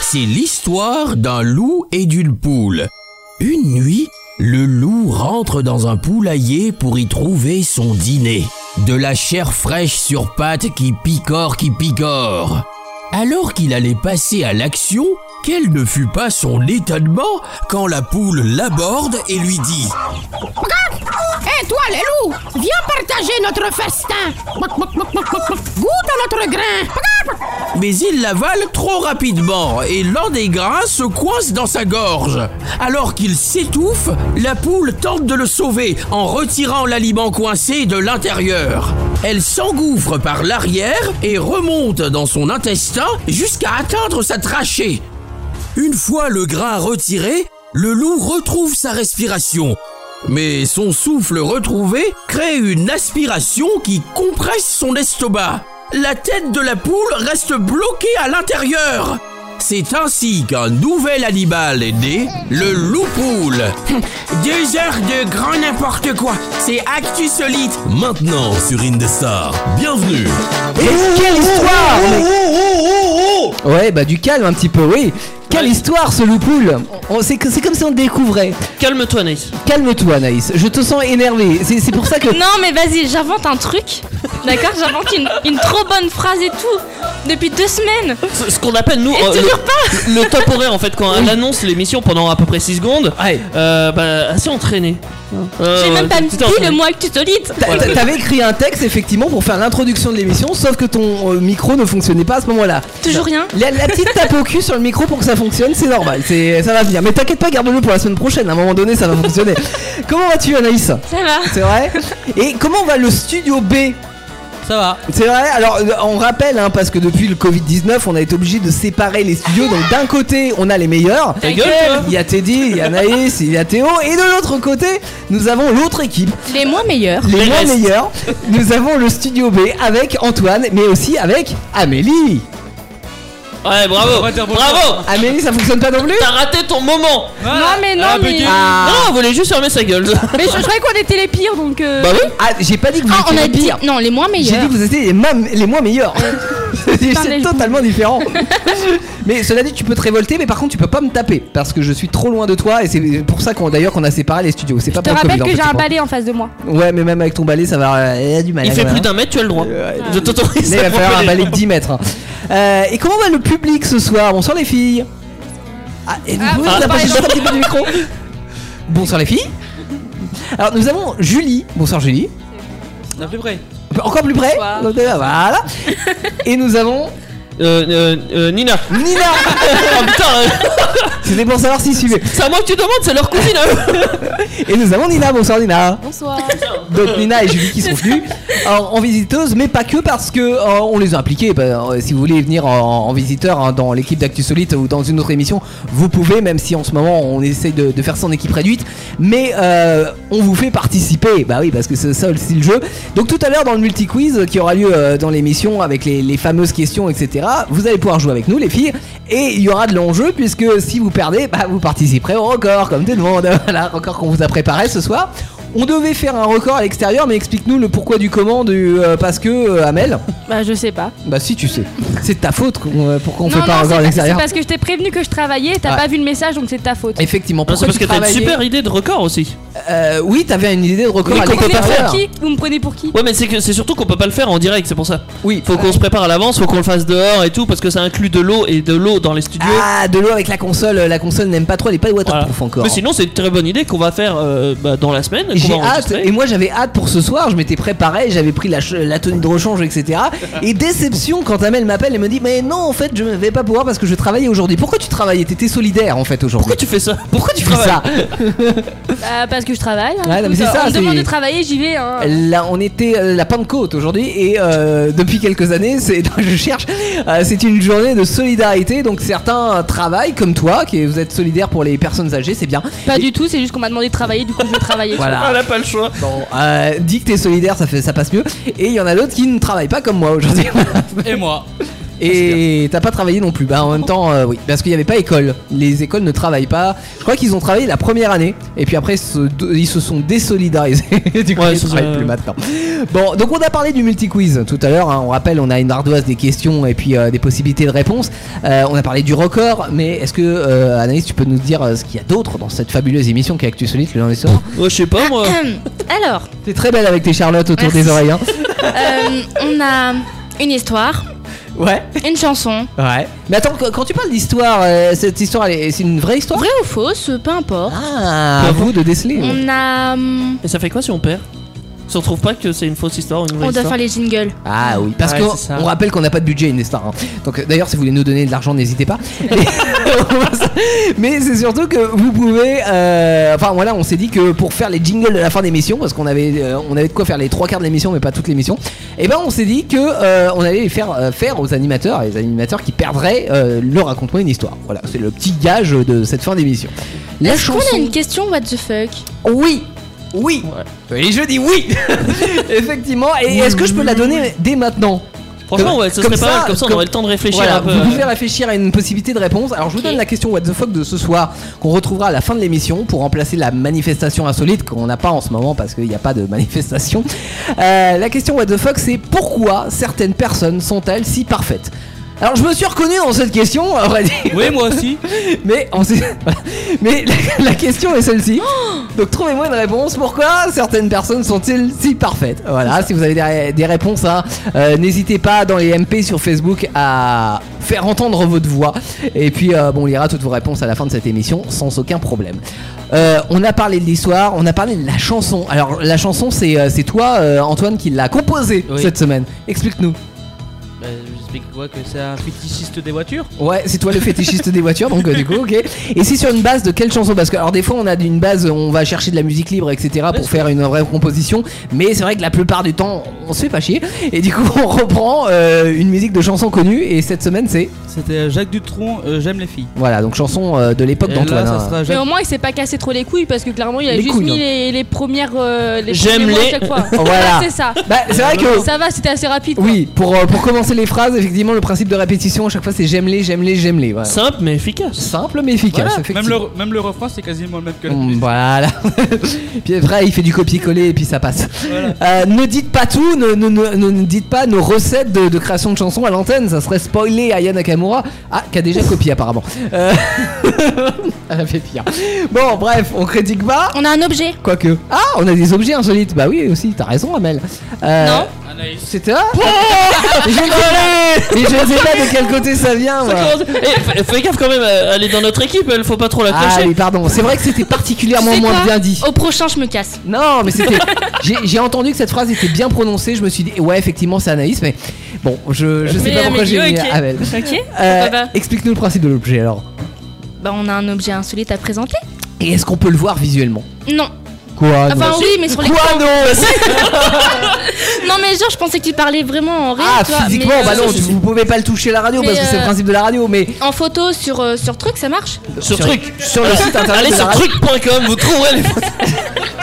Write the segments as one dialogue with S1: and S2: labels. S1: c'est l'histoire d'un loup et d'une poule. Une nuit, le loup rentre dans un poulailler pour y trouver son dîner. De la chair fraîche sur pattes qui picore, qui picore. Alors qu'il allait passer à l'action, quel ne fut pas son étonnement quand la poule l'aborde et lui dit
S2: Hé, toi, les loups, viens partager notre festin. Goûte à notre grain.
S1: Mais il l'avale trop rapidement et l'un des grains se coince dans sa gorge. Alors qu'il s'étouffe, la poule tente de le sauver en retirant l'aliment coincé de l'intérieur. Elle s'engouffre par l'arrière et remonte dans son intestin jusqu'à atteindre sa trachée. Une fois le grain retiré, le loup retrouve sa respiration. Mais son souffle retrouvé crée une aspiration qui compresse son estomac la tête de la poule reste bloquée à l'intérieur. C'est ainsi qu'un nouvel animal est né, le loup-poule. Deux heures de grand n'importe quoi, c'est Actu Solide. Maintenant sur Indestar, bienvenue.
S3: Quelle histoire Ouais, bah du calme un petit peu, oui. Quelle histoire ce loupoule On- C'est que- c'est comme si on le découvrait.
S4: Calme-toi, Naïs.
S3: Calme-toi, Anaïs. Je te sens énervé. C'est c'est pour ça que.
S5: Non mais vas-y, j'invente un truc. D'accord, j'invente une, une trop bonne phrase et tout depuis deux semaines.
S3: Oh,
S4: Ce ce qu'on appelle, nous, euh, le, le top horaire, en fait, quand elle annonce l'émission pendant à peu près 6 secondes,
S3: Ouais.
S4: euh, bah, assez entraîné.
S3: Oh,
S4: Euh,
S5: J'ai même pas dit
S4: t'étais entraîné.
S5: le mot actu solide.
S3: T'a- t'a- T'avais écrit un texte effectivement pour faire l'introduction de l'émission, sauf que ton euh, micro ne fonctionnait pas à ce moment-là.
S5: Toujours rien.
S3: La, la petite tape au cul sur le micro pour que ça fonctionne, c'est normal, c'est ça va venir. Mais t'inquiète pas, garde-le pour la semaine prochaine. À un moment donné, ça va fonctionner. comment vas-tu, Anaïs
S5: Ça va.
S3: C'est vrai. Et comment va le studio B
S4: Ça va.
S3: C'est vrai, alors euh, on rappelle, hein, parce que depuis le Covid-19, on a été obligé de séparer les studios. Donc d'un côté, on a les meilleurs.
S4: Ta gueule, toi.
S3: Il y a Teddy, il y a Naïs, il y a Théo. Et de l'autre côté, nous avons l'autre équipe,
S5: Les moins meilleurs.
S3: les
S4: Les
S3: moins
S4: restes.
S3: meilleurs. Nous avons le studio B avec Antoine, mais aussi avec Amélie.
S4: Ouais, bravo. Bravo.
S3: Amélie, ça fonctionne pas non plus
S4: T'as raté ton moment.
S5: Non mais non mais.
S4: Non,
S3: Ah,
S4: on voulait juste fermer sa gueule.
S6: Ah,
S5: Mais je, je croyais qu'on était les pires donc. euh,
S4: bah oui.
S3: Ah, j'ai pas dit que vous
S5: Ah, on
S3: étiez
S5: a
S3: les
S5: dit
S3: pires.
S5: non les moins
S3: J'ai dit
S5: meilleurs.
S3: que vous étiez les, ma- les moins meilleurs.
S5: les
S3: C'est totalement différent. mais cela dit, tu peux te révolter, mais par contre, tu peux pas me taper parce que je suis trop loin de toi et c'est pour ça qu'on d'ailleurs qu'on a séparé les studios. C'est pas
S6: Je te
S3: pour le
S6: rappelle
S3: Covid,
S6: que j'ai
S3: en fait,
S6: un
S3: je
S6: balai en face de moi.
S3: crois. Ouais, mais même avec ton balai, ça va. Il y a du mal.
S4: Il
S3: hein,
S4: fait
S3: voilà.
S4: plus d'un mètre, tu as le droit.
S3: Euh,
S4: Je t'autorise.
S3: Là, il
S4: à
S3: va falloir un
S4: proposer.
S3: balai de 10 mètres. Euh, et comment va le public ce soir Bonsoir les filles. Ah, et vous pouvez
S4: ah,
S3: vous approcher
S4: pardon.
S3: juste un petit peu du micro Bonsoir les filles. Alors nous avons Julie. Bonsoir Julie.
S4: À peu près.
S3: Encore plus près. Donc, euh, Voilà. Et nous avons
S4: Euh, euh, euh, Nina.
S3: Nina.
S4: oh putain, euh,
S3: C'était pour savoir s'ils suivaient.
S4: c'est à moi que tu demandes, c'est leur cousine. hein.
S3: Et nous avons Nina. Bonsoir Nina.
S6: Bonsoir.
S3: Donc Nina et Julie qui sont venues alors, en visiteuse, mais pas que parce que euh, on les a impliquées. Bah, euh, si vous voulez venir en, en visiteur hein, dans l'équipe d'Actu Solite ou dans une autre émission, vous pouvez, même si en ce moment on essaye de, de faire son équipe réduite, mais euh, on vous fait participer. Bah oui, parce que c'est ça aussi le jeu. Donc tout à l'heure dans le multi quiz qui aura lieu euh, dans l'émission avec les, les fameuses questions, etc. Vous allez pouvoir jouer avec nous, les filles, et il y aura de l'enjeu puisque si vous perdez, bah, vous participerez au record comme tout le monde. Voilà, record qu'on vous a préparé ce soir. On devait faire un record à l'extérieur, mais explique-nous le pourquoi du comment du euh, parce que euh, Amel.
S6: Bah je sais pas.
S3: Bah si tu sais, c'est de ta faute qu'on- euh, pourquoi on
S6: non
S3: fait pas un
S6: non, c'est
S3: record
S6: pas-
S3: à
S6: c'est
S3: l'extérieur.
S6: parce que je t'ai prévenu que je travaillais. et T'as
S3: Ouais.
S6: pas vu le message donc c'est de ta faute.
S3: Effectivement,
S4: Non, C'est
S3: pourquoi
S4: parce que
S3: tu
S4: t'as une
S3: travaillais
S4: super idée de record aussi.
S3: Euh, oui, t'avais une idée de record
S4: Oui,
S3: à
S4: qu'on
S6: Vous me
S4: peut pas
S6: prenez
S3: l'extérieur.
S6: pour qui Vous me prenez pour qui
S4: Ouais, mais c'est que c'est surtout qu'on peut pas le faire en direct, c'est pour ça.
S3: Oui,
S4: Faut qu'on se prépare à l'avance, faut qu'on le fasse dehors et tout, parce que ça inclut de l'eau et de l'eau dans les studios.
S3: Ah, de l'eau avec la console, la console n'aime pas trop, elle est pas
S4: Voilà.
S3: waterproof encore.
S4: Mais sinon, c'est une très bonne idée qu'on va faire euh, bah, dans la semaine. qu'on
S3: J'ai
S4: va
S3: hâte,
S4: enregistrer.
S3: et moi j'avais hâte pour ce soir, je m'étais préparé, j'avais pris la, ch- la tenue de rechange, etc. Et déception quand Amel m'appelle et me dit Mais non, en fait, je ne vais pas pouvoir parce que je travaillais aujourd'hui. Pourquoi tu travaillais T'étais solidaire en fait aujourd'hui.
S4: Pourquoi tu fais ça
S3: Pourquoi tu fais ça
S6: Bah, Parce que je travaille. hein,
S3: Ouais, non, mais
S6: écoute,
S3: c'est ça,
S6: on me
S3: c'est-
S6: demande de travailler, j'y vais. hein.
S3: Là, on était euh, la Pentecôte aujourd'hui et euh, depuis quelques années, c'est non, je cherche, euh, c'est une journée de solidarité. Donc certains euh, travaillent comme toi, qui vous êtes solidaires pour les personnes âgées, c'est bien.
S6: Pas du tout. C'est juste qu'on m'a demandé de travailler. Du coup je vais travailler.
S3: Voilà.
S4: Elle a pas le choix.
S3: Bon, euh, dis que t'es solidaire, ça fait, ça passe mieux. Et il y en a d'autres qui ne travaillent pas comme moi aujourd'hui.
S4: Et moi
S3: Et t'as pas travaillé non plus. Bah en même temps, euh, oui, parce qu'il n'y avait pas école. Les écoles ne travaillent pas. Je crois qu'ils ont travaillé la première année. Et puis après, se- ils se sont désolidarisés. du coup,
S4: Ouais,
S3: ils
S4: ça,
S3: travaillent
S4: ça-
S3: plus maintenant. Bon, donc on a parlé du multi-quiz tout à l'heure. hein. On rappelle, on a une ardoise des questions et puis euh, des possibilités de réponses. Euh, on a parlé du record. Mais est-ce que, euh, Anaïs, tu peux nous dire euh, ce qu'il y a d'autre dans cette fabuleuse émission qu'est Actu Solite le lundi soir
S4: Ouais, je sais pas moi.
S5: Alors,
S3: T'es très belle avec tes charlottes autour
S5: Merci.
S3: des oreilles. hein.
S5: euh, on a une histoire,
S3: Ouais, Ah.
S5: une chanson.
S3: ouais. Mais attends, quand quand tu parles d'histoire, euh, cette histoire, elle est- c'est une vraie histoire
S5: Vraie ou fausse, peu importe.
S3: Ah, à vous de déceler.
S5: On a. hum,
S4: Et ça fait quoi si on perd Si on trouve pas que c'est une fausse histoire ou une vraie
S5: On doit
S4: histoire
S5: faire les jingles.
S3: Ah oui, parce
S4: Ouais, c'est ça.
S3: qu'on on rappelle qu'on n'a pas de budget Indestar. hein. Donc euh, d'ailleurs, si vous voulez nous donner de l'argent, n'hésitez pas. Mais, mais c'est surtout que vous pouvez. euh, enfin voilà, on s'est dit que pour faire les jingles de la fin d'émission, parce qu'on avait, euh, on avait de quoi faire les trois quarts de l'émission, mais pas toute l'émission. Et ben on s'est dit que euh, on allait les faire euh, faire aux animateurs, et les animateurs qui perdraient euh, leur raconter une histoire. Voilà, c'est le petit gage de cette fin d'émission. La
S5: Est-ce qu'on
S3: chanson.
S5: a une question, what the fuck
S3: Oui Oui Et je dis oui Effectivement, et est-ce que je peux la donner dès maintenant
S4: Franchement,
S3: Comme-
S4: ouais, ça
S3: comme
S4: serait pas
S3: ça,
S4: mal, comme ça on
S3: comme-
S4: aurait le temps de réfléchir
S3: voilà,
S4: un peu.
S3: vous pouvez réfléchir à une possibilité de réponse. Alors, je vous
S5: Ok.
S3: donne la question What the fuck de ce soir qu'on retrouvera à la fin de l'émission pour remplacer la manifestation insolite qu'on n'a pas en ce moment parce qu'il n'y a pas de manifestation. Euh, la question What the fuck, c'est pourquoi certaines personnes sont-elles si parfaites Alors, je me suis reconnu dans cette question, à vrai dire.
S4: Oui, moi aussi.
S3: Mais, on s'est- mais la, la question est celle-ci. Donc trouvez-moi une réponse. Pourquoi certaines personnes sont-ils si parfaites Voilà, si vous avez des, des réponses, hein, euh, n'hésitez pas dans les MP sur Facebook à faire entendre votre voix. Et puis, euh, bon, on lira toutes vos réponses à la fin de cette émission sans aucun problème. Euh, on a parlé de l'histoire, on a parlé de la chanson. Alors la chanson, c'est euh, c'est toi, euh, Antoine, qui l'a composée
S7: Oui.
S3: cette semaine. Explique-nous.
S7: Bah, j'explique quoi que c'est un fétichiste des voitures
S3: Ouais, c'est toi le fétichiste des voitures, donc euh, du coup, ok. Et c'est sur une base de quelle chanson Parce que, alors, des fois, on a une base, on va chercher de la musique libre, etc., pour faire une vraie composition. Mais c'est vrai que la plupart du temps, on se fait pas chier. Et du coup, on reprend euh, une musique de chanson connue. Et cette semaine, c'est.
S7: C'était Jacques Dutronc, euh, J'aime les filles.
S3: Voilà, donc chanson euh, de l'époque
S7: Et
S3: d'Antoine.
S7: là, ça
S3: hein.
S7: sera
S6: Mais
S7: Jacques.
S6: au moins, il s'est pas cassé trop les couilles parce que clairement, il a
S3: Les
S6: juste
S3: couilles, hein.
S6: mis les, les premières. euh, les
S4: J'aime
S6: premiers mots à
S4: les-
S6: chaque fois.
S3: Voilà.
S6: c'est ça.
S3: Bah, c'est vrai que.
S6: Ça va, c'était assez rapide. quoi.
S3: Oui, pour, euh, pour commencer les phrases, effectivement, le principe de répétition, à chaque fois, c'est j'aime les, j'aime les, j'aime les. Voilà.
S4: Simple mais efficace.
S3: Simple mais efficace.
S7: Voilà,
S3: effectivement.
S7: même, le, même le refrain, c'est quasiment le même que la
S3: Mm,
S7: musique.
S3: Voilà. puis après, il fait du copier-coller et puis ça passe. Euh, ne dites pas tout, ne, ne, ne- ne- ne dites pas nos recettes de, de création de chansons à l'antenne, ça serait spoiler Aya Nakamura. Ah, qui a déjà copié apparemment. Euh, Elle a fait pire. Bon, bref, on critique pas.
S5: On a un objet.
S3: Quoique. Ah, on a des objets insolites. Bah oui, aussi, t'as raison, Amel. Euh,
S5: Non.
S3: C'était là
S7: Oh
S3: Et je ne sais- et je ne sais pas de quel côté ça vient. moi.
S4: Eh, fa- fais gaffe quand même, euh, elle est dans notre équipe, elle faut pas trop la
S3: Ah
S4: clocher.
S3: oui, pardon. C'est vrai que c'était particulièrement
S5: Tu sais
S3: moins
S5: quoi Oh.
S3: bien dit.
S5: Au prochain, je me casse.
S3: Non, mais c'était. j'ai- J'ai entendu que cette phrase était bien prononcée. Je me suis dit, ouais, effectivement, c'est Anaïs, mais bon, je, je sais
S5: Mais
S3: pas pourquoi
S5: Amélie,
S3: j'ai mis
S5: ok.
S3: Amel.
S5: Ok
S3: Euh,
S5: Pourquoi pas
S3: Explique-nous le principe de l'objet alors.
S5: Bah, on a un objet insolite à présenter
S3: Et est-ce qu'on peut le voir visuellement
S5: Non.
S3: Quoi
S5: Enfin, oui, mais sur les.
S3: Quoi non
S5: Non, mais genre, je pensais que tu parlais vraiment en réel.
S3: Ah,
S5: tu vois,
S3: physiquement,
S5: mais,
S3: bah
S5: euh,
S3: non, tu- vous pouvez pas le toucher à la radio
S5: mais,
S3: parce que c'est le
S5: euh,
S3: principe de la radio, mais
S5: En photo, sur, euh, sur truc, ça marche
S4: Sur truc.
S3: sur le site internet
S4: Allez
S3: de la
S4: sur
S3: radio,
S4: truc.com, vous trouverez les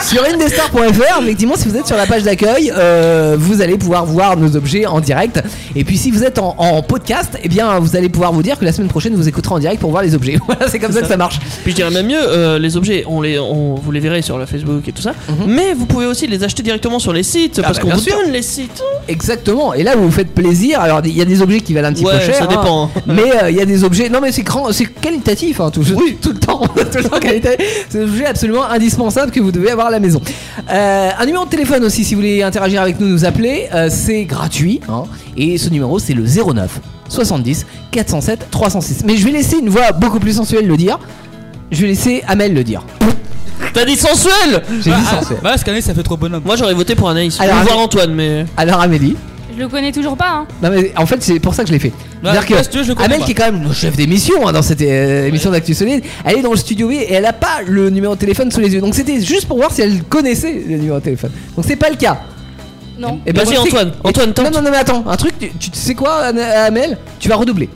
S3: sur indestar.fr, effectivement, si vous êtes sur la page d'accueil, euh, vous allez pouvoir voir nos objets en direct. Et puis, si vous êtes en, en podcast, eh bien, vous allez pouvoir vous dire que la semaine prochaine, vous écouterez en direct pour voir les objets. Voilà, c'est comme ça que ça marche.
S4: Puis je dirais même mieux, euh, les objets, on les, on, vous les verrez sur le Facebook et tout ça. Mais vous pouvez aussi les acheter directement sur les sites, parce
S3: Mhm. bah,
S4: qu'on
S3: bien
S4: vous
S3: sûr.
S4: donne les sites.
S3: Exactement. Et là, vous vous faites plaisir. Alors, il y a des objets qui valent un petit
S4: Ouais,
S3: peu cher.
S4: ça
S3: hein.
S4: dépend, hein.
S3: Mais euh, il y a des objets. Non, mais c'est grand- c'est qualitatif, hein, tout, tout le temps. tout le temps qualitatif. C'est des objets absolument indispensables que vous devez avoir à la maison. Euh, un numéro de téléphone aussi, si vous voulez interagir avec nous, nous appeler. Euh, c'est gratuit. hein. Et ce numéro, c'est le 09 70 407 306. Mais je vais laisser une voix beaucoup plus sensuelle le dire. Je vais laisser Amel le dire.
S4: T'as dit sensuel
S3: J'ai dit
S7: Ah,
S3: sensuel.
S7: bah, là, cette année, ça fait trop bonhomme.
S4: Moi j'aurais voté pour Anaïs.
S3: Alors,
S4: Alors, voir Antoine, mais.
S3: Alors Amélie.
S6: Je le connais toujours pas. Hein.
S3: Non mais en fait c'est pour ça que je l'ai fait.
S7: Bah,
S3: C'est-à-dire
S7: bah, si tu veux, je le comprends
S3: Amel
S7: pas.
S3: qui est quand même le chef d'émission hein, dans cette euh, émission d'actu solide, elle est dans le studio B et elle a pas le numéro de téléphone sous les yeux. Donc c'était juste pour voir si elle connaissait le numéro de téléphone. Donc c'est pas le cas. Eh ben,
S6: Non.
S3: Et
S4: Vas-y, Antoine. Antoine, tente.
S3: Non non non mais attends, un truc, tu, tu sais quoi Anna- Amel Tu vas redoubler.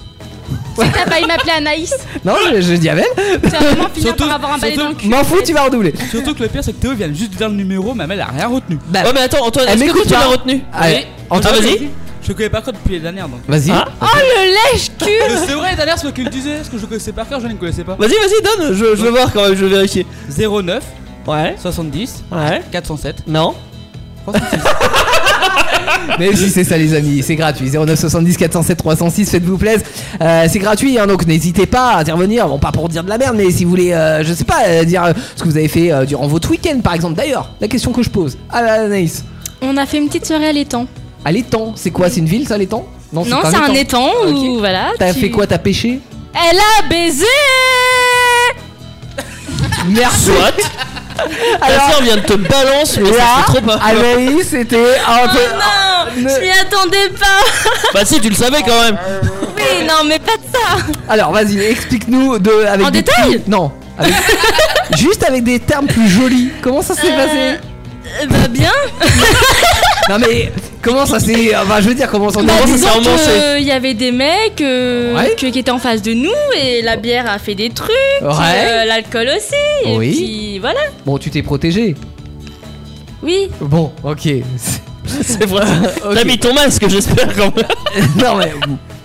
S6: T'as failli m'appeler Anaïs.
S3: Non je, je dis Amel,
S6: Ça va vraiment finir
S7: Surtout-
S6: par avoir un balai
S7: surtout-
S6: dans le cul.
S3: m'en fous, tu vas redoubler.
S7: Surtout que le pire, c'est que Théo vient juste de dire le numéro, mais elle a rien retenu.
S3: Bah,
S4: Ouais, mais attends, Antoine,
S3: Elle
S4: est-ce que
S3: m'écoute
S4: toi, tu
S3: pas.
S4: l'as retenu
S3: Allez,
S4: Oui.
S3: Antoine,
S4: Ah, Eh, vas-y.
S3: vas-y.
S7: Je le connais par cœur depuis les dernières donc.
S3: Vas-y.
S4: Ah.
S5: Oh le lèche-cul
S7: Mais c'est vrai, les dernières, c'est moi qui le disais. Parce que je le connaissais par cœur, je ne le connaissais pas.
S4: Vas-y, vas-y, donne, je, je veux voir quand même, je veux vérifier.
S7: 09
S4: Ouais,
S7: 70
S4: ouais,
S7: 407.
S4: non.
S3: Mais si c'est ça les amis, c'est gratuit. 0970 407 306, faites-vous plaisir. Euh, c'est gratuit, hein, donc n'hésitez pas à intervenir. Bon, pas pour dire de la merde, mais si vous voulez, euh, je sais pas, euh, dire euh, ce que vous avez fait euh, durant votre week-end par exemple. D'ailleurs, la question que je pose à la- Anaïs,
S5: On a fait une petite soirée à l'étang.
S3: à l'étang, c'est quoi C'est une ville ça l'étang
S5: Non, c'est un étang où voilà.
S3: T'as
S5: tu-
S3: fait quoi T'as pêché
S5: Elle a baisé
S3: Merci
S4: Soit. Ta sœur vient de te balance, mais ça
S3: Là,
S4: fait trop pas.
S3: Anaïs, c'était un peu.
S5: Ah, Non
S3: ne-
S5: Je m'y attendais pas
S4: Bah si, tu le savais quand même.
S5: Mais non, mais pas de ça
S3: Alors vas-y, explique-nous de avec
S5: En
S3: des
S5: détail
S3: petits- Non. avec- Juste avec des termes plus jolis. Comment ça s'est
S5: Euh,
S3: passé
S5: euh, Bah bien
S3: Non mais comment ça s'est Enfin je veux dire comment ça
S5: Bah
S3: comment ça s'est
S5: disons
S3: amorcé
S5: qu'il y avait des mecs euh,
S3: Ouais.
S5: que- qui étaient en face de nous et la bière a fait des trucs,
S3: Ouais.
S5: euh, l'alcool aussi, et
S3: Oui.
S5: puis voilà.
S3: Bon tu t'es protégé.
S5: Oui,
S3: Bon ok.
S4: C'est vrai. T'as
S3: Ok.
S4: mis ton masque, j'espère quand même.
S3: non mais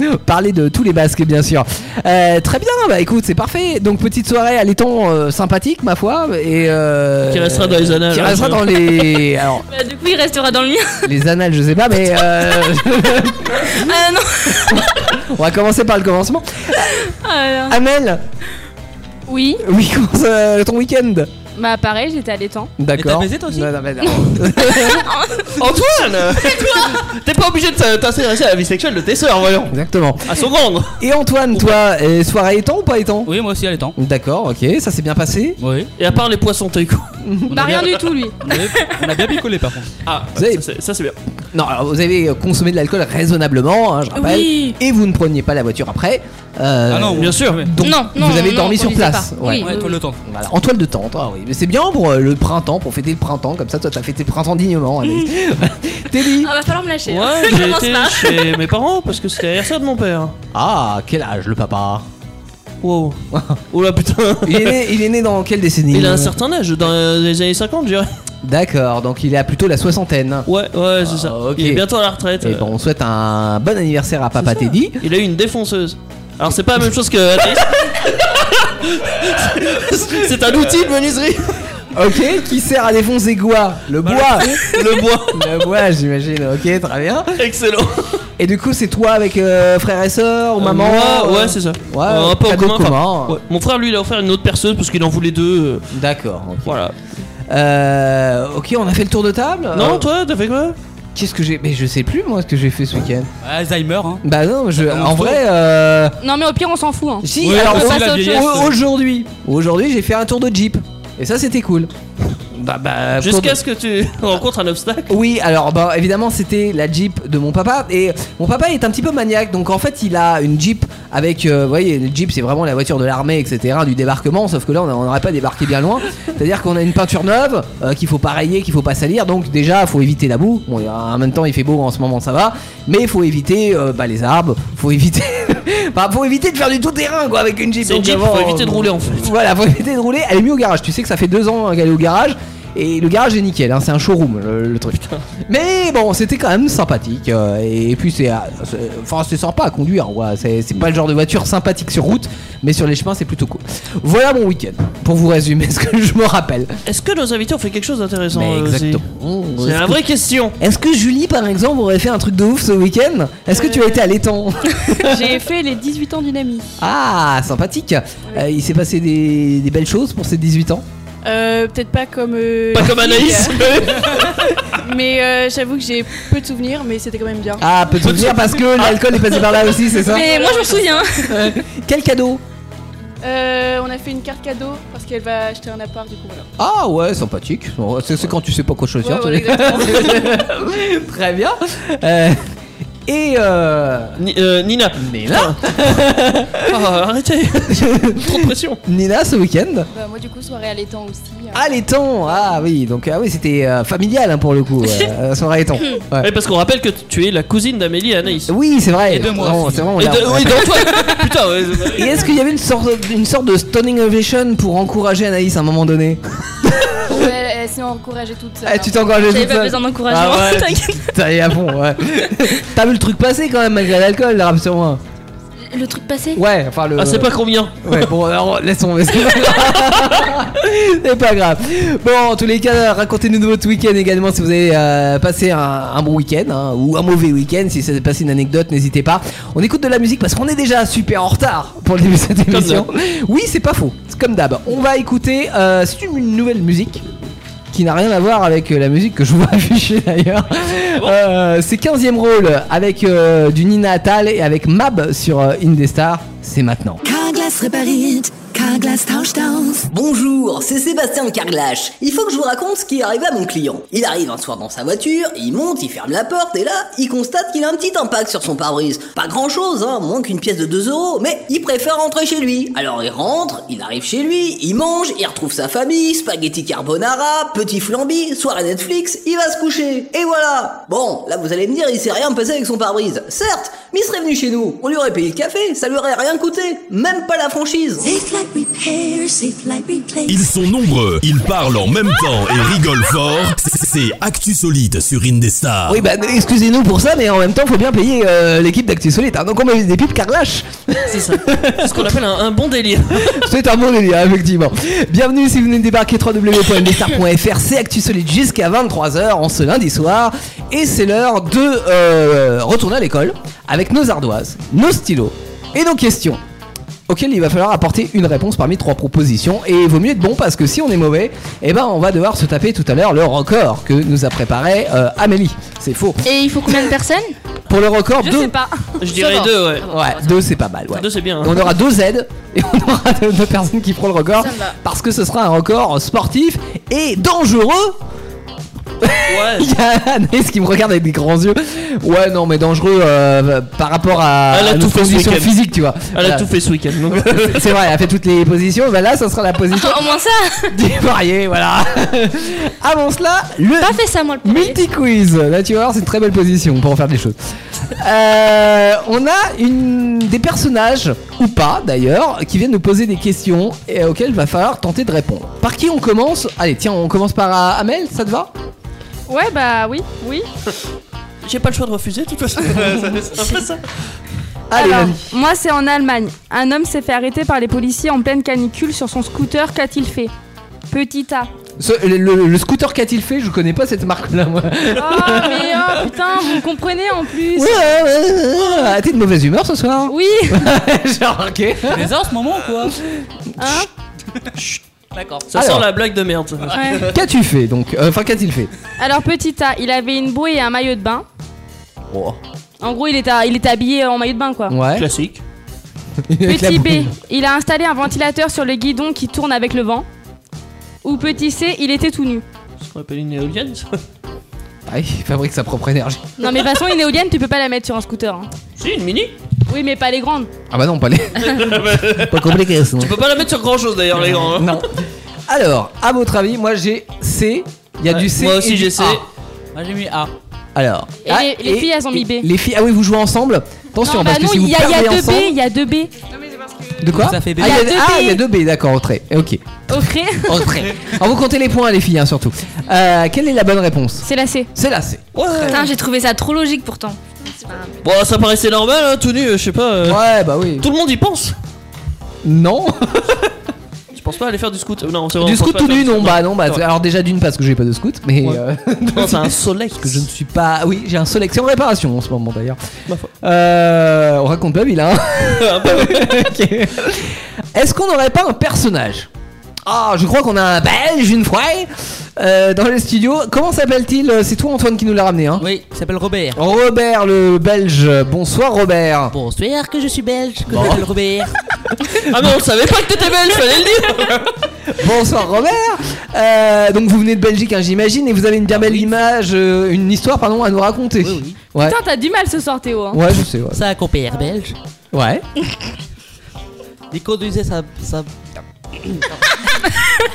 S3: vous- parlez de tous les basques bien sûr. Euh, très bien bah écoute c'est parfait. Donc petite soirée à l'étang euh, sympathique ma foi et euh,
S4: Qui restera dans les annales,
S3: Qui
S4: hein,
S3: restera
S4: je-
S3: dans les alors
S5: Bah, du coup il restera dans le mien.
S3: les annales je sais pas mais euh,
S5: Ah non
S3: on va commencer par le commencement.
S5: Ah,
S6: Euh,
S3: Amel
S6: Ah, oui,
S3: oui comment ça- ton week-end
S6: bah pareil, j'étais à l'étang.
S3: D'accord.
S7: t'as baisé, toi aussi
S3: Non, non, mais non.
S4: Bah, Antoine T'es pas obligé de t'in- t'intéresser à la vie sexuelle de tes sœurs, voyons.
S3: Exactement.
S4: À son grand.
S3: Et Antoine, toi, euh, soirée étant ou pas étant
S7: Oui, moi aussi, à l'étang.
S3: D'accord, ok, ça s'est bien passé.
S7: Oui.
S4: Et à part les poissons taïko.
S7: On
S6: Bah
S7: a bien-
S6: rien du tout lui.
S7: On a- on a bien picolé par contre.
S4: Ah,
S3: Vous avez-
S4: ça, c'est- ça c'est bien.
S3: Non, alors vous avez euh, consommé de l'alcool raisonnablement, hein, je rappelle.
S5: Oui.
S3: Et vous ne preniez pas la voiture après. Euh,
S7: Ah non,
S4: Bien sûr.
S7: Ouais,
S3: Donc,
S5: Non, non,
S3: vous avez
S5: non,
S3: dormi
S5: on
S3: sur
S5: conduisait
S3: place.
S5: pas. Oui.
S7: toi le temps.
S3: Voilà, en toile de tente, ah oui. Mais c'est bien pour euh, le printemps, pour fêter le printemps, comme ça, toi, t'as fêté le printemps dignement. hein, mais- Teddy
S5: Ah va falloir me lâcher.
S6: hein.
S4: Ouais,
S5: Je
S4: j'ai
S5: commence
S4: été
S5: pas.
S4: chez mes parents parce que c'était l'anniversaire de mon père.
S3: Ah, quel âge le papa
S4: Wow. Oh là putain.
S3: il est, né, il est né dans quelle décennie
S4: Il a un certain âge, dans les années 50, je dirais.
S3: D'accord, donc il est à plutôt la soixantaine.
S4: Ouais, ouais, c'est ça.
S3: Ah, ok.
S4: Il est bientôt à la retraite.
S3: Et
S4: Euh,
S3: bon, on souhaite un bon anniversaire à papa
S4: ça.
S3: Teddy.
S4: Il a eu une défonceuse. Alors c'est pas la même chose que Anaïs. C'est un outil de menuiserie.
S3: Ok, qui sert à défoncer quoi Le bois
S4: Bah, Le bois.
S3: Le bois, j'imagine, ok, très bien.
S4: Excellent.
S3: Et du coup, c'est toi avec euh, frère et sœur ou maman
S4: Moi,
S3: euh,
S4: ouais, c'est ça.
S3: Ouais,
S4: Euh, un peu en
S3: cadeau
S4: commun.
S3: commun.
S4: enfin, ouais. Mon frère lui il a offert une autre perceuse parce qu'il en voulait deux. euh,
S3: D'accord. ok.
S4: Voilà.
S3: Euh, ok, on a fait le tour de table
S4: Non,
S3: Euh,
S4: toi, t'as fait quoi
S3: Qu'est-ce que j'ai. Mais je sais plus, moi, ce que j'ai fait ce week-end.
S7: Alzheimer, hein.
S3: Bah non, je...
S7: Attends, on
S3: en
S7: se
S3: vrai. Euh...
S6: Non mais au pire on s'en fout. Hein.
S3: Si,
S7: Ouais,
S3: alors
S7: on
S3: au-
S7: passe à autre
S3: au-
S7: chose.
S3: aujourd'hui. Aujourd'hui, j'ai fait un tour de Jeep. Et ça, c'était cool. Bah, bah. tour de-
S4: Jusqu'à ce que tu rencontres un obstacle.
S3: Oui, alors bah évidemment c'était la Jeep de mon papa et mon papa il est un petit peu maniaque donc en fait il a une Jeep avec euh, vous voyez une Jeep c'est vraiment la voiture de l'armée etc du débarquement sauf que là on n'aurait pas débarqué bien loin c'est à dire qu'on a une peinture neuve euh, qu'il faut pas rayer qu'il faut pas salir donc déjà faut éviter la boue bon en même temps il fait beau en ce moment ça va mais il faut éviter euh, bah, les arbres faut éviter bah, faut éviter de faire du tout terrain quoi avec une Jeep
S4: C'est une
S3: Donc,
S4: Jeep,
S3: avant,
S4: faut éviter de
S3: euh,
S4: rouler en fait.
S3: voilà, faut éviter de rouler. Elle est mieux au garage. Tu sais que ça fait deux ans qu'elle est au garage. Et le garage est nickel, hein, c'est un showroom le, le truc. Mais bon, c'était quand même sympathique. euh, et puis c'est, euh, c'est- enfin c'est sympa à conduire. ouais, C'est, c'est pas le genre de voiture sympathique sur route, mais sur les chemins c'est plutôt cool. Voilà mon week-end. Pour vous résumer ce que je me rappelle.
S4: Est-ce que nos invités ont fait quelque chose d'intéressant
S3: Mais
S4: euh,
S3: exactement.
S4: aussi
S3: Est-ce
S4: C'est la
S3: que-
S4: vraie question.
S3: Est-ce que Julie par exemple aurait fait un truc de ouf ce week-end Est-ce que tu as été à l'étang
S6: J'ai fait les 18 ans d'une amie.
S3: Ah sympathique. Euh, il s'est passé des, des belles choses pour ses 18 ans.
S8: Euh, Peut-être pas comme. euh,
S4: Pas comme Anaïs.
S8: Mais euh, j'avoue que j'ai peu de souvenirs, mais c'était quand même bien.
S3: Ah peut-on dire parce que l'alcool est passé par là aussi, c'est ça
S5: Mais moi je me souviens.
S6: hein.
S3: Quel cadeau
S8: Euh, on a fait une carte cadeau parce qu'elle va acheter un appart, du coup voilà.
S3: Ah ouais, sympathique. Bon, C'est c'est quand tu sais pas quoi choisir.
S8: Ouais,
S3: tu
S8: voilà,
S3: vois. Très bien. Euh, et euh,
S4: Ni- euh, Nina.
S3: Nina,
S4: Ah, arrêtez. Trop de pression.
S3: Nina ce week-end.
S8: Bah, moi, du coup, soirée à l'étang aussi. hein.
S3: Ah les temps. Ah oui, donc ah oui c'était euh, familial hein, pour le coup. Euh, la soirée étant.
S4: Ouais, parce qu'on rappelle que tu es la cousine d'Amélie et Anaïs.
S3: Oui, c'est vrai.
S7: Et de moi
S3: Non,
S7: aussi.
S3: c'est vrai, on
S4: Et
S3: l'a-
S4: de- oui, donc toi. Putain, ouais, c'est-
S3: Et est-ce qu'il y avait une sorte, une sorte de stunning ovation pour encourager Anaïs à un moment donné
S8: Ouais, Ah, elle, elle s'est encouragée toute
S9: Ah,
S8: seule. hein.
S3: Eh, tu t'es engagé
S5: J'avais
S3: toute
S5: pas
S3: seule.
S5: besoin
S3: Ah
S5: d'encouragement.
S3: ouais,
S5: t'inquiète.
S3: t'as à fond, ouais. T'as vu le truc passer quand même malgré l'alcool, là, sur moi.
S5: Le truc passé
S3: Ouais, enfin le.
S4: Ah, c'est pas combien
S3: Ouais, bon, alors, laisse tomber. C'est pas grave. C'est pas grave. Bon, en tous les cas, racontez-nous de votre week-end également si vous avez euh, passé un, un bon week-end hein, ou un mauvais week-end. Si ça s'est passé une anecdote, n'hésitez pas. On écoute de la musique parce qu'on est déjà super en retard pour le début de cette émission. Oui, c'est pas faux. C'est comme d'hab. On va écouter. euh, c'est une, une nouvelle musique qui n'a rien à voir avec euh, la musique que je vous afficher d'ailleurs. Euh, c'est 15ème rôle avec euh, du Nina Attal et avec Mab sur euh, Indestar. C'est maintenant.
S10: Carglass répariert, Carglass tauscht aus.
S11: Bonjour, c'est Sébastien Carglash. Il faut que je vous raconte ce qui est arrivé à mon client. Il arrive un soir dans sa voiture, il monte, il ferme la porte et là, il constate qu'il a un petit impact sur son pare-brise. Pas grand chose, hein, moins qu'une pièce de 2 euros, mais il préfère rentrer chez lui. Alors il rentre, il arrive chez lui, il mange, il retrouve sa famille, spaghetti carbonara, petit flambi, soirée Netflix, il va se coucher. Et voilà Bon, là vous allez me dire, il s'est rien passé avec son pare-brise. Certes, mais il serait venu chez nous, on lui aurait payé le café, ça lui aurait rien coûté, même pas la franchise.
S10: Safe like repair, safe like replace.
S12: Ils sont nombreux, ils parlent en même temps et rigolent fort. C'est Actu Solide sur Indestar.
S3: Oui, bah excusez-nous pour ça, mais en même temps, faut bien payer euh, l'équipe d'Actu Solide. hein. Donc, on met des pipes carlache.
S4: C'est ça. C'est ce qu'on appelle un, un bon délire.
S3: C'est un bon délire, effectivement. Bienvenue si vous venez de débarquer www.mdstar.fr. C'est Actu Solide jusqu'à 23h en ce lundi soir. Et c'est l'heure de euh, retourner à l'école avec nos ardoises, nos stylos et nos questions. auxquelles il va falloir apporter une réponse parmi trois propositions et il vaut mieux être bon parce que si on est mauvais, eh ben on va devoir se taper tout à l'heure le record que nous a préparé euh, Amélie. C'est faux.
S5: Et il faut combien de personnes
S3: Pour le record,
S6: Je
S3: deux-
S6: sais pas.
S4: Je dirais
S5: va.
S4: deux, ouais.
S3: Ouais, deux c'est pas mal. Ouais.
S4: Deux, c'est bien. hein.
S3: On aura deux aides et on aura deux, deux personnes qui feront le record
S8: Ça me va.
S3: parce que ce sera un record sportif et dangereux.
S4: Ah. Ouais.
S3: Il y a Anaïs qui me regarde avec des grands yeux. Ouais, non, mais dangereux euh, par rapport à,
S4: Elle a
S3: à
S4: tout
S3: nos
S4: fait ce
S3: conditions
S4: week-end.
S3: physiques, tu vois.
S4: Elle
S3: Voilà.
S4: a tout fait ce week-end. donc.
S3: C'est vrai, elle a fait toutes les positions. Bah là, ça sera la position
S5: Au moins ça
S3: du varié, voilà. Avant cela, le
S5: Pas fait ça, moi, le premier.
S3: Multi-quiz, là tu vas voir, c'est une très belle position pour en faire des choses. Euh, on a une, des personnages, ou pas d'ailleurs, qui viennent nous poser des questions et auxquelles il va falloir tenter de répondre. Par qui on commence Allez, tiens, on commence par euh, Amel, ça te va
S6: Ouais, bah oui, oui.
S4: J'ai pas le choix de refuser, de toute façon. C'est un peu ça.
S3: Allez,
S6: Alors,
S3: vas-y.
S6: moi, c'est en Allemagne. Un homme s'est fait arrêter par les policiers en pleine canicule sur son scooter. Qu'a-t-il fait Petit A.
S3: Ce- le, le- le scooter qu'a-t-il fait Je connais pas cette marque-là, moi.
S6: Oh, mais oh, putain, vous me comprenez en plus.
S3: Ouais, ouais, ouais, ouais. Ah, T'es de mauvaise humeur ce soir hein
S6: Oui,
S3: J'ai remarqué.
S7: Mais en ce moment, quoi.
S6: hein
S7: D'accord.
S4: Ça
S3: Alors.
S4: sent la blague de merde. ça.
S6: Ouais.
S3: Qu'as-tu fait donc Euh, Enfin, qu'a-t-il fait
S6: Alors, petit A, il avait une bouée et un maillot de bain.
S3: Oh.
S6: En gros, il était, il était habillé en maillot de bain, quoi.
S3: Ouais.
S4: Classique.
S3: Avec la
S6: Petit
S3: bouille.
S6: B, il a installé un ventilateur sur le guidon qui tourne avec le vent. Ou petit C, il était tout nu.
S4: Ce qu'on appelle une éolienne. ça.
S3: Ah, il fabrique sa propre énergie.
S6: Non, mais de toute façon, une éolienne, tu peux pas la mettre sur un scooter. hein.
S4: Si, une mini.
S6: Oui, mais pas les grandes.
S3: Ah bah non, pas les. pas compliqué sinon.
S4: On peut pas la mettre sur grand chose d'ailleurs, les grands. hein.
S3: Non. Alors, à votre avis, moi j'ai C. Il y a
S7: Ouais,
S3: Bah, du C.
S4: Moi
S3: et
S4: aussi
S3: du
S4: j'ai essayé.
S3: A.
S7: Moi j'ai mis A.
S3: Alors.
S6: Et les- les filles, elles ont mis B.
S3: Les filles, ah oui, vous jouez ensemble Attention,
S6: non,
S3: parce
S6: bah non,
S3: que si vous
S6: il y a, il y a
S3: perdez
S6: deux B,
S3: ensemble.
S6: il y a deux B.
S3: De quoi
S7: Ça fait B.
S3: Ah, il y a,
S6: Il y a deux
S3: ah,
S6: B.
S3: il y a deux B, d'accord, entrée. Ok.
S6: Ok,
S3: Entrée. Alors, vous comptez les points, les filles, hein, surtout. Euh, quelle est la bonne réponse
S6: c'est la C.
S3: C'est la C.
S5: Putain, j'ai trouvé ça trop logique pourtant.
S4: Bon, ça paraissait normal, hein, tout nu, euh, je sais pas. euh,
S3: Ouais, bah oui.
S4: Tout le monde y pense.
S3: Non
S4: Je pense pas aller faire du scout. Euh, Non, c'est vrai,
S3: Du
S4: on pense
S3: scout
S4: pas
S3: tout
S4: faire
S3: nu,
S4: du scout.
S3: non, bah non, bah.
S4: c'est vrai.
S3: Alors, déjà d'une, parce que j'ai pas de scout, mais.
S4: Ouais.
S3: euh,
S4: Non, c'est un soleil.
S3: que je ne suis pas. Oui, j'ai un soleil. C'est en réparation en ce moment d'ailleurs.
S4: Ma foi.
S3: Euh, on raconte pas, il a.
S4: Un peu.
S3: Ok. Est-ce qu'on n'aurait pas un personnage Ah, je crois qu'on a un belge une fois euh, dans le studio. Comment s'appelle-t-il C'est toi Antoine qui nous l'a ramené, hein
S7: Oui, il s'appelle Robert.
S3: Robert le belge. Bonsoir Robert.
S7: Bonsoir que je suis belge, que je m'appelle Robert.
S4: Ah, mais on le savait pas que t'étais belle, fallait le dire.
S3: Bonsoir Robert. Euh, donc vous venez de Belgique, hein, j'imagine, et vous avez une bien belle image, euh, une histoire, pardon, à nous raconter.
S7: Oui, oui.
S3: Ouais.
S6: Putain, t'as du mal ce soir, Théo. hein.
S3: Ouais, je sais. Ouais.
S7: Ça, un compère belge.
S3: ouais.
S7: Il conduisait sa. sa...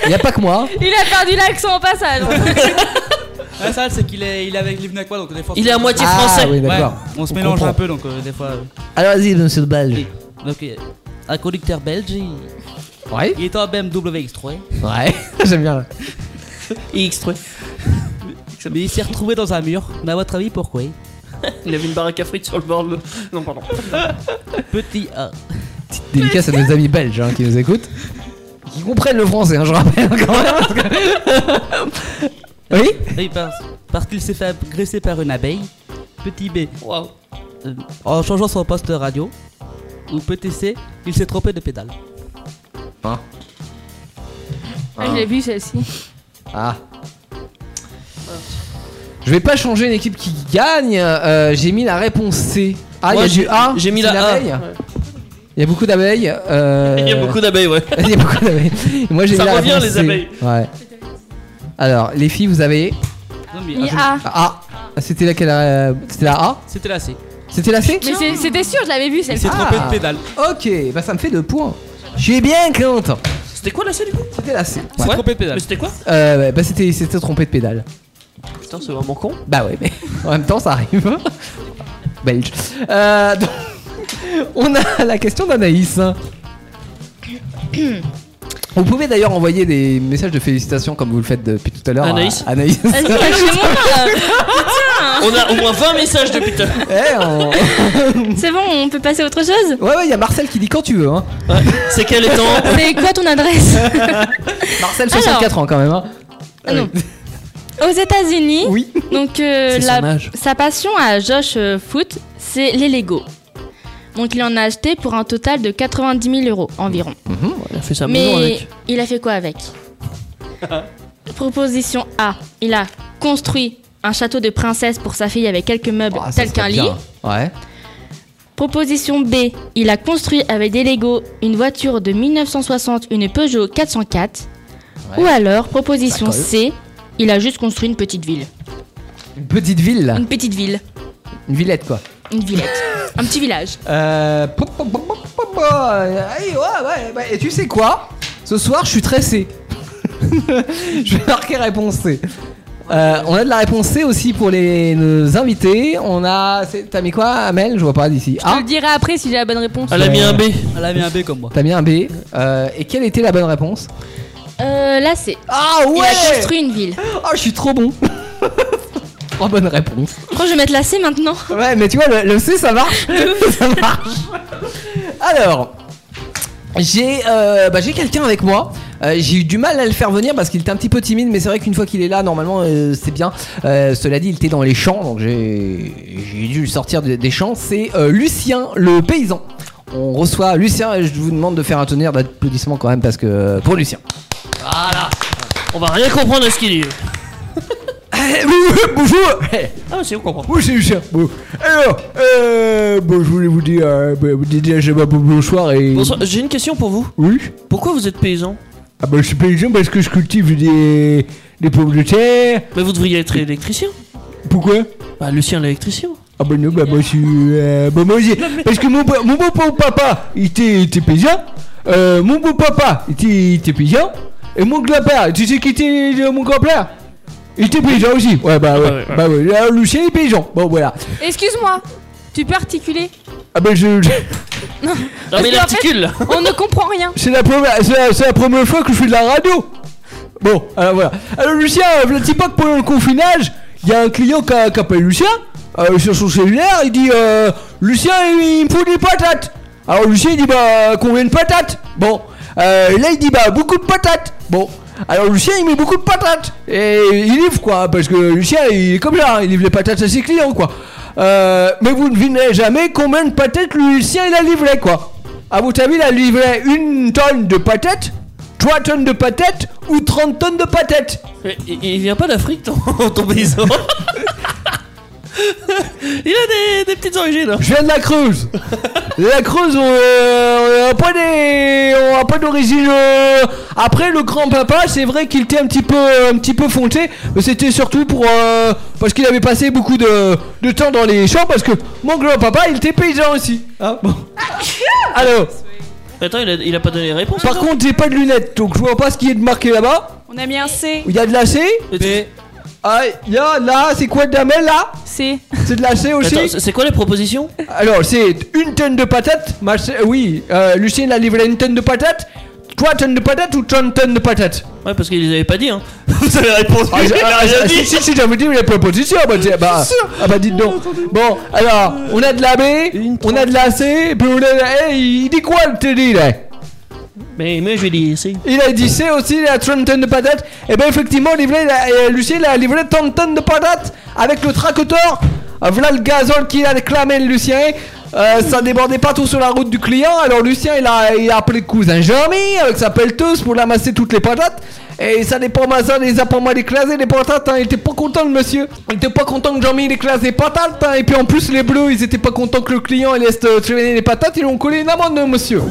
S3: Y a pas que moi.
S6: Il a perdu l'accent au passage.
S7: La salle, c'est qu'il est, il est avec les Venacois, donc des fois.
S4: Il est à moitié
S3: Ah,
S4: français.
S3: oui, d'accord.
S7: on se
S3: On
S7: mélange
S3: comprend.
S7: un peu, donc euh, des fois. euh,
S3: Alors vas-y, monsieur le belge.
S7: oui. Donc, euh, un conducteur belge, il,
S3: Ouais.
S7: il est en BMW X3.
S3: Ouais, j'aime bien.
S4: X, ouais.
S7: Mais il s'est retrouvé dans un mur. Mais à votre avis, pourquoi
S4: Il avait une baraque à frites sur le bord de... Non, pardon.
S7: Petit A.
S3: Délicat à nos amis belges hein, qui nous écoutent. Qui comprennent le français, hein, je rappelle quand même. parce que- Oui
S7: Oui, parce, Eh ben, parce qu'il s'est fait agresser par une abeille. Petit B. Euh, en changeant son poste radio. Ou petit C, il s'est trompé de pédale.
S3: Ah.
S6: Ah, je l'ai vu celle-ci.
S3: Ah. Je vais pas changer une équipe qui gagne. euh, j'ai mis la réponse C. Ah, il
S4: Moi,
S3: y a du
S4: j'ai-
S3: A.
S4: j'ai mis la
S3: c'est
S4: A.
S3: l'abeille. Il y a beaucoup d'abeilles. euh,
S4: Il y a beaucoup d'abeilles, ouais.
S3: Il y a beaucoup d'abeilles. Et Moi, j'ai
S4: Ça
S3: mis la
S4: revient,
S3: réponse
S4: les
S3: C.
S4: abeilles.
S3: Ouais. Alors, les filles, vous avez
S6: Ni A.
S3: A. Ah, C'était laquelle euh, C'était la A.
S7: ah, C'était la C.
S3: C'était la C.
S6: Mais c'est- c'était sûr, je l'avais vu celle-ci.
S3: Ah. Ok, bah ça me fait deux points. Je suis bien content.
S4: C'était quoi la C, du coup
S3: C'était la C.
S4: C'est trompé de pédale. Mais c'était quoi
S3: Euh, bah c'était c'était trompé de pédale.
S4: Putain, c'est vraiment con.
S3: Bah ouais, mais en même temps, ça arrive. Belge. Euh, donc, on a la question d'Anaïs. Vous pouvez d'ailleurs envoyer des messages de félicitations comme vous le faites depuis tout à l'heure. à
S4: Anaïs
S3: Anaïs.
S4: On a au moins 20 messages depuis tout à l'heure.
S3: Eh, on-
S5: C'est bon, on peut passer à autre chose
S3: Ouais, ouais, il y a Marcel qui dit quand tu veux. Hein.
S4: C'est quel étant
S5: C'est quoi ton adresse
S3: Marcel, 64 ans quand même. Hein.
S5: Aux États-Unis, donc euh,
S3: C'est
S5: la-
S3: son âge.
S5: sa passion à Josh euh, Foot, c'est les Lego. Donc il en a acheté pour un total de 90 000 euros environ.
S4: Il a fait sa maison
S5: Mais
S4: avec.
S5: il a fait quoi avec Proposition A il a construit un château de princesse pour sa fille avec quelques meubles tels qu'un lit.
S3: Oh, Ah, Bien. Ouais.
S5: Proposition B il a construit avec des Lego une voiture de 1960, une Peugeot 404.
S3: Ouais.
S5: Ou alors, proposition
S3: D'accord.
S5: C il a juste construit une petite ville.
S3: Une petite ville.
S6: Ah.
S3: là.
S5: Une petite ville.
S3: Une villette quoi.
S5: Une villette. un petit village.
S3: Euh, pop, pop, pop, pop, pop, pop, euh, allez, ouais, ouais, ouais, et tu sais quoi Ce soir, je suis très C. je vais marquer réponse C. Euh, on a de la réponse C aussi pour les nos invités. On a. c'est- T'as mis quoi, Amel Je vois pas d'ici.
S6: Je te
S3: Ah
S6: le dirai après si j'ai la bonne réponse.
S3: Elle a mis un B.
S7: Elle a mis un B comme moi.
S3: T'as mis un B. Euh, et quelle était la bonne réponse
S5: Euh, là, c'est.
S3: Ah
S5: Il
S3: ouais
S5: a construit une ville.
S3: Oh, je suis trop bon Trois bonnes réponses.
S5: Pourquoi je vais mettre la C maintenant
S3: Ouais, mais tu vois, le, le C, ça marche. ça marche. Alors, j'ai euh, bah, j'ai quelqu'un avec moi. Euh, j'ai eu du mal à le faire venir parce qu'il était un petit peu timide, mais c'est vrai qu'une fois qu'il est là, normalement, euh, c'est bien. Euh, cela dit, il était dans les champs, donc j'ai j'ai dû le sortir de- des champs. C'est euh, Lucien, le paysan. On reçoit Lucien et je vous demande de faire un tonnerre d'applaudissements quand même parce que euh, pour Lucien.
S4: Voilà. On va rien comprendre à ce qu'il dit.
S3: Bonjour
S4: Ah, mais si, on comprend.
S3: Moi c'est Lucien. Bon. Eh, Alors, euh, bon, je voulais vous dire, euh, bah, déjà, je sais pas, bon- bonsoir et.
S4: Bonsoir, j'ai une question pour vous.
S3: Oui
S4: Pourquoi vous êtes paysan
S3: Ah bah je suis paysan parce que je cultive des, des pommes de terre.
S4: Mais vous devriez être électricien.
S3: Pourquoi
S4: Bah, Lucien l'électricien.
S3: Ah bah non, bah moi je suis... euh, bah moi j'ai- Parce que mon, pa- mon beau-papa, il était il était paysan. Euh, mon beau-papa, il était- il était paysan. Et mon grand-père, tu sais qui était euh, mon grand-père Il était paysan aussi. Ouais bah ouais.
S4: Ah, ouais, ouais.
S3: Bah ouais, là, Lucien est paysan. Bon voilà.
S6: Excuse-moi, tu peux articuler
S3: Ah bah je... je-
S4: Non, mais il
S6: Parce qu'en
S4: articule
S6: fait, On ne comprend rien.
S3: C'est la première, c'est la, c'est la première fois que je fais de la radio. Bon, alors voilà. Alors Lucien, je ne dis pas que pendant le confinage, il y a un client qui a, qui a appelé Lucien euh, sur son cellulaire. Il dit euh, Lucien, il me faut des patates. Alors Lucien il dit bah combien de patates Bon, Euh, là il dit bah beaucoup de patates. Bon. Alors Lucien il met beaucoup de patates et il livre quoi parce que Lucien il est comme ça, hein, il livre les patates à ses clients quoi. Euh, mais vous ne devinez jamais combien de patates Lucien il a livré quoi. À votre avis, il a livré une tonne de patates, 3 tonnes de patates ou 30 tonnes de patates
S4: Mais Il, il vient pas d'Afrique, ton, ton paysan. il a des, des petites origines. hein.
S3: Je viens de la Creuse. la Creuse, on euh, on a pas des, on a pas d'origine. euh. Après, le grand papa, c'est vrai qu'il était un petit peu, un petit peu fonté, mais c'était surtout pour euh, parce qu'il avait passé beaucoup de, de temps dans les champs, parce que mon grand papa, il était paysan aussi. hein. Bon. Alors,
S4: Attends, il a, il a pas donné les réponses.
S3: par
S4: encore
S3: contre, j'ai pas de lunettes, donc je vois pas ce qui est de marqué là-bas.
S8: On a mis un C.
S3: Il y a de la C
S4: Mais-
S3: Ah, il y a là, c'est quoi de la mêle, là
S6: C'est.
S3: C'est de la C aussi
S4: Attends, c'est- c'est quoi les propositions
S3: Alors, c'est une tonne de patates euh, ma- Oui, euh, Lucien a livré une tonne de patates 3 tonnes de patates ou 30 tonnes de patates
S4: Ouais, parce qu'ils avaient pas dit, hein. Vous avez répondu.
S3: Ah, j'ai-
S4: Ah, il a
S3: ah,
S4: rien
S3: ah,
S4: dit.
S3: si, si, si, j'avais dit, mais la proposition, bah, tiens, bah,
S4: Sûr.
S3: ah, bah, dites donc. Bon, alors, on a de la B, on a de la C, puis on a de la A. Il dit quoi, le Teddy, là
S4: Mais moi, je lui ai dit si.
S3: Il a dit C aussi, la trentaine de patates. Et ben effectivement, livré, il a- euh, Lucien, il a livré trente tonnes de patates avec le tracoteur. Ah, Voilà le gazole qu'il a réclamé, le Lucien. Euh, ça débordait pas tout sur la route du client. Alors Lucien, il a, il a appelé le cousin Jeremy euh, avec sa pelleteuse pour ramasser toutes les patates. Et ça dépend pas ça, les a pas mal écrasé les patates. hein. Il était pas content, le monsieur. Il était pas content que Jeremy il écrase les patates. hein. Et puis en plus, les bleus, ils étaient pas contents que le client il laisse euh, traîner les patates. Ils lui ont collé une amende, monsieur.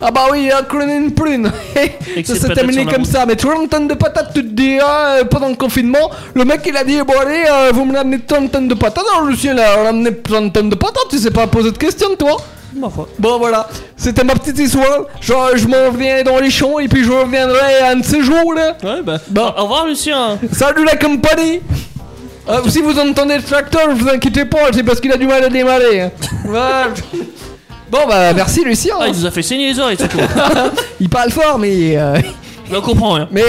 S3: Ah bah oui, il a collé une prune.
S4: Et que c'est
S3: Ça s'est
S4: patate
S3: terminé
S4: sur la
S3: comme
S4: route.
S3: ça, mais toujours une tonne de patates, tu te dis, ah, euh, pendant le confinement, le mec il a dit, bon allez, euh, vous me ramenez 30 tonnes de patates, alors Lucien il a ramené 30 tonnes de patates, tu sais pas poser de questions toi
S4: Ma foi.
S3: Bon voilà, c'était ma petite histoire, je, je m'en reviens dans les champs et puis je reviendrai un de ces jours là.
S4: Ouais, bah. Au revoir, Lucien.
S3: Salut la compagnie Euh, Si vous entendez le tracteur, vous inquiétez pas, c'est parce qu'il a du mal à démarrer. hein. Voilà. bon bah merci Lucien.
S4: Ah, il nous a fait saigner les oreilles, c'est tout.
S3: Il parle fort mais... euh,
S4: Mais on comprend rien.
S3: Mais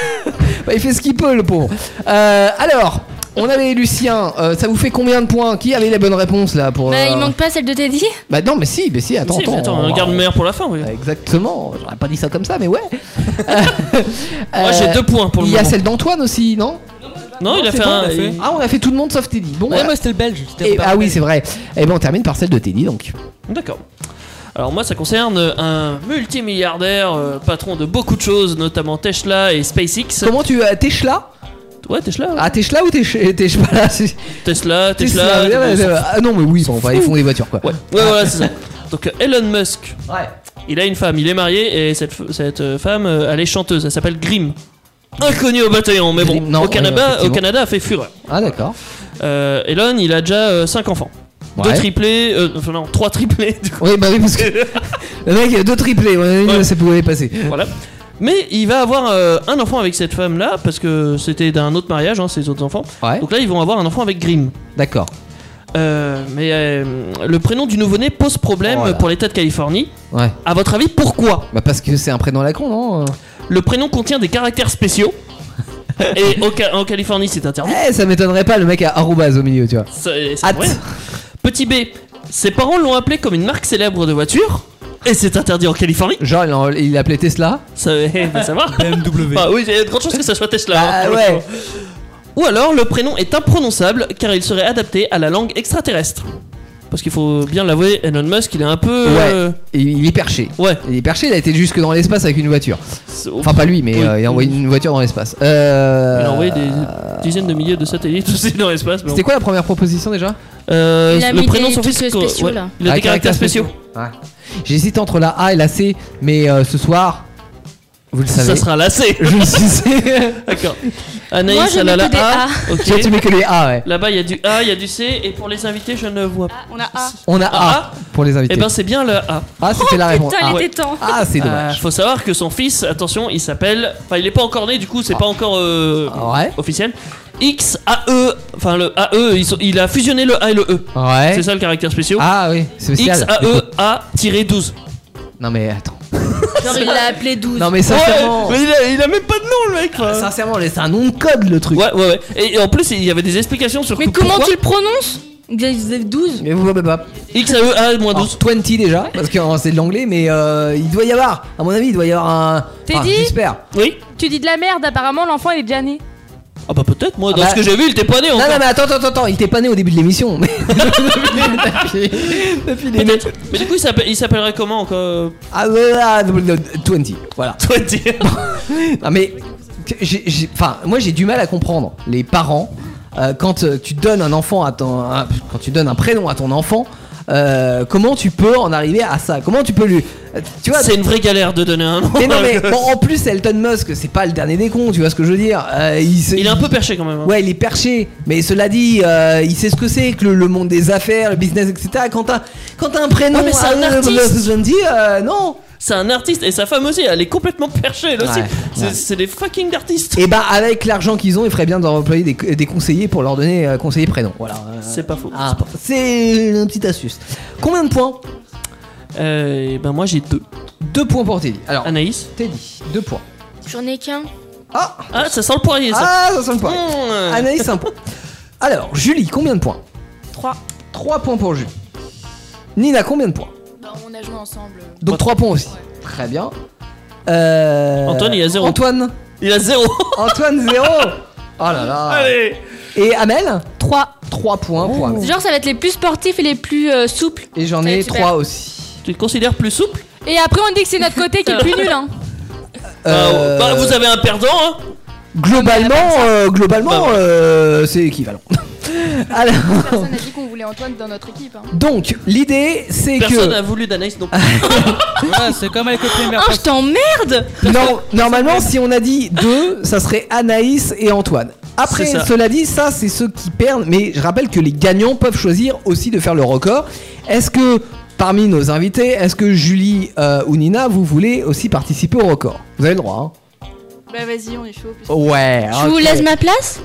S3: bah, il fait ce qu'il peut, le pauvre. Euh, alors, on avait Lucien. euh, ça vous fait combien de points Qui avait la bonne réponse là pour
S5: Bah,
S3: euh,
S5: il manque pas celle de Teddy
S3: Bah non, mais si, mais si, attends, Bah,
S4: Si, mais attends, on garde le meilleur pour la fin, oui.
S3: Exactement. J'aurais pas dit ça comme ça, mais ouais. Euh,
S4: Moi, Ah, j'ai deux points pour le
S3: Il y a
S4: moment.
S3: celle d'antoine aussi, non
S4: Non, il a
S3: c'est
S4: fait
S3: bon,
S4: un.
S3: on Ah, on a fait tout le monde sauf Teddy. Bon.
S7: Ouais,
S3: voilà.
S7: moi c'était le belge. c'était
S3: Et-
S7: pas
S3: ah oui,
S7: belge.
S3: c'est vrai. Et ben on termine par celle de Teddy donc.
S4: D'accord. Alors moi ça concerne un multimilliardaire, euh, patron de beaucoup de choses, notamment Tesla et SpaceX.
S3: Comment tu as Tesla
S4: Ouais Tesla.
S3: Ah Tesla ou Tesla Tesla
S4: Tesla, Tesla.
S3: Ah. Tesla,
S4: Tesla,
S3: ouais, ouais, ouais. Ah non mais oui, ils sont- enfin, ils font des voitures quoi.
S4: Ouais, voilà, c'est ça. Donc euh, Elon Musk. Il a une femme, il est marié et cette, f- cette euh, femme, euh, elle est chanteuse, elle s'appelle Grimm. Inconnue au bataillon, mais bon,
S3: Grimm, non,
S4: au,
S3: ouais,
S4: Canada, au
S3: effectivement.
S4: Canada, elle fait fureur.
S3: Ah d'accord.
S4: Euh, Elon, il a déjà 5 enfants.
S3: Ouais.
S4: Deux triplés, euh, enfin non, trois triplés du coup.
S3: Oui, bah oui, parce que le mec, il a deux triplés. On a dit, ça pouvait passer.
S4: Voilà. Mais il va avoir euh, un enfant avec cette femme-là, parce que c'était d'un autre mariage, hein, ses autres enfants. Donc là, ils vont avoir un enfant avec Grimm.
S3: D'accord.
S4: Euh, mais euh, le prénom du nouveau-né pose problème
S3: Oh là.
S4: pour l'État de Californie.
S3: Ouais.
S4: À votre avis, pourquoi
S3: Bah parce que c'est un prénom à la con, non euh
S4: Le prénom contient des caractères spéciaux. et au Ca- en Californie, c'est interdit.
S3: Eh, ça m'étonnerait pas, le mec a arrobase au milieu, tu vois.
S4: C'est- c'est
S3: Hâte.
S4: vrai. Petit B, ses parents l'ont appelé comme une marque célèbre de voiture. Et c'est interdit en Californie.
S3: Genre, il en- il l'appelait Tesla
S4: Ça eh, va savoir.
S7: BMW.
S4: Ah oui, il y a de grandes chances que ça soit Tesla. hein,
S3: Bah Ah,
S4: pour le
S3: ouais.
S4: coup. Ou alors le prénom est imprononçable car il serait adapté à la langue extraterrestre. Parce qu'il faut bien l'avouer, Elon Musk, il est un peu. euh,
S3: Ouais. Et Il est perché.
S4: Ouais.
S3: Il est perché, il a été jusque dans l'espace avec une voiture.
S4: c'est-
S3: Enfin, pas lui, mais
S4: Oui.
S3: euh, il a envoyé une voiture dans l'espace. Euh...
S4: Il a envoyé des dizaines de milliers de satellites aussi dans l'espace. mais
S3: C'était
S4: bon.
S3: quoi la première proposition déjà
S4: Euh,
S5: Il a
S4: Le
S5: mis
S4: prénom
S5: des
S4: de son fils.
S5: trucs
S4: quoi,
S5: spéciaux,
S4: ouais.
S5: là.
S4: Il a
S3: Ah,
S4: des caractères spéciaux.
S3: Ouais. J'hésite entre la A et la C, mais euh, ce soir, vous le savez.
S4: Ça sera lassé.
S3: Je le sais.
S4: D'accord. Anaïs,
S5: Moi, je
S4: elle a
S5: mets
S4: la
S5: que des
S4: A.
S5: A.
S4: Ok.
S3: Toi, tu mets que les A, ouais.
S4: Là-bas, il y a du A, il y a du C. Et pour les invités, je ne vois pas.
S8: On a A.
S3: On a
S4: Ah,
S3: A pour les invités.
S4: Eh ben, oh, c'est bien le A.
S3: ah, c'était la réponse.
S8: Putain,
S3: Ah,
S8: il
S3: ouais.
S8: était temps.
S3: Ah, c'est
S4: Euh,
S3: dommage.
S4: faut savoir que son fils, attention, il s'appelle. Enfin, il est pas encore né, du coup, c'est pas encore euh,
S3: Ah. Ouais.
S4: officiel. X A E, enfin le A E, ils sont- il a fusionné le A et le E.
S3: Ouais.
S4: C'est ça le caractère spécial.
S3: Eh. Ah oui, c'est spécial.
S4: X A
S3: Du
S4: E
S3: coup.
S4: A 12.
S3: Non mais attends.
S5: Genre, il l'a appelé 12.
S3: Non mais sincèrement.
S4: mais il a, il a même pas de nom, le mec. enfin.
S3: Sincèrement, Ah, c'est un nom de code le truc.
S4: Ouais, ouais, ouais. Et, et en plus, il y avait des explications sur.
S5: Mais
S4: que-
S5: comment
S4: pourquoi
S5: tu le prononces Joseph 12
S3: Mais vous voyez pas.
S4: X A E A 12.
S3: Alors, 20 déjà, parce que euh, c'est de l'anglais, mais euh, il doit y avoir, à mon avis, il doit y avoir un.
S6: T'es
S3: enfin,
S6: dit
S3: J'espère.
S4: Oui.
S6: Tu dis de la merde, apparemment l'enfant il est déjà né.
S4: Ah bah peut-être. Moi,
S3: Ah
S4: dans
S3: bah-
S4: ce que j'ai vu, il était pas né
S3: Non,
S4: encore.
S3: non, mais attends, attends, attends, il t'est pas né au début de l'émission. mais- Depuis- depuis les-
S4: Peut-être. Mais du coup, il s'appelle- il s'appellerait comment encore
S3: Ah, ouais, ah, 20, voilà.
S4: 20.
S3: Non mais, j'ai- j'ai- enfin, moi j'ai du mal à comprendre les parents euh, quand euh, tu donnes un enfant à ton, un- quand tu donnes un prénom à ton enfant. euh, comment tu peux en arriver à ça Comment tu peux lui, euh, tu vois
S4: C'est une vraie galère de donner un nom.
S3: Mais non mais bon, en plus Elton Musk, c'est pas le dernier des cons, tu vois ce que je veux dire Euh, il, se-
S4: Il est un peu perché quand même. hein.
S3: Ouais, il est perché, mais cela dit, euh, il sait ce que c'est que le, le monde des affaires, le business, etc. Quand t'as, quand t'as un prénom,
S4: Ouais, mais c'est
S3: à-
S4: un artiste.
S3: je me dis, euh, non.
S4: C'est un artiste et sa femme aussi, elle est complètement perchée elle aussi.
S3: Ouais,
S4: C'est-
S3: ouais.
S4: C'est des fucking d'artistes.
S3: Et bah avec l'argent qu'ils ont, il ferait bien d'en employer des, des conseillers pour leur donner euh, conseiller prénom. Voilà. euh,
S4: C'est pas faux.
S3: Ah, c'est une petite astuce. Combien de points
S4: Euh, et ben moi j'ai deux.
S3: Deux points pour Teddy. Alors,
S4: Anaïs
S3: Teddy, deux points.
S5: J'en ai qu'un.
S3: Ah,
S4: ça sent le poirier, ça.
S3: Ah, ça sent le poirier.
S4: Mmh.
S3: Anaïs, un point. Alors, Julie, combien de points
S8: 3.
S3: 3 points pour Julie. Nina, combien de points
S6: Bah,
S8: on a joué ensemble.
S3: Donc 3 points aussi. Très bien. Euh,
S4: Antoine, il a zéro.
S3: Antoine.
S4: Il a 0.
S3: Antoine, 0. Oh là là.
S4: Allez.
S3: Et Amel 3. 3 points pour Amel.
S5: Genre, ça va être les plus sportifs et les plus euh, souples.
S3: Et j'en
S5: Ça va
S3: ai
S5: être super.
S3: 3 aussi.
S4: Tu te considères plus souple
S6: Et après, on dit que c'est notre côté qui est le plus nul, hein.
S3: Euh,
S4: Bah, vous avez un perdant, hein
S3: Globalement, euh,
S4: Bah,
S3: globalement euh, c'est équivalent. Alors,
S8: Personne n'a dit qu'on voulait Antoine dans notre équipe. Hein.
S3: donc, l'idée, c'est que... Ah,
S4: Personne n'a voulu d'Anaïs non plus.
S7: Ouais, c'est comme avec le premier.
S5: Oh, je t'emmerde
S3: Non, normalement, si on a dit deux, ça serait Anaïs et Antoine. Après,
S4: C'est ça.
S3: cela dit, ça, c'est ceux qui perdent. Mais je rappelle que les gagnants peuvent choisir aussi de faire le record. Est-ce que, parmi nos invités, est-ce que Julie euh, ou Nina, vous voulez aussi participer au record Vous avez le droit,
S8: Bah vas-y, on est chaud. puisque-
S3: hein Ouais.
S5: Je vous
S3: ok.
S5: laisse ma place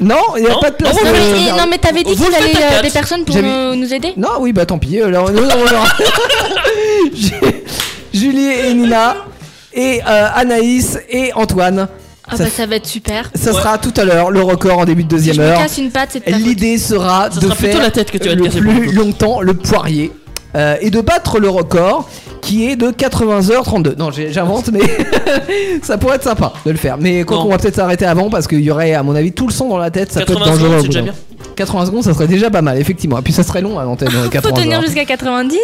S3: Non, il n'y a
S4: Non,
S3: pas de place.
S4: non,
S5: Non
S3: pour-
S5: mais, eh, non, mais t'avais dit
S4: Vous
S5: qu'il
S4: faites
S5: fallait
S4: la
S5: euh,
S4: quatre.
S5: des personnes pour
S3: J'avais-
S5: nous, nous aider
S3: Non, oui, bah tant pis. euh, là, on- non, non, non. Ju- Julie et Nina, et euh, Anaïs et Antoine.
S5: Ah
S3: ça
S5: bah ça va être super.
S3: Ça sera tout à l'heure le record en début de
S5: Si
S3: deuxième
S5: je me
S3: heure.
S5: casse une patte, c'est de ta faute.
S3: L'idée sera
S4: Ça
S3: de
S4: sera plutôt
S3: faire
S4: la tête que tu vas te
S3: le
S4: casser pour le
S3: plus
S4: coup.
S3: longtemps le poirier euh, et de battre le record qui est de 80h32. Non, j'ai- j'invente, mais ça pourrait être sympa de le faire. Mais quoi
S4: Non.
S3: qu'on va peut-être s'arrêter avant parce qu'il y aurait, à mon avis, tout le sang dans la tête. Ça peut être
S4: 80 secondes,
S3: dangereux. au
S4: c'est
S3: bout
S4: déjà
S3: d'un
S4: bien.
S3: moment. 80 secondes, ça serait déjà pas mal, effectivement. Et puis ça serait long à l'antenne. euh,
S5: Faut
S3: 80
S5: tenir
S3: heures.
S5: jusqu'à 90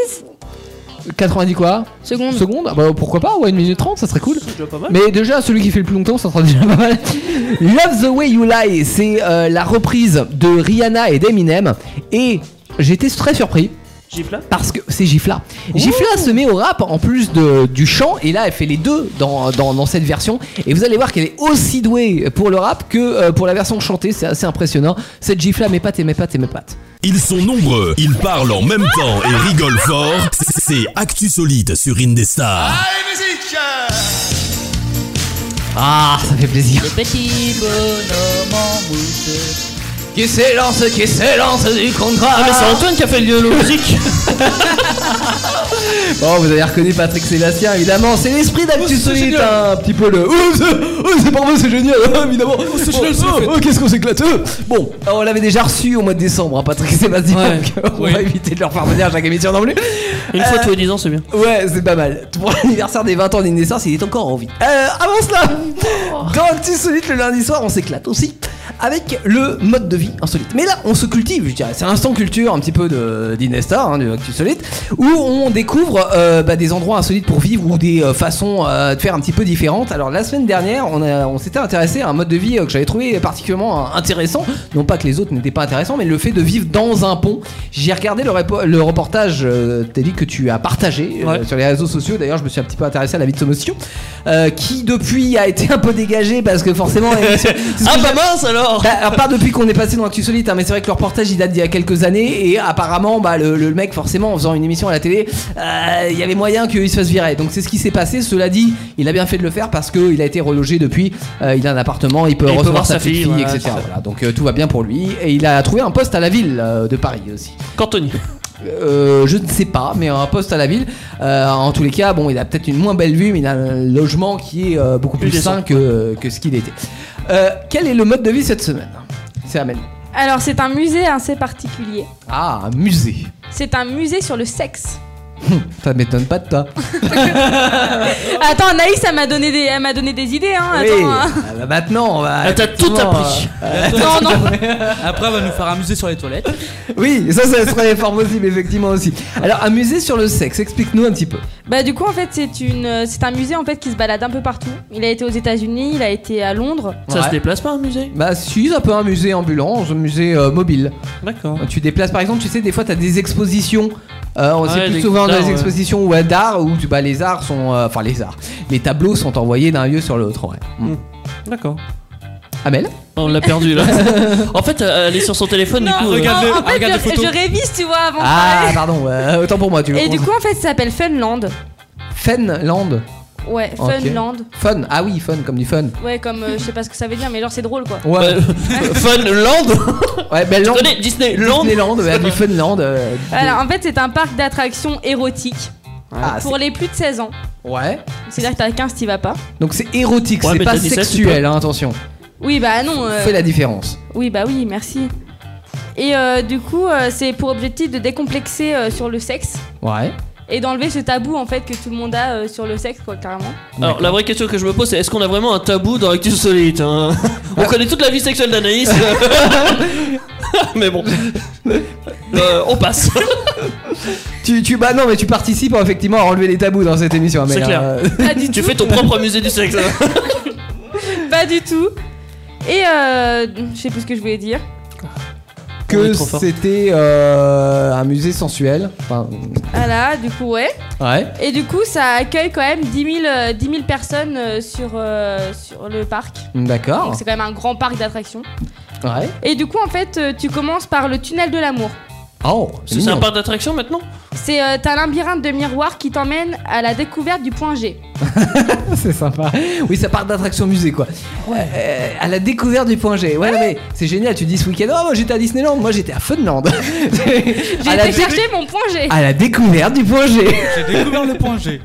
S3: 90 quoi
S5: secondes.
S3: Secondes Ah bah, Pourquoi pas Ouais, 1 minute 30, ça serait cool.
S4: C'est déjà pas mal.
S3: Mais déjà, celui qui fait le plus longtemps, ça sera déjà pas mal. Love the Way You Lie, c'est euh, la reprise de Rihanna et d'Eminem. Et j'étais très surpris.
S4: Gifla Oh.
S3: Parce que c'est Gifla. Gifla se met au rap en plus de, du chant et là elle fait les deux dans, dans, dans cette version. Et vous allez voir qu'elle est aussi douée pour le rap que euh, pour la version chantée. C'est assez impressionnant. Cette Gifla, mes pattes et mes pattes et mes pattes.
S12: Ils sont nombreux, ils parlent en même temps et rigolent fort. C'est Actu Solide sur Indestar.
S3: Ah, ça fait plaisir.
S7: Le petit bonhomme en mousse.
S3: Qui s'élance, qui s'élance du contrat.
S4: Ah, mais c'est Antoine qui a fait le la
S3: Euh.
S4: musique
S3: Bon, vous avez reconnu Patrick Sébastien, évidemment. C'est l'esprit d'Actu Solide, hein, un petit peu le. Oh, c'est oh, c'est pas vrai, c'est génial, hein, évidemment. Oh,
S7: c'est génial, c'est
S3: oh,
S7: la fête.
S3: oh, Qu'est-ce qu'on s'éclate euh. Bon, on l'avait déjà reçu au mois de décembre, hein, Patrick Sébastien.
S4: Ouais.
S3: donc on
S4: Oui.
S3: va éviter de leur faire venir à chaque émission non plus.
S4: Une fois tous les 10 ans, c'est bien.
S3: Ouais, c'est pas mal. Pour l'anniversaire des 20 ans d'Inescence, il est encore en vie. Euh, avant cela, dans Actu Solide le lundi soir, on s'éclate aussi avec le mode de vie insolite. Mais là, on se cultive, je dirais. C'est un instant culture un petit peu de- d'Inesta, hein, de Actu Solide, où on découvre euh, bah, des endroits insolites pour vivre ou des euh, façons euh, de faire un petit peu différentes. Alors, la semaine dernière, on, a- on s'était intéressé à un mode de vie euh, que j'avais trouvé particulièrement euh, intéressant. Non pas que les autres n'étaient pas intéressants, mais le fait de vivre dans un pont. J'ai regardé le, repo- le reportage, euh, t'as dit que tu as partagé euh,
S4: Ouais.
S3: sur les réseaux sociaux. D'ailleurs, je me suis un petit peu intéressé à la vie de Somotion, euh, qui depuis a été un peu dégagée parce que forcément. l'émission- c'est ce
S4: Ah
S3: que
S4: bah
S3: j'ai-
S4: mince alors
S3: bah, alors, pas depuis qu'on est passé dans Actu Solide, hein, mais c'est vrai que le reportage il date d'il y a quelques années et apparemment, bah, le, le mec, forcément, en faisant une émission à la télé, euh, il y avait moyen qu'il se fasse virer. Donc c'est ce qui s'est passé. Cela dit, il a bien fait de le faire parce qu'il a été relogé depuis. Euh, il a un appartement, il peut
S4: Et il peut
S3: recevoir
S4: voir
S3: sa,
S4: sa
S3: petite
S4: fille,
S3: fille,
S4: voilà,
S3: etc.
S4: c'est ça.
S3: Voilà, donc euh, tout va bien pour lui et il a trouvé un poste à la ville euh, de Paris aussi.
S4: Cantoni.
S3: Euh, je ne sais pas, mais un poste à la ville. Euh, en tous les cas, bon, il a peut-être une moins belle vue, mais il a un logement qui est euh, beaucoup plus,
S4: Plus décent.
S3: sain que, que ce qu'il était. Euh, quel est le mode de vie cette semaine C'est Amel.
S6: Alors, c'est un musée assez particulier.
S3: Ah, un musée.
S6: C'est un musée sur le sexe.
S3: Ça m'étonne pas de toi.
S6: Attends, Anaïs, elle m'a donné des, elle m'a donné des idées, hein.
S3: Oui.
S6: Attends, hein.
S3: Ah, bah, maintenant, on va.
S4: Ah, t'as tout
S3: effectivement,
S4: appris.
S3: euh,
S6: Non, non.
S7: Après, on va nous faire amuser sur les toilettes.
S3: Oui, ça, ça serait fort possible, effectivement aussi. Alors, un musée sur le sexe, explique-nous un petit peu.
S6: Bah du coup en fait c'est une euh, c'est un musée en fait qui se balade un peu partout. Il a été aux États-Unis, il a été à Londres.
S4: Ça
S3: Ouais.
S4: se déplace pas un musée
S3: Bah, si, un peu un musée ambulant, un musée euh, mobile.
S4: D'accord.
S3: Tu déplaces, par exemple, tu sais, des fois, t'as des expositions. Euh, on
S4: Ah
S3: sait
S4: ouais,
S3: plus
S4: des
S3: souvent
S4: d'art,
S3: des
S4: ouais.
S3: expositions ouais, d'art où tu- bah, les arts sont. euh, Enfin, les arts. Les tableaux sont envoyés d'un lieu sur l'autre. Ouais. Mm.
S4: Hmm. D'accord.
S3: Amel
S4: On l'a perdu là. en fait, euh, elle est sur son téléphone du
S6: Non,
S4: coup. euh,
S7: regarde-le,
S6: Ah, en fait
S7: regarde les
S6: je,
S7: photos.
S6: je révise tu vois avant. de
S3: Ah,
S6: parler.
S3: pardon, ouais, autant pour moi, tu veux.
S6: Et du coup en fait ça s'appelle Funland.
S3: Funland.
S6: Ouais,
S3: Ok.
S6: Funland.
S3: Fun, ah oui, fun, comme du fun.
S6: Ouais comme euh, je sais pas ce que ça veut dire mais genre c'est drôle quoi.
S3: Ouais,
S4: bah, Funland
S3: ouais, ben, Land-
S4: Attendez, Disney, Land
S3: Disneyland, ouais, du Funland. euh, du-
S6: Alors en fait c'est un parc d'attractions érotiques
S3: Ah,
S6: pour les plus de 16 ans.
S3: Ouais.
S6: C'est-à-dire que t'as 15, t'y vas pas.
S3: Donc c'est érotique,
S4: Ouais,
S3: c'est
S4: mais
S3: pas
S4: t'as dit ça, tu
S3: sexuel,
S4: peux.
S3: hein, attention.
S6: Oui, bah non. euh,
S3: Fais la différence.
S6: Oui, bah oui, merci. Et euh, du coup, euh, c'est pour objectif de décomplexer euh, sur le sexe
S3: Ouais.
S6: et d'enlever ce tabou en fait que tout le monde a euh, sur le sexe, quoi, carrément.
S4: Alors la vraie question que je me pose c'est est-ce qu'on a vraiment un tabou dans Actus Solite hein On connaît toute la vie sexuelle d'Anaïs Mais bon Euh, On passe
S3: Tu, tu, bah non, mais tu participes effectivement à enlever les tabous dans cette émission. mais,
S4: C'est clair
S3: euh,
S4: Tu fais ton propre musée du sexe hein.
S6: Pas du tout. Et euh, je sais plus ce que je voulais dire.
S4: On est
S3: que
S4: trop fort.
S3: c'était euh, un musée sensuel. Enfin,
S6: Voilà, du coup, ouais.
S3: ouais.
S6: Et du coup, ça accueille quand même 10 000, euh, 10 000 personnes euh, sur, euh, sur le parc.
S3: D'accord.
S6: Donc c'est quand même un grand parc d'attractions.
S3: Ouais.
S6: Et du coup, en fait, euh, tu commences par le tunnel de l'amour.
S3: Oh,
S4: C'est c'est un parc d'attraction maintenant
S6: C'est euh, t'as un labyrinthe de miroirs qui t'emmène à la découverte du point G.
S3: c'est sympa. Oui, ça part d'attraction musée, quoi. Ouais. euh, à la découverte du point G. Ouais, non, mais c'est génial. Tu dis ce week-end, oh, moi j'étais à Disneyland, moi j'étais à Funland.
S6: J'ai
S3: À la
S6: été
S3: dé- Ah,
S6: chercher mon point G.
S3: À la découverte du point G.
S13: J'ai découvert le point G.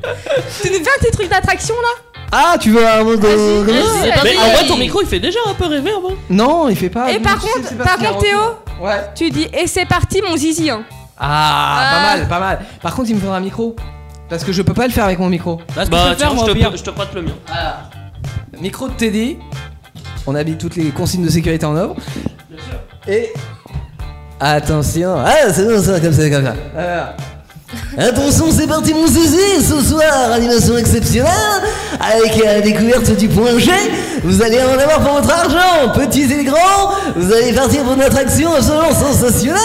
S6: Tu nous fais un petit truc d'attraction là
S3: Ah, tu veux un mot de.
S6: vas-y,
S3: de-
S6: vas-y.
S4: Mais
S6: oui.
S4: en vrai ton micro il fait déjà un peu rêver
S3: Non, il fait pas.
S6: Et
S3: non,
S6: par
S3: je sais
S6: contre,
S3: pas
S6: par
S3: ce qu'il y a
S6: contre
S3: en dessous.
S6: Théo,
S3: Ouais.
S6: tu dis et c'est parti mon zizi. hein.
S3: Ah,
S6: Ah.
S3: pas mal, pas mal. Par contre, il me faudra un micro. Parce que je peux pas le faire avec mon micro.
S4: Bah tiens je te pr- je te prête le mien
S3: Micro de Teddy. On habite toutes les consignes de sécurité en œuvre. Et. Attention. Ah, c'est bon, ça, comme ça, comme ça.
S11: Attention, c'est parti mon zizi Ce soir, animation exceptionnelle Avec euh, la découverte du point G Vous allez en avoir pour votre argent Petits et grands Vous allez partir pour une attraction absolument sensationnelle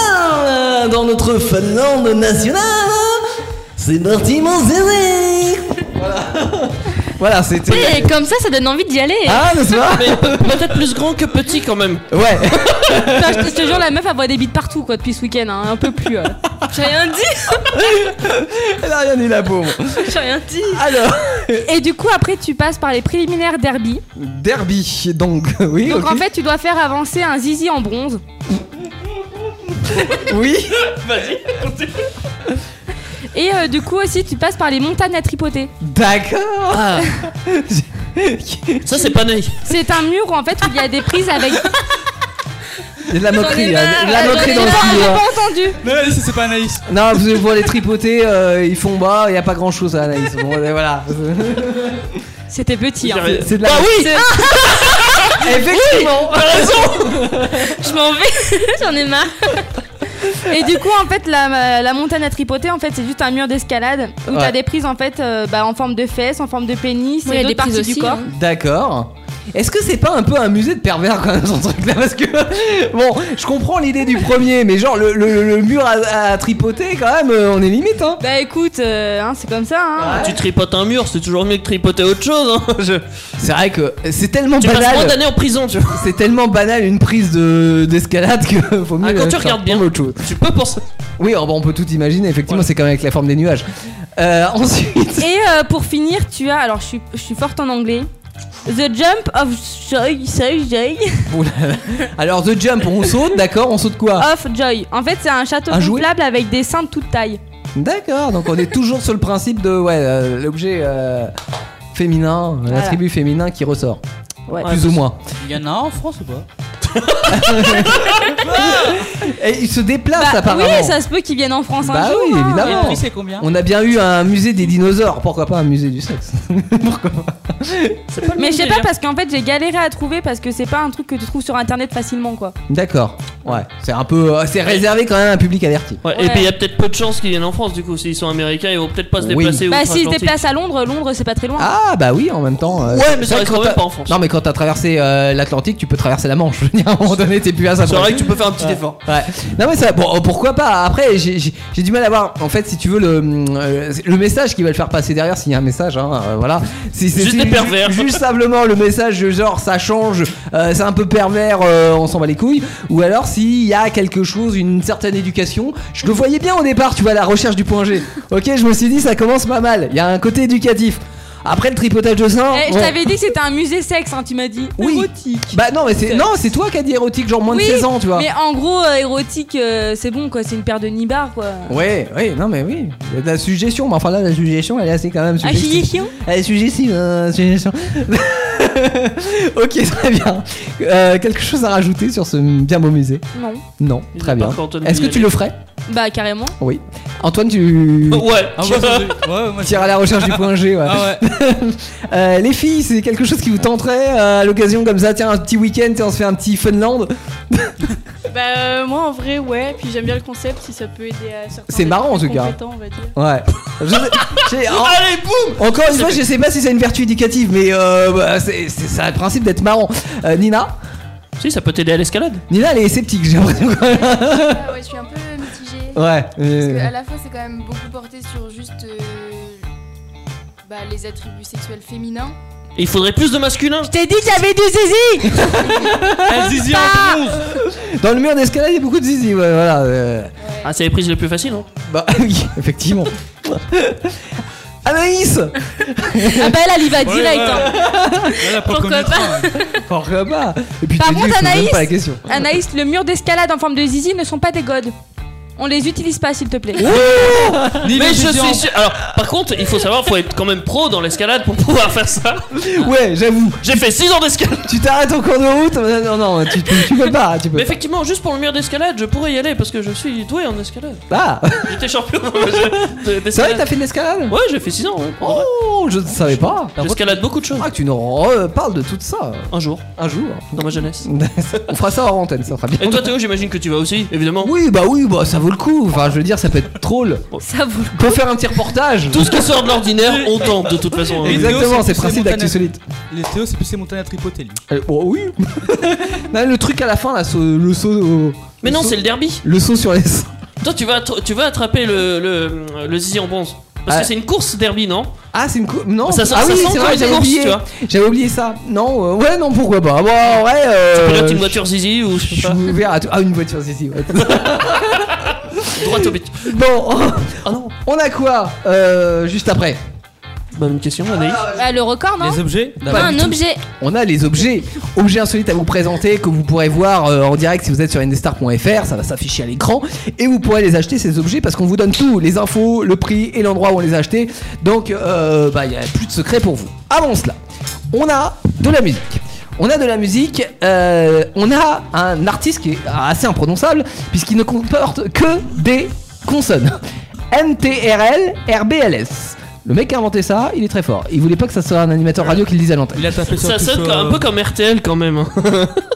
S11: euh, Dans notre Finlande nationale C'est parti mon zizi
S3: Voilà, c'était.
S5: Et comme ça, ça donne envie d'y aller.
S6: hein.
S3: Ah, n'est-ce pas
S4: Mais pe- peut-être plus grand que petit quand même
S3: Ouais
S6: Putain, je te- je te jure, la meuf, elle voit des bites partout, quoi, depuis ce week-end, hein, un peu plus. euh. J'ai rien dit
S3: Elle a rien dit, la pauvre.
S6: J'ai rien dit
S3: Alors
S6: Et du coup, après, tu passes par les préliminaires derby.
S3: Derby, donc, oui.
S6: Donc,
S3: ok.
S6: en fait, tu dois faire avancer un zizi en bronze.
S3: Oui
S4: Vas-y
S6: Et euh, du coup, aussi, tu passes par les montagnes à tripoter.
S3: D'accord
S11: Ah.
S4: Ça c'est pas naïf
S6: C'est un mur, en fait, où il y a des prises avec...
S3: Il y a de la moquerie,
S6: J'en ai
S3: hein, de la
S6: marre,
S3: moquerie
S6: j'en ai
S3: dans le
S6: marre,
S3: film.
S6: j'ai
S3: hein.
S6: pas entendu
S13: Non, mais ça, c'est pas Anaïs.
S3: Non, vous allez pouvoir les tripoter, euh, ils font bas, il n'y a pas grand chose à Anaïs. Bon, euh, voilà.
S6: C'était petit, hein.
S3: C'est- c'est de la-
S6: Bah oui
S3: Effectivement
S6: Je m'en vais, j'en ai marre. Et du coup, en fait, la, la montagne à tripoter, en fait, c'est juste un mur d'escalade où
S3: Ouais.
S6: t'as des prises en fait, euh, bah, en forme de fesses, en forme de pénis,
S5: Oui, il y
S6: et
S5: a des
S6: d'autres parties
S5: prises
S6: du
S5: aussi,
S6: corps.
S5: hein.
S3: D'accord. Est-ce que c'est pas un peu un musée de pervers quand même son truc là Parce que bon, je comprends l'idée du premier, mais genre le, le- le mur à, à tripoter quand même, euh, on est limite hein.
S6: Bah écoute, euh, hein, c'est comme ça. Hein.
S4: Tu tripotes un mur c'est toujours mieux que tripoter autre chose hein. Je-
S3: C'est vrai que c'est tellement
S4: Tu passes
S3: banal.
S4: moins d'années en prison tu vois
S3: C'est tellement banal une prise de d'escalade que faut mieux.
S4: Ah, quand
S3: euh,
S4: tu regardes bien,
S3: prendre autre chose.
S4: tu peux penser.
S3: Oui, oh, bah, on peut tout imaginer. Effectivement, c'est quand même avec la forme des nuages. Euh, ensuite,
S6: Et euh, pour finir, tu as, alors je suis, je suis forte en anglais, The Jump of Joy, Joy, Joy,
S3: Oula. alors the jump, on saute, d'accord On saute
S4: Ah.
S3: quoi
S6: of Ah. Joy. En fait, c'est un château
S3: Un jouet
S6: gonflable avec des seins de toute taille.
S3: D'accord, donc on est toujours sur le principe de ouais, euh, l'objet euh, féminin, l'attribut féminin qui ressort.
S6: Ouais.
S3: Plus ou moins.
S7: Il y en a un en France ou pas
S3: Et il se déplace
S6: Bah,
S3: apparemment.
S6: oui, ça se peut qu'ils viennent en France un
S3: bah
S6: jour.
S3: oui,
S6: hein.
S3: évidemment.
S7: Et le prix, c'est combien
S3: On a bien eu un musée des dinosaures, pourquoi pas un musée du sexe
S6: Mais je sais pas parce qu'en fait j'ai galéré à trouver parce que c'est pas un truc que tu trouves sur internet facilement quoi.
S3: D'accord. Ouais, c'est un peu euh, c'est réservé quand même à un public averti.
S4: Ouais, Et
S6: Ouais.
S4: puis il y a peut-être peu de chances qu'ils viennent en France du coup. S'ils sont américains, ils vont peut-être pas se
S3: Oui.
S4: déplacer.
S6: bah
S4: outre
S6: s'ils se
S4: Atlantique.
S6: déplacent à Londres, Londres c'est pas très loin.
S3: Ah bah oui, en même temps. euh,
S4: Ouais, mais ça
S3: quand
S4: reste quand
S3: t'as-
S4: même pas en France.
S3: Non, mais quand t'as traversé euh, l'Atlantique, tu peux traverser la Manche. Je veux dire, à un moment donné, t'es plus à ça.
S4: C'est vrai que tu peux faire un petit
S3: Ouais.
S4: effort.
S3: Ouais. Non mais ça, bon, euh, pourquoi pas Après, j'ai j'ai- j'ai du mal à voir. En fait, si tu veux le euh, le message qui va le faire passer derrière, s'il y a un message, hein, euh, voilà. Si c'est
S4: Juste
S3: si-
S4: des pervers.
S3: ju- Juste simplement le message de genre ça change, euh, c'est un peu pervers, euh, on s'en bat les couilles. Ou alors s'il y a quelque chose, une certaine éducation. Je le voyais bien au départ, tu vois, la recherche du point G. Ok, je me suis dit ça commence pas mal. Il y a un côté éducatif. Après le tripotage de seins.
S6: Eh, je
S3: bon.
S6: t'avais dit que c'était un musée sexe, hein, tu m'as dit.
S3: Oui. Bah non, mais c'est non, c'est toi qui as dit érotique, genre moins
S6: Oui,
S3: de 16 ans, tu vois.
S6: Mais en gros, euh, érotique, euh, c'est bon quoi, c'est une paire de nibards quoi.
S3: Ouais, ouais, non, mais oui. Il y a de La suggestion, mais enfin là, la suggestion, elle est assez quand même.
S6: Ah, suggestion
S3: Elle est suggestive, euh, suggestion. ok, très bien. Euh, quelque chose à rajouter sur ce bien beau musée
S6: Non.
S3: Non,
S4: Il
S3: très
S4: n'est pas
S3: bien.
S4: qu'Antoine
S3: Est-ce que
S4: Bouillard.
S3: tu le ferais
S6: Bah carrément.
S3: Oui. Antoine, tu.
S4: Ouais.
S7: Ah,
S3: Tu Tire à la recherche du point G, ouais.
S4: Ah,
S3: Euh, les filles, c'est quelque chose qui vous tenterait euh, à l'occasion comme ça, tiens, un petit week-end, tiens, on se fait un petit Funland.
S8: Bah, euh, moi en vrai, ouais, puis j'aime bien le concept si ça peut aider à certains.
S3: C'est
S8: d'être
S3: marrant, en
S8: plus
S3: tout cas.
S8: compétents, On va dire.
S3: Ouais. Je sais- j'ai- en-
S4: Allez, boum
S3: Encore une fois, je sais pas si c'est une vertu éducative, mais euh, bah, c'est c'est ça le principe d'être marrant. Euh, Nina
S4: Si, ça peut t'aider à l'escalade.
S3: Nina, elle est sceptique, j'ai l'impression. quand même.
S9: Ah ouais, je suis un peu mitigée.
S3: Ouais,
S9: Parce
S3: euh.
S9: que à la fois, c'est quand même beaucoup porté sur juste euh, bah, les attributs sexuels féminins.
S4: Et il faudrait plus de masculin. Je
S6: t'ai dit qu'il y avait du zizi
S4: Un zizi en bronze
S3: Dans le mur d'escalade, il y a beaucoup de zizi, ouais, voilà. euh.
S4: Ah, c'est les prises les plus faciles, hein
S3: Bah oui, effectivement. Anaïs
S6: Ah bah elle, elle y va direct. hein. Pourquoi
S7: hein.
S6: pas
S3: Pourquoi Oh, pas Et puis,
S6: Par
S3: je t'ai dit,
S6: contre,
S3: je pose même
S6: Anaïs,
S3: pas la question.
S6: Anaïs, le mur d'escalade en forme de zizi ne sont pas des godes. On les utilise pas, s'il te plaît.
S4: Mais
S6: les
S4: je
S6: géants.
S4: suis sûr. Alors, par contre, il faut savoir, faut être quand même pro dans l'escalade pour pouvoir faire ça.
S6: Ah.
S3: Ouais, j'avoue.
S4: J'ai fait 6 ans d'escalade.
S3: Tu t'arrêtes en cours de route euh, Non, non, tu, peux- tu peux pas, tu peux
S4: Mais
S3: pas.
S4: effectivement, juste pour le mur d'escalade, je pourrais y aller parce que je suis doué en escalade.
S3: Ah
S4: J'étais champion de- de- d'escalade.
S3: C'est vrai que t'as fait de l'escalade
S4: Ouais, j'ai fait 6 ans. ouais.
S3: Oh, je ne savais pas.
S4: J'escalade beaucoup de choses.
S3: Ah, tu nous reparles de tout ça.
S4: Un jour.
S3: Un jour.
S4: Dans ma jeunesse.
S3: On fera ça hors antenne, ça sera bien.
S4: Et toi, Théo, j'imagine que tu vas aussi, évidemment.
S3: Oui, bah oui, bah ça vaut le coup. Enfin, je veux dire, ça peut être drôle.
S6: Ça vaut le
S3: Pour faire un petit reportage.
S4: Tout ce qui sort de l'ordinaire, on tente de toute façon. hein.
S3: Exactement, c'est le principe d'actu solide.
S13: Les Théo, c'est plus ses montagnes à tripoter, lui.
S3: Euh, bon, oui. Non, le truc à la fin, là, ce- le saut. au-
S4: Mais
S3: le
S4: non,
S3: saut-
S4: c'est le derby.
S3: Le saut sur les.
S4: Toi, tu vas, attra- tu vas attraper le, le, le zizi en bronze. Parce
S3: Ah.
S4: que c'est une course derby, non
S3: Ah, c'est une course. Non,
S4: Ça sent-
S3: ah
S4: ça
S3: oui,
S4: sent
S3: c'est
S4: comme
S3: vrai,
S4: une
S3: j'avais
S4: course,
S3: oublié.
S4: tu vois.
S3: J'avais oublié ça. Non, euh, ouais, non, pourquoi pas. Bon, ouais. Euh,
S4: Pilote une voiture zizi ou je sais
S3: Je
S4: pas.
S3: suis ouvert à tout. Ah, une voiture, si, si, ouais.
S4: Droit au but. Ah Bah,
S3: bon, on a quoi euh, juste après
S4: Bonne question, Anaïs.
S5: Euh,
S6: Bah, le record, non
S13: objets
S6: Pas un objet.
S3: On a les objets. Objets insolites à vous présenter que vous pourrez voir euh, en direct si vous êtes sur indestar.fr. Ça va s'afficher à l'écran. Et vous pourrez les acheter, ces objets, parce qu'on vous donne tout les infos, le prix et l'endroit où on les a achetés. Donc, euh, bah, il n'y a plus de secret pour vous. Avant cela, on a de la musique. On a de la musique, euh, on a un artiste qui est assez imprononçable, puisqu'il ne comporte que des consonnes. MTRL RBLS. Le mec qui a inventé ça, il est très fort. Il voulait pas que ça soit un animateur radio qui le dise à l'antenne.
S13: Il a tapé sur
S4: Ça
S13: tout
S4: sonne
S13: ce-
S4: quand- un peu comme RTL quand même. hein.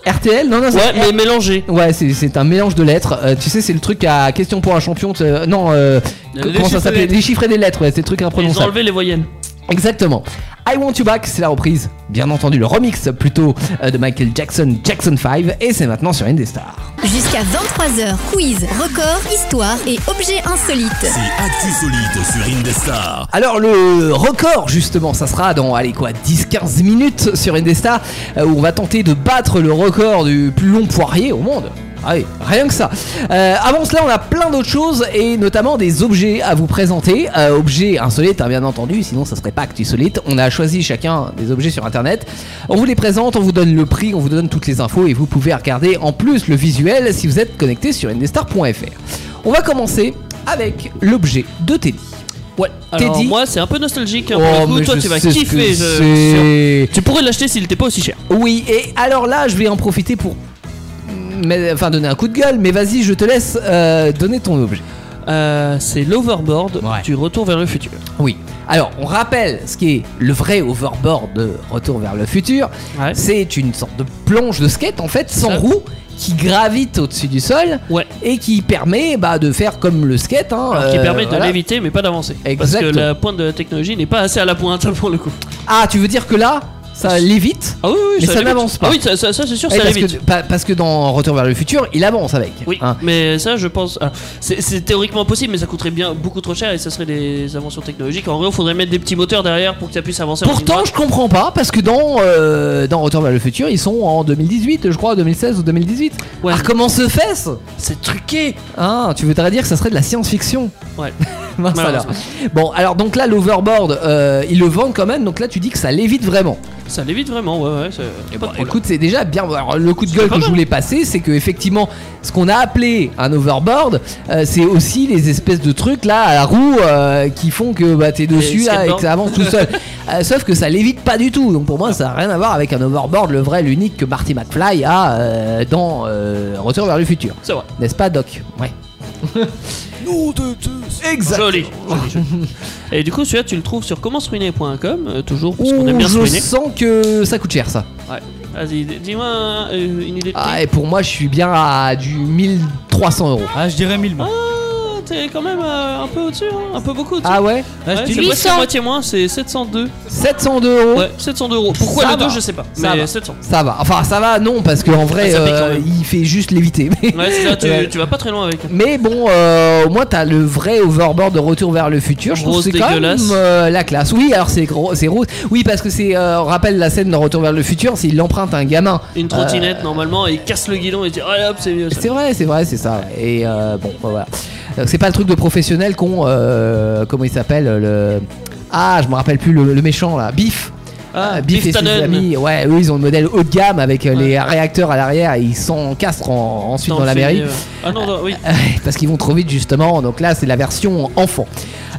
S3: RTL Non, non,
S4: Ouais, mais mélangé.
S3: Ouais, c'est- c'est un mélange de lettres. Euh, tu sais, c'est le truc à question pour un champion. tu- euh, non, euh,
S4: Les
S3: co-
S4: chiffres
S3: comment ça
S4: des
S3: s'appelait
S4: lettres.
S3: Les chiffres et des lettres, ouais, c'est le truc
S4: Ils ont
S3: imprononçable.
S4: enlevé les voyelles.
S3: Exactement. I Want You Back, c'est la reprise, bien entendu, le remix plutôt euh, de Michael Jackson, Jackson 5, et c'est maintenant sur Indestar.
S14: Jusqu'à 23h, quiz, record, histoire et objets insolites.
S12: Actu solide sur Indestar.
S3: Alors le record justement, ça sera dans allez quoi 10-15 minutes sur Indesta euh, où on va tenter de battre le record du plus long poirier au monde. Ah oui, rien que ça. Euh, avant cela, on a plein d'autres choses et notamment des objets à vous présenter. Euh, objets insolites, hein, bien entendu, sinon ça serait pas actu solite. On a choisi chacun des objets sur internet. On vous les présente, on vous donne le prix, on vous donne toutes les infos et vous pouvez regarder en plus le visuel si vous êtes connecté sur indestar.fr. On va commencer avec l'objet de Teddy. Ouais,
S4: Alors
S3: Teddy.
S4: moi c'est un peu nostalgique hein,
S3: Oh,
S4: pour le coup.
S3: mais
S4: toi
S3: je
S4: tu vas
S3: sais ce
S4: kiffer
S3: que
S4: je-
S3: c'est.
S4: sûr. Tu pourrais l'acheter s'il était pas aussi cher
S3: Oui, et alors là, je vais en profiter pour mais, enfin, donner un coup de gueule, mais vas-y, je te laisse euh, donner ton objet. Euh, Ah,
S4: c'est l'overboard du retour vers le futur.
S3: Oui. Alors, on rappelle ce qui est le vrai overboard de Retour vers le futur. C'est une sorte de planche de skate, en fait, sans roue, qui gravite au-dessus du sol et qui permet bah, de faire comme le skate. hein,
S4: Alors, qui
S3: euh,
S4: permet de
S3: voilà.
S4: l'éviter mais pas d'avancer. Parce que
S3: Exactement.
S4: la pointe de la technologie n'est pas assez à la pointe pour le coup.
S3: Ah, tu veux dire que là, ça allait vite.
S4: Ah oui, oui, ça
S3: mais ça,
S4: allait vite.
S3: n'avance pas.
S4: Ah oui, ça- ça- ça, c'est sûr, ça
S3: Eh, parce
S4: allait
S3: que,
S4: vite.
S3: pa- parce que dans Retour vers le futur, il avance avec. Hein.
S4: Oui, mais ça, je pense. ah, c'est c'est théoriquement possible, mais ça coûterait bien beaucoup trop cher et ça serait des inventions technologiques. En vrai, il faudrait mettre des petits moteurs derrière pour que ça puisse avancer. en
S3: Pourtant, je comprends pas parce que dans euh, dans Retour vers le futur, ils sont en 2018, je crois, 2016 ou 2018. Ah, comment se fait-ce
S4: C'est truqué.
S3: Ah, tu voudrais dire que ça serait de la science-fiction
S4: Ouais.
S3: Mince alors.
S4: Malheureusement.
S3: Bon, alors donc là, l'overboard, euh, ils le vendent quand même. Donc là, tu dis que ça l'évite vraiment.
S4: Ça l'évite vraiment, ouais, ouais. c'est- pas de problème.
S3: Écoute, c'est déjà bien. Alors, le coup de gueule
S4: pas
S3: que je
S4: mal.
S3: voulais passer, c'est que effectivement, ce qu'on a appelé un overboard, euh, c'est aussi les espèces de trucs là à la roue euh, qui font que bah, t'es dessus là, et
S4: skateboards.
S3: que
S4: Ah.
S3: ça avance tout seul. Euh, sauf que ça l'évite pas du tout. Donc pour moi, ça n'a rien à voir avec un overboard, le vrai, l'unique que Marty McFly a euh, dans euh, Retour vers le futur.
S4: C'est vrai.
S3: N'est-ce pas, Doc Ouais.
S4: Non de Exact. Joli. joli, joli. Et du coup, celui-là, tu le trouves sur commenceruiner.com, euh, toujours, parce qu'on aime
S3: Ouh,
S4: bien se
S3: je
S4: ruiner.
S3: sens que ça coûte cher ça.
S4: Ouais. Vas-y, d- dis-moi euh, une idée de prix.
S3: Ah, et pour moi, je suis bien à du 1300 euros.
S13: Ah, je dirais 1000 moi.
S4: Ah, T'es quand même euh, un peu au-dessus, hein, un peu beaucoup au-dessus.
S3: Ah ouais
S4: Ouais,
S3: Ah, je dis
S4: C'est presque
S3: 800.
S4: moitié moins, c'est 702.
S3: 702 euros
S4: Ouais, 702 euros. Pourquoi
S3: Ça
S4: le 2,
S3: va.
S4: je sais pas.
S3: Ça
S4: mais
S3: va.
S4: 700.
S3: Ça va. Enfin, ça va, non, parce qu'en vrai,
S4: Ça pique quand
S3: euh,
S4: même.
S3: il fait juste l'éviter. Mais,
S4: Ouais, c'est ça,
S3: Ouais.
S4: tu, tu vas pas très loin avec.
S3: mais bon, euh, au moins, t'as le vrai overboard de retour vers le futur. Je trouve
S4: Rose
S3: que c'est quand même
S4: dégueulasse.
S3: euh, la classe. Oui, alors c'est gros, c'est rose. Oui, parce que c'est. euh, on rappelle la scène dans Retour vers le futur, c'est il emprunte un gamin.
S4: Une trottinette, normalement, et il casse le guidon et dit Allez hop, c'est mieux.
S3: Euh, c'est vrai, c'est vrai, c'est ça. ouais. Et euh, bon, bah, voilà. Donc, C'est pas le truc de professionnel qu'on. euh, comment il s'appelle le... Ah, je me rappelle plus le, le méchant là. Biff. Euh,
S4: Ah,
S3: Biff,
S4: Biff
S3: et ses
S4: Tannen.
S3: amis, ouais, eux ils ont le modèle haut de gamme avec euh, les réacteurs à l'arrière et ils s'encastrent en- ensuite dans, la
S4: le
S3: mairie
S4: filet,
S3: Euh.
S4: ouais. Ah non, non, oui.
S3: parce qu'ils vont trop vite justement. Donc là, c'est la version enfant.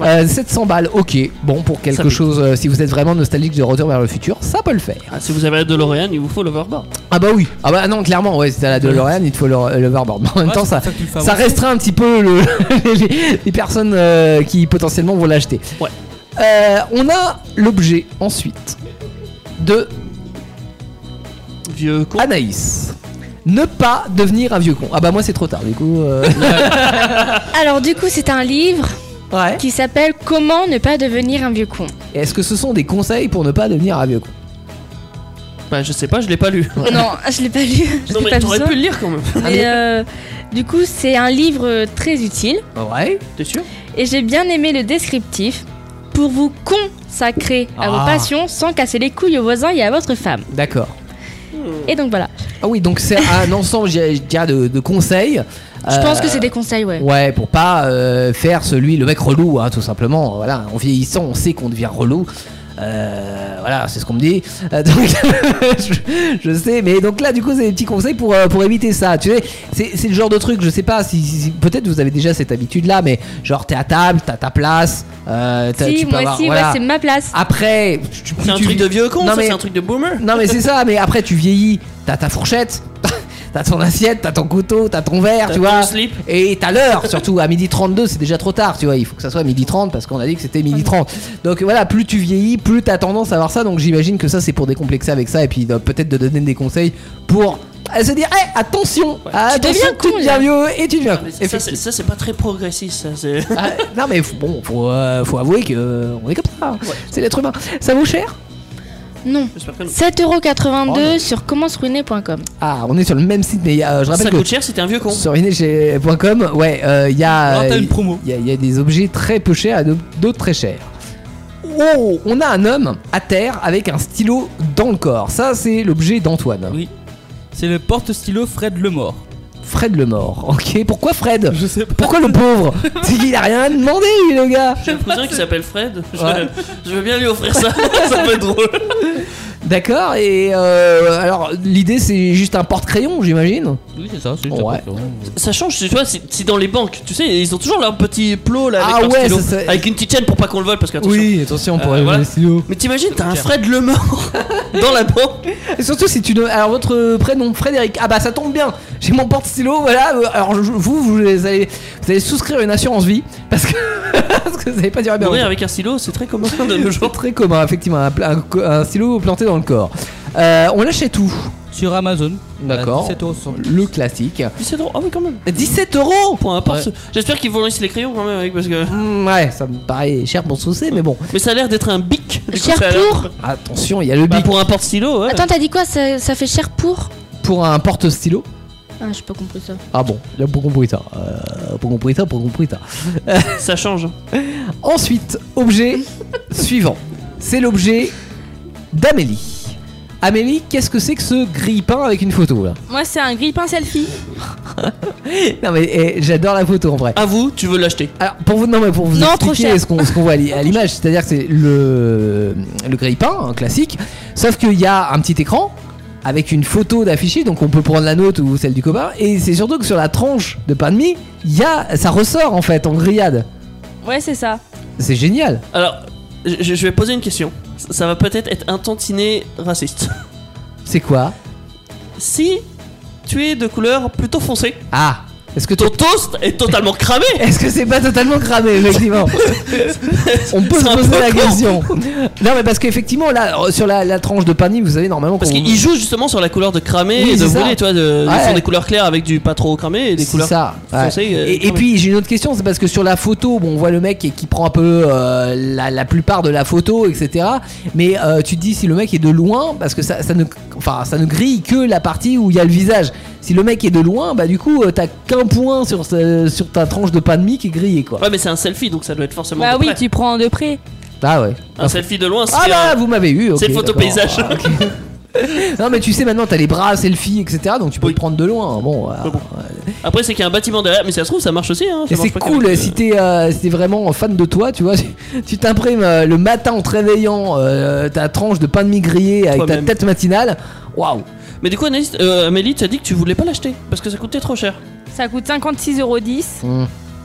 S3: Euh, 700 balles, ok. Bon, pour quelque chose, euh, si vous êtes vraiment nostalgique de Retour vers le futur, ça peut le faire.
S4: Ah, si vous avez la DeLorean, il vous faut l'overboard.
S3: Ah bah oui, ah bah non clairement ouais c'est à la DeLorean il te faut le- l'overboard. Mais en même
S4: Ouais,
S3: temps
S4: c'est
S3: ça,
S4: pour ça que tu le fais
S3: ça
S4: avancer.
S3: restreint un petit peu le- les, les personnes euh, qui potentiellement vont l'acheter. Euh, on a l'objet ensuite de
S4: vieux con.
S3: Anaïs. Ne pas devenir un vieux con. Ah bah moi c'est trop tard du coup. euh.
S5: Alors du coup, c'est un livre qui s'appelle Comment ne pas devenir un vieux con.
S3: Est-ce que ce sont des conseils pour ne pas devenir un vieux con Ah.
S4: Bah, je sais pas, je l'ai pas lu.
S5: Non, je l'ai pas lu. je
S4: Non,
S5: l'ai
S4: mais
S5: pas
S4: t'aurais
S5: besoin.
S4: pu le lire quand même.
S5: Mais euh, du coup, c'est un livre euh, très utile
S3: Ouais.
S4: T'es sûr
S5: et j'ai bien aimé le descriptif pour vous consacrer à
S3: Ah.
S5: vos passions sans casser les couilles aux voisins et à votre femme.
S3: D'accord.
S5: Et donc voilà.
S3: Ah oui donc c'est un ensemble je dirais- je dirais, de, de conseils.
S5: Je pense
S3: Euh,
S5: que c'est des conseils, ouais.
S3: Ouais, pour pas euh, faire celui le mec relou, hein, tout simplement. Voilà, en vieillissant, on sait qu'on devient relou. Euh, voilà, c'est ce qu'on me dit. Euh, donc, je, je sais, mais donc là, du coup, c'est des petits conseils pour, euh, pour éviter ça. Tu sais, c'est c'est le genre de truc, je sais pas si, si- si- peut-être vous avez déjà cette habitude là, mais genre, t'es à table, t'as ta place. euh, t'as-
S5: Si,
S3: tu peux
S5: moi
S3: avoir-
S5: aussi,
S3: voilà.
S5: ouais, c'est ma place.
S3: Après, tu-
S4: C'est un
S3: tu-
S4: truc de vieux con,
S3: Non,
S4: ça,
S3: mais-
S4: c'est un truc de boomer.
S3: non mais c'est ça, mais après tu vieillis, t'as ta fourchette, t'as ton assiette, t'as ton couteau, t'as ton verre,
S4: T'as
S3: tu
S4: ton
S3: vois.
S4: slip.
S3: Et t'as l'heure, surtout à midi 32, c'est déjà trop tard, tu vois. Il faut que ça soit à midi 30 parce qu'on a dit que c'était midi 30. Donc voilà, plus tu vieillis, plus t'as tendance à avoir ça. Donc j'imagine que ça c'est pour décomplexer avec ça et puis euh, peut-être de donner des conseils pour euh, se dire, hé, attention, ah,
S4: Tu deviens
S3: attention, tu
S4: con,
S3: deviens
S4: là.
S3: vieux et tu deviens con.
S4: Mais ça, ça, c'est- ça, c'est pas très progressiste, ça. c'est-
S3: Ah, non mais f- bon, faut, euh, faut avouer que euh, on est comme ça. C'est l'être humain. Ça vaut cher
S5: Non.
S4: J'espère
S3: Euh,
S4: que non.
S5: 7,82€
S4: Oh
S5: sur commenceruiner.com.
S3: Ah, on est sur le même site, mais euh, je rappelle
S4: Ça
S3: que
S4: coûte cher si t'es un vieux con.
S3: Sur inéchez.com, ouais, euh, il y a.
S4: Non, Ah, t'as une
S3: Il y a- il y a des objets très peu chers et d'autres- d'autres très chers. Oh, on a un homme à terre avec un stylo dans le corps. Ça, c'est l'objet d'Antoine.
S13: Oui. C'est le porte-stylo Fred Lemort.
S3: Fred le mort. Ok, pourquoi Fred
S13: Je sais pas.
S3: Pourquoi le pauvre C'est qu'il a rien demandé, lui, le gars.
S4: J'ai un cousin qui s'appelle Fred. Je,
S3: Ouais.
S4: je veux bien lui offrir ça. ça peut être drôle.
S3: D'accord, et euh, alors l'idée c'est juste un porte-crayon, j'imagine
S13: Oui, c'est ça, c'est juste
S3: Ouais.
S4: Ça change, tu vois, si, si dans les banques, tu sais, ils ont toujours leur petit plot là avec
S3: Ah
S4: leur
S3: ouais,
S4: stylo,
S3: ça, ça-
S4: avec une petite chaîne pour pas qu'on le vole parce que
S3: Oui, attention, pour
S4: Euh,
S3: le
S4: voilà.
S3: stylo.
S4: Mais t'imagines, t'as un Fred Lemort dans la banque.
S3: Et surtout si tu ne... Alors votre prénom, Frédéric. Ah bah ça tombe bien. J'ai mon porte-stylo, voilà. Alors je- vous, vous allez, vous allez souscrire une assurance vie parce que, parce que vous n'avez pas duré bien.
S4: Mourir
S3: longtemps.
S4: avec un stylo, c'est très commun de nos jours.
S3: Très commun, effectivement, un, pla- un co- un stylo planté dans le corps. Euh, on l'achète où
S7: Sur Amazon.
S13: Euh,
S3: D'accord.
S7: 17,60.
S3: Le classique.
S4: 17 euros, ah oui quand même.
S3: 17 euros
S4: Pour un pinceau.
S3: Ouais.
S4: J'espère qu'ils vont laisser les crayons quand même avec parce que.
S3: Hum, ouais, ça me paraît cher pour souci, mais bon.
S4: Mais ça a l'air d'être un bic. Du coup,
S5: Cher
S4: ça a l'air- Bah,
S5: pour
S3: Attention, il y a le bic.
S4: pour un porte-stylo, ouais.
S5: Attends, t'as dit quoi ça, ça fait cher pour
S3: Pour un porte-stylo.
S5: Ah, j'ai pas compris ça.
S3: Ah bon, là pour compris ça. Euh, pour compris ça, pour compris ça.
S4: Ça change.
S3: Ensuite, objet suivant. C'est l'objet d'Amélie. Amélie, qu'est-ce que c'est que ce grille-pain avec une photo là
S6: Moi, c'est un grille-pain selfie.
S3: Non mais eh, j'adore la photo en vrai.
S4: À vous, tu veux l'acheter
S3: Alors pour vous, non mais pour vous
S6: Non, trop
S3: expliquer
S6: cher.
S3: ce qu'on ce qu'on voit à l'i- à l'image, c'est-à-dire que c'est le le grille-pain hein, classique, sauf qu'il y a un petit écran avec une photo d'affichée, donc on peut prendre la nôtre ou celle du copain, et c'est surtout que sur la tranche de pain de mie, il y a ça ressort en fait en grillade.
S6: Ouais, c'est ça.
S3: C'est génial.
S4: Alors, je, je vais poser une question. Ça ça va peut-être être un tantinet raciste.
S3: C'est quoi
S4: Si tu es de couleur plutôt foncée,
S3: Ah, est-ce que
S4: ton toast est totalement cramé.
S3: Est-ce que c'est pas totalement cramé, effectivement On peut
S4: C'est
S3: se
S4: un
S3: poser
S4: peu
S3: la
S4: con.
S3: question. Non, mais parce qu'effectivement, là, euh, sur la, la tranche de panier, vous savez normalement
S4: Parce
S3: qu'on-
S4: qu'ils jouent justement sur la couleur de cramé
S3: Oh. Oui,
S4: et de
S3: c'est ça.
S4: brûlé, tu vois. De,
S3: Ouais.
S4: Ils font des couleurs claires avec du pas trop cramé et des
S3: C'est
S4: couleurs
S3: ça, ouais.
S4: foncées. euh,
S3: Et, et
S4: cramées.
S3: puis j'ai une autre question, c'est parce que sur la photo, bon, on voit le mec qui, qui prend un peu euh, la, la plupart de la photo, etc. Mais euh, tu te dis si le mec est de loin, parce que ça, ça ne, enfin, ça ne grille que la partie où il y a le visage. Si le mec est de loin, bah du coup, euh, t'as qu'un point sur, ce- sur ta tranche de pain de mie qui est grillée, quoi.
S4: Ouais, mais c'est un selfie donc ça doit être forcément.
S6: Bah
S4: de
S6: oui,
S4: près.
S6: tu prends de près.
S3: Ah ouais.
S4: Un selfie de loin, c'est.
S3: Ah bah
S4: un-
S3: vous m'avez eu.
S4: c'est
S3: ok,
S4: photo
S3: d'accord.
S4: paysage.
S3: Ah, ok. non mais tu sais maintenant t'as les bras selfie etc donc tu peux le prendre de loin bon. voilà.
S4: Après, c'est qu'il y a un bâtiment derrière, mais ça se trouve, ça marche aussi. Hein, ça
S3: Et
S4: marche
S3: c'est
S4: pas
S3: cool
S4: qu'avec, euh,
S3: si t'es euh, si t'es vraiment fan de toi tu vois tu- tu t'imprimes euh, le matin en te réveillant euh, ta tranche de pain de mie grillé avec ta
S4: Toi-même.
S3: tête matinale waouh.
S4: Mais du coup, Anaïs, euh, Amélie, tu as dit que tu voulais pas l'acheter parce que ça coûtait trop cher.
S6: Ça coûte 56,10€
S4: Mmh.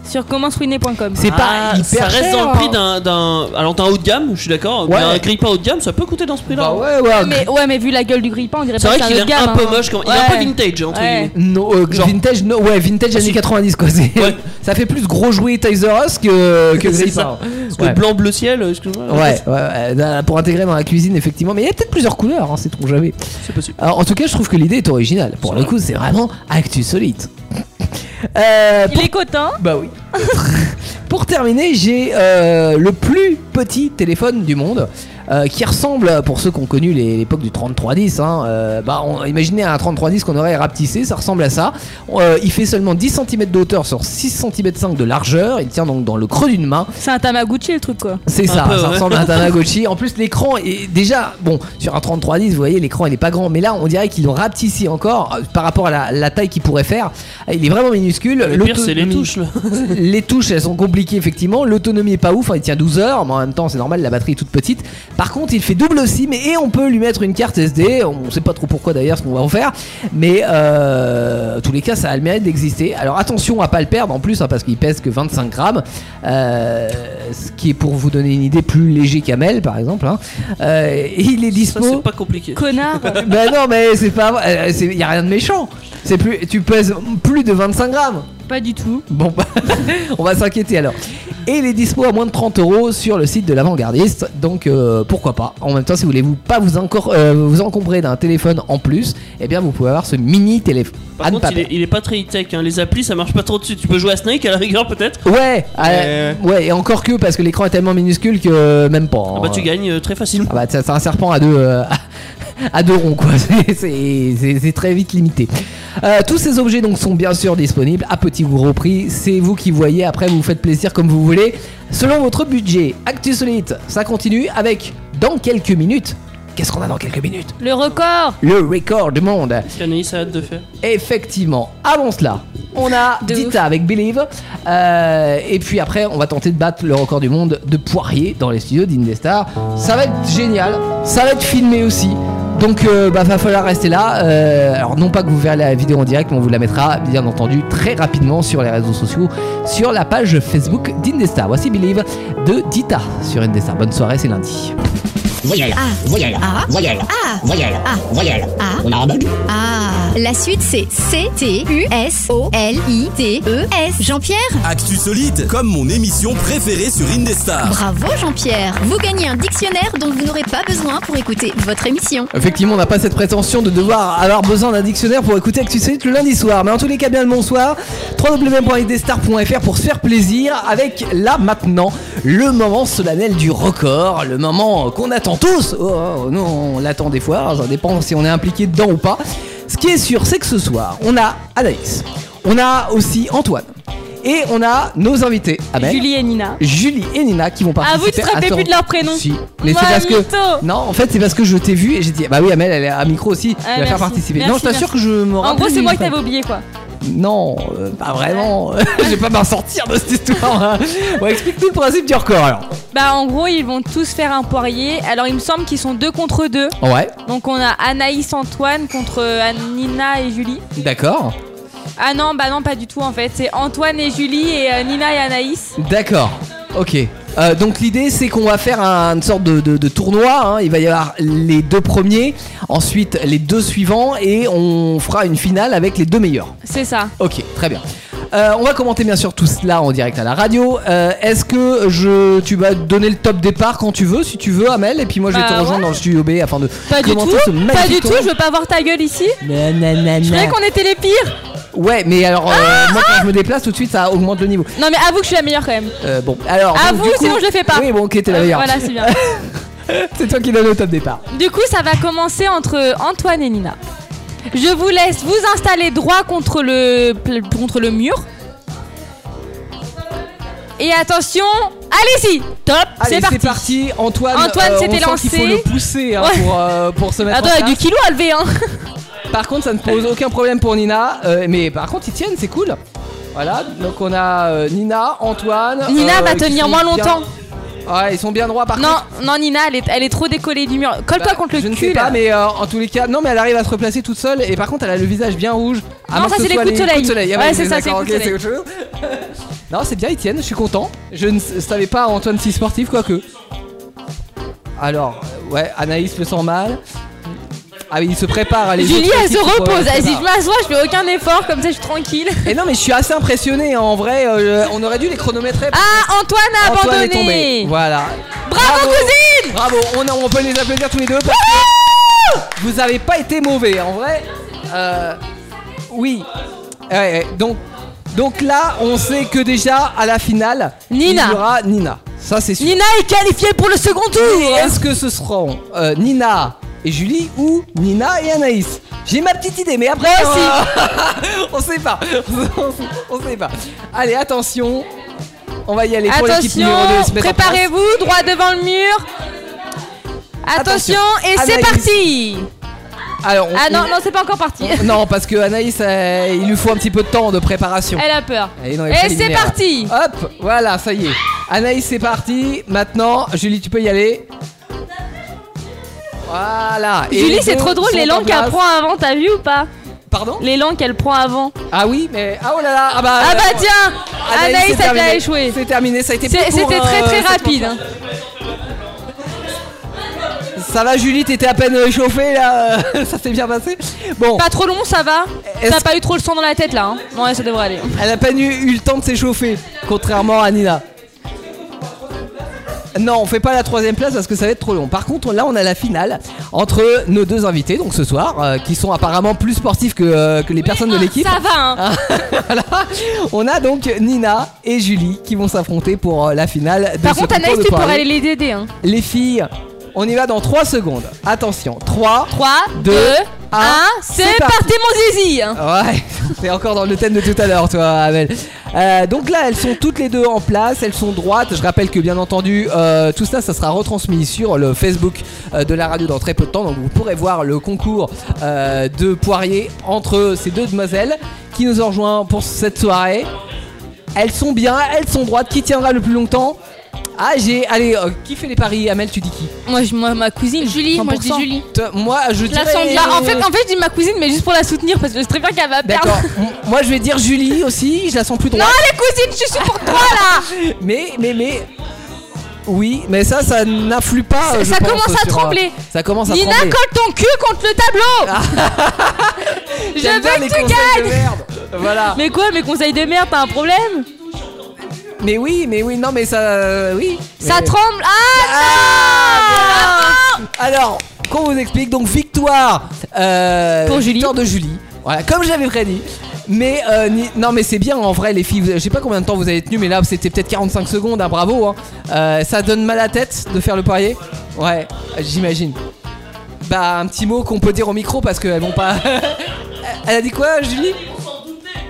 S6: sur commenceruiné.com.
S3: C'est pas
S4: Ah,
S3: hyper
S4: Ça reste
S3: cher,
S4: dans le prix
S3: hein.
S4: d'un. d'un- Alors, d'un haut de gamme, je suis d'accord.
S3: Ouais.
S4: Mais un grille-pain haut de gamme, ça peut coûter dans ce prix-là.
S3: Bah ouais ouais.
S6: Mais ouais, mais vu la gueule du grille-pain, on dirait
S4: C'est
S6: pas
S4: vrai
S6: que
S4: qu'il est
S6: autre gamme,
S4: un peu
S6: hein.
S4: moche quand Il est un
S6: Ouais.
S4: peu vintage, hein, entre
S6: Ouais.
S4: guillemets.
S3: Non, euh, vintage, non, ouais,
S4: Ah,
S3: vintage années 90 quoi. c'est- Ça fait plus gros jouet Tizer Us que, que
S4: C'est
S3: grille
S4: ça. Parce que
S3: Ouais.
S4: blanc, bleu ciel, euh, excuse-moi.
S3: Ouais, ouais, ouais, euh, pour intégrer dans la cuisine, effectivement. Mais il y a peut-être plusieurs couleurs, hein, c'est trop jamais.
S4: C'est possible.
S3: Alors, en tout cas, je trouve que l'idée est originale. Pour le coup, c'est vraiment actu solide. Euh,
S6: Il est coton.
S3: Bah oui. pour terminer, j'ai euh, le plus petit téléphone du monde. euh, qui ressemble, pour ceux qui ont connu les- l'époque du 3310, hein, euh, bah, on, imaginez un 3310 qu'on aurait rapetissé, ça ressemble à ça. Euh, il fait seulement 10 cm de hauteur sur 6 cm de largeur, il tient donc dans le creux d'une main.
S6: C'est un Tamaguchi le truc quoi.
S3: C'est ça,
S4: peu,
S3: ça
S4: ouais.
S3: ressemble à un Tamagotchi. En plus, l'écran est déjà, bon, sur un 3310, vous voyez, l'écran il est pas grand, mais là, on dirait qu'ils l'ont rapetissé encore euh, par rapport à la, la taille qu'il pourrait faire. Il est vraiment minuscule.
S4: Ah, Le pire,
S3: L'autonomie-
S4: c'est les touches, là.
S3: les touches, elles sont compliquées effectivement. L'autonomie est pas ouf, hein, il tient 12 heures, mais en même temps, c'est normal, la batterie est toute petite. Par contre, il fait double SIM et on peut lui mettre une carte SD. On sait pas trop pourquoi d'ailleurs ce qu'on va en faire, mais euh, en tous les cas, ça a le mérite d'exister. Alors attention à pas le perdre en plus, hein, parce qu'il pèse que 25 grammes, euh, ce qui est pour vous donner une idée plus léger qu'Amel par exemple. hein. Euh, et il est
S4: Ça,
S3: dispo.
S4: c'est pas compliqué.
S6: Connard.
S3: ben non, mais c'est pas. Il y a rien de méchant. C'est plus, tu pèses plus de 25 grammes.
S6: Pas du tout.
S3: Bon, bah, on va s'inquiéter alors. Et il est dispo à moins de 30 euros sur le site de l'avant-gardiste. Donc, euh, pourquoi pas. En même temps, si vous voulez vous pas vous, encore, euh, vous encombrer d'un téléphone en plus, eh bien, vous pouvez avoir ce mini téléphone.
S4: Par
S3: À ne
S4: contre,
S3: pas
S4: il est, il est pas très tech. Hein. Les applis, ça marche pas trop dessus. Tu peux jouer à Snake à la rigueur, peut-être.
S3: perdre. Ouais, euh, ouais, et encore que parce que l'écran est tellement minuscule que euh, même pas.
S4: Ah bah, tu
S3: hein.
S4: gagnes euh, très facilement.
S3: Ah bah, c'est c'est un serpent à deux, euh, à deux ronds, quoi. C'est- C'est c'est- c'est très vite limité. Euh, tous ces objets donc sont bien sûr disponibles à petit ou gros prix. C'est vous qui voyez. Après, vous vous faites plaisir comme vous voulez, selon votre budget. Actu solide, ça continue avec dans quelques minutes. Qu'est-ce qu'on a dans quelques minutes
S6: Le record
S3: Le record du monde.
S4: Anaïs a hâte de faire.
S3: Effectivement. Avant cela, on a Dita avec Believe. Euh, et puis après, on va tenter de battre le record du monde de Poirier dans les studios d'Indestar. Ça va être génial. Ça va être filmé aussi. Donc, euh, bah, va falloir rester là. Euh, alors, non pas que vous verrez la vidéo en direct, mais on vous la mettra, bien entendu, très rapidement sur les réseaux sociaux, sur la page Facebook d'Indestar. Voici Believe de Dita sur Indestar. Bonne soirée, c'est lundi.
S15: Voyelle A. Voyelle A. Voyelle A. Voyelle A. Voyelle A. En arabe
S14: Ah. La suite, c'est C-T-U-S-O-L-I-T-E-S. E Jean-Pierre
S12: Actu Solide, comme mon émission préférée sur Indestar.
S14: Bravo Jean-Pierre Vous gagnez un dictionnaire dont vous n'aurez pas besoin pour écouter votre émission.
S3: Effectivement, on n'a pas cette prétention de devoir avoir besoin d'un dictionnaire pour écouter Actu Solide le lundi soir. Mais en tous les cas, bien le bonsoir. www.idestars.fr pour se faire plaisir avec là maintenant le moment solennel du record, le moment qu'on attend tous. Oh, oh, nous, on l'attend des fois, ça dépend si on est impliqué dedans ou pas. Ce qui est sûr, c'est que ce soir, on a Anaïs, on a aussi Antoine. Et on a nos invités. Amel.
S6: Julie et Nina.
S3: Julie et Nina qui vont
S4: Ah,
S3: participer.
S6: vous, tu te
S3: à
S6: rappelais
S3: ce
S6: plus de leur
S3: record.
S6: prénom
S3: Si. Mais
S6: Moi,
S3: c'est parce
S6: mytho.
S3: que. Non, en fait, c'est parce que je t'ai vu et j'ai dit, bah oui, Amel, elle est à micro aussi, je vais la
S6: Ah, merci.
S3: faire participer. non,
S6: Merci,
S3: je t'assure
S6: merci.
S3: que je me rappelle.
S6: En gros, c'est
S3: du-
S6: moi qui t'avais oublié quoi.
S3: Non, euh, pas vraiment. je vais pas m'en sortir de cette histoire. hein. Bon, explique tout le principe du record alors.
S6: Bah en gros ils vont tous faire un poirier. Alors il me semble qu'ils sont deux contre deux.
S3: Ouais,
S6: Donc on a Anaïs Antoine contre euh, Nina et Julie.
S3: d'accord.
S6: Ah non bah non pas du tout en fait. C'est Antoine et Julie et euh, Nina et Anaïs.
S3: D'accord, ok. Euh, donc l'idée c'est qu'on va faire un- une sorte de, de- de tournoi, hein. il va y avoir les deux premiers, ensuite les deux suivants et on fera une finale avec les deux meilleurs.
S6: C'est ça.
S3: Ok, très bien. Euh, on va commenter bien sûr tout cela en direct à la radio. Euh, Est-ce que je, tu vas donner le top départ quand tu veux, si tu veux, Amel Et puis moi je vais
S6: Bah
S3: te rejoindre
S6: ouais.
S3: dans le studio B afin de
S6: Pas du tout.
S3: commenter ce magnifique
S6: Pas du tout.
S3: tournoi.
S6: Je veux pas voir ta gueule ici. Je Ah croyais qu'on était les pires.
S3: Ouais, mais alors euh, moi quand je me déplace tout de suite ça augmente le niveau.
S6: Non mais avoue que je suis la meilleure quand même.
S3: Euh, bon, alors. donc,
S6: avoue
S3: du coup-
S6: sinon je le fais pas.
S3: Oui, bon, ok, t'es la
S6: Euh,
S3: meilleure.
S6: Voilà c'est bien.
S3: C'est toi qui donne le top départ.
S6: Du coup, ça va commencer entre Antoine et Nina. Je vous laisse vous installer droit contre le, contre le mur. Et attention, allez-y Top,
S3: Allez,
S6: c'est parti.
S3: parti. Antoine,
S6: Antoine
S3: euh, on
S6: s'était
S3: sent qu'il
S6: lancé.
S3: faut le pousser hein,
S6: Ouais.
S3: pour, euh, pour se mettre
S6: Attends,
S3: en
S6: il y a du
S3: place.
S6: kilo à lever, hein
S3: Par contre, ça ne pose aucun problème pour Nina. euh, mais par contre, ils tiennent, c'est cool. Voilà, donc on a euh, Nina, Antoine. euh,
S6: Nina va
S3: qui
S6: tenir
S3: sont
S6: moins
S3: bien-
S6: longtemps.
S3: Ouais, ils sont bien droits par
S6: Non,
S3: contre.
S6: non, Nina, elle est, elle est trop décollée du mur. Colle-toi
S3: Bah,
S6: contre le
S3: je ne
S6: cul,
S3: sais pas,
S6: là.
S3: mais euh, en tous les cas, non, mais elle arrive à se replacer toute seule. Et par contre, elle a le visage bien rouge. à
S6: Non,
S3: moins
S6: ça,
S3: que
S6: c'est
S3: ce
S6: les
S3: soit
S6: coups de soleil.
S3: ah
S6: Ouais,
S3: bah,
S6: c'est ça, c'est
S3: d'accord,
S6: les coups de
S3: ok, c'est
S6: soleil.
S3: autre chose. non, c'est bien, ils tiennent. Je suis content. Je ne s- savais pas Antoine si sportif, quoique. Alors, euh, ouais, Anaïs le sent mal. Ah oui, il se prépare. à les
S6: Julie,
S3: autres
S6: elle se
S3: équipes, euh,
S6: repose. Vas-y,
S3: préparent.
S6: je m'assois, je fais aucun effort, comme ça, je suis tranquille.
S3: Et non, mais je suis assez impressionné hein, en vrai. euh, on aurait dû les chronométrer. parce
S6: Ah, Antoine a
S3: que Antoine est
S6: abandonné
S3: tombé. Voilà.
S6: Bravo, cousine
S3: Bravo. On, a- on peut les applaudir tous les deux. parce que vous avez pas été mauvais en vrai. euh, oui. Ouais, ouais, donc, donc là, on sait que déjà à la finale,
S6: Nina.
S3: il y aura Nina. Ça c'est sûr.
S6: Nina est qualifiée pour le second tour
S3: Est-ce que ce seront euh, Nina et Julie ou Nina et Anaïs J'ai ma petite idée, mais après
S6: Moi Ah.
S3: aussi. on sait pas. on sait pas. Allez, attention. On va y aller pour l'équipe numéro 2 se
S6: Attention,
S3: mettre en place.
S6: préparez-vous, droit devant le mur. Attention, et c'est
S3: Anaïs.
S6: parti
S3: Alors, on-
S6: Ah non,
S3: on-
S6: non, c'est pas encore parti.
S3: on- non, parce que Anaïs, euh, il lui faut un petit peu de temps de préparation.
S6: Elle a peur.
S3: Elle Ah, est Ah. dans les
S6: Et Eh, c'est
S3: préliminaires.
S6: parti
S3: Hop, voilà, ça y est. Anaïs, c'est parti. Maintenant, Julie, tu peux y aller. Voilà. Et
S6: Julie,
S3: les
S6: c'est
S3: deux
S6: trop drôle,
S3: sont
S6: les
S3: en
S6: langues
S3: place.
S6: qu'elle prend avant, t'as vu ou pas
S3: Pardon
S6: Les langues qu'elle prend avant.
S3: Ah oui, mais. Ah oh là là Ah bah,
S6: Ah bah
S3: euh,
S6: tiens Anaïs,
S3: c'est
S6: elle
S3: terminé.
S6: a échoué.
S3: C'est terminé, ça a été
S6: C'est-
S3: plus court,
S6: C'était
S3: hein,
S6: très très
S3: cette
S6: rapide. hein.
S3: Ça va Julie, t'étais à peine échauffée là, ça s'est bien passé. Bon,
S6: Pas trop long, ça va
S3: Est-ce-
S6: T'as pas eu trop le sang dans la tête là hein Ouais, ça devrait aller.
S3: elle a pas eu, eu le temps de s'échauffer, contrairement à Nina. Non, on fait pas la troisième place parce que ça va être trop long. Par contre, là, on a la finale entre nos deux invités, donc ce soir, euh, qui sont apparemment plus sportifs que, euh, que les personnes de l'équipe.
S6: Ça va hein
S3: Voilà. On a donc Nina et Julie qui vont s'affronter pour euh, la finale. De
S6: Par
S3: ce
S6: contre,
S3: concours
S6: Anaïs,
S3: de
S6: tu pourrais
S3: poirier.
S6: aller les aider. Hein.
S3: Les filles, on y va dans 3 secondes. Attention, 3,
S6: 3, 2,
S3: Deux,
S6: 1,
S3: un,
S6: c'est
S3: c'est
S6: parti,
S3: parti.
S6: mon zizi
S3: Ouais, t'es encore dans le thème de tout à l'heure, toi, Amel. Euh, donc là, elles sont toutes les deux en place, elles sont droites. Je rappelle que, bien entendu, euh, tout ça, ça sera retransmis sur le Facebook euh, de la radio dans très peu de temps. Donc vous pourrez voir le concours euh, de Poirier entre ces deux demoiselles qui nous ont rejoint pour cette soirée. Elles sont bien, elles sont droites. Qui tiendra le plus longtemps Ah, j'ai. Allez, euh, qui fait les paris Amel, tu dis qui
S6: Moi, je- moi, ma cousine.
S5: Julie, moi je dis
S3: 100%.
S5: Julie.
S3: Toi, Moi, je dirais. euh,
S6: Bah, en fait, en fait, je dis ma cousine, mais juste pour la soutenir parce que je sais très bien qu'elle va perdre.
S3: D'accord. M- Moi, je vais dire Julie aussi. Je la sens plus droite.
S6: Non, les cousines, je suis pour toi là.
S3: Mais, mais, mais. Oui, mais ça, ça n'influe pas.
S6: Ça-
S3: euh, je
S6: ça
S3: pense,
S6: commence à
S3: sur, euh,
S6: trembler.
S3: Ça commence à
S6: Nina,
S3: trembler. Ah.
S6: colle ton cul contre le tableau Je
S3: J'aime bien
S6: veux
S3: les
S6: que tu
S3: conseils de
S6: gagnes
S3: merde. Voilà.
S6: Mais quoi, mes conseils de merde, t'as un problème
S3: Mais oui, mais oui, non, mais ça, euh, oui. Ah.
S6: Ça
S3: mais-
S6: tremble Ah,
S3: Alors, qu'on vous explique, donc victoire euh,
S6: Pour
S3: victoire de Julie. Voilà, comme j'avais prédit. Mais euh, ni- non, mais c'est bien en vrai, les filles. vous- Je sais pas combien de temps vous avez tenu, mais là c'était peut-être 45 secondes. hein, bravo. hein. Euh, ça donne mal à la tête de faire le poirier. Ouais, j'imagine. Bah, un petit mot qu'on peut dire au micro parce qu'elles vont pas. Elle a dit quoi, Julie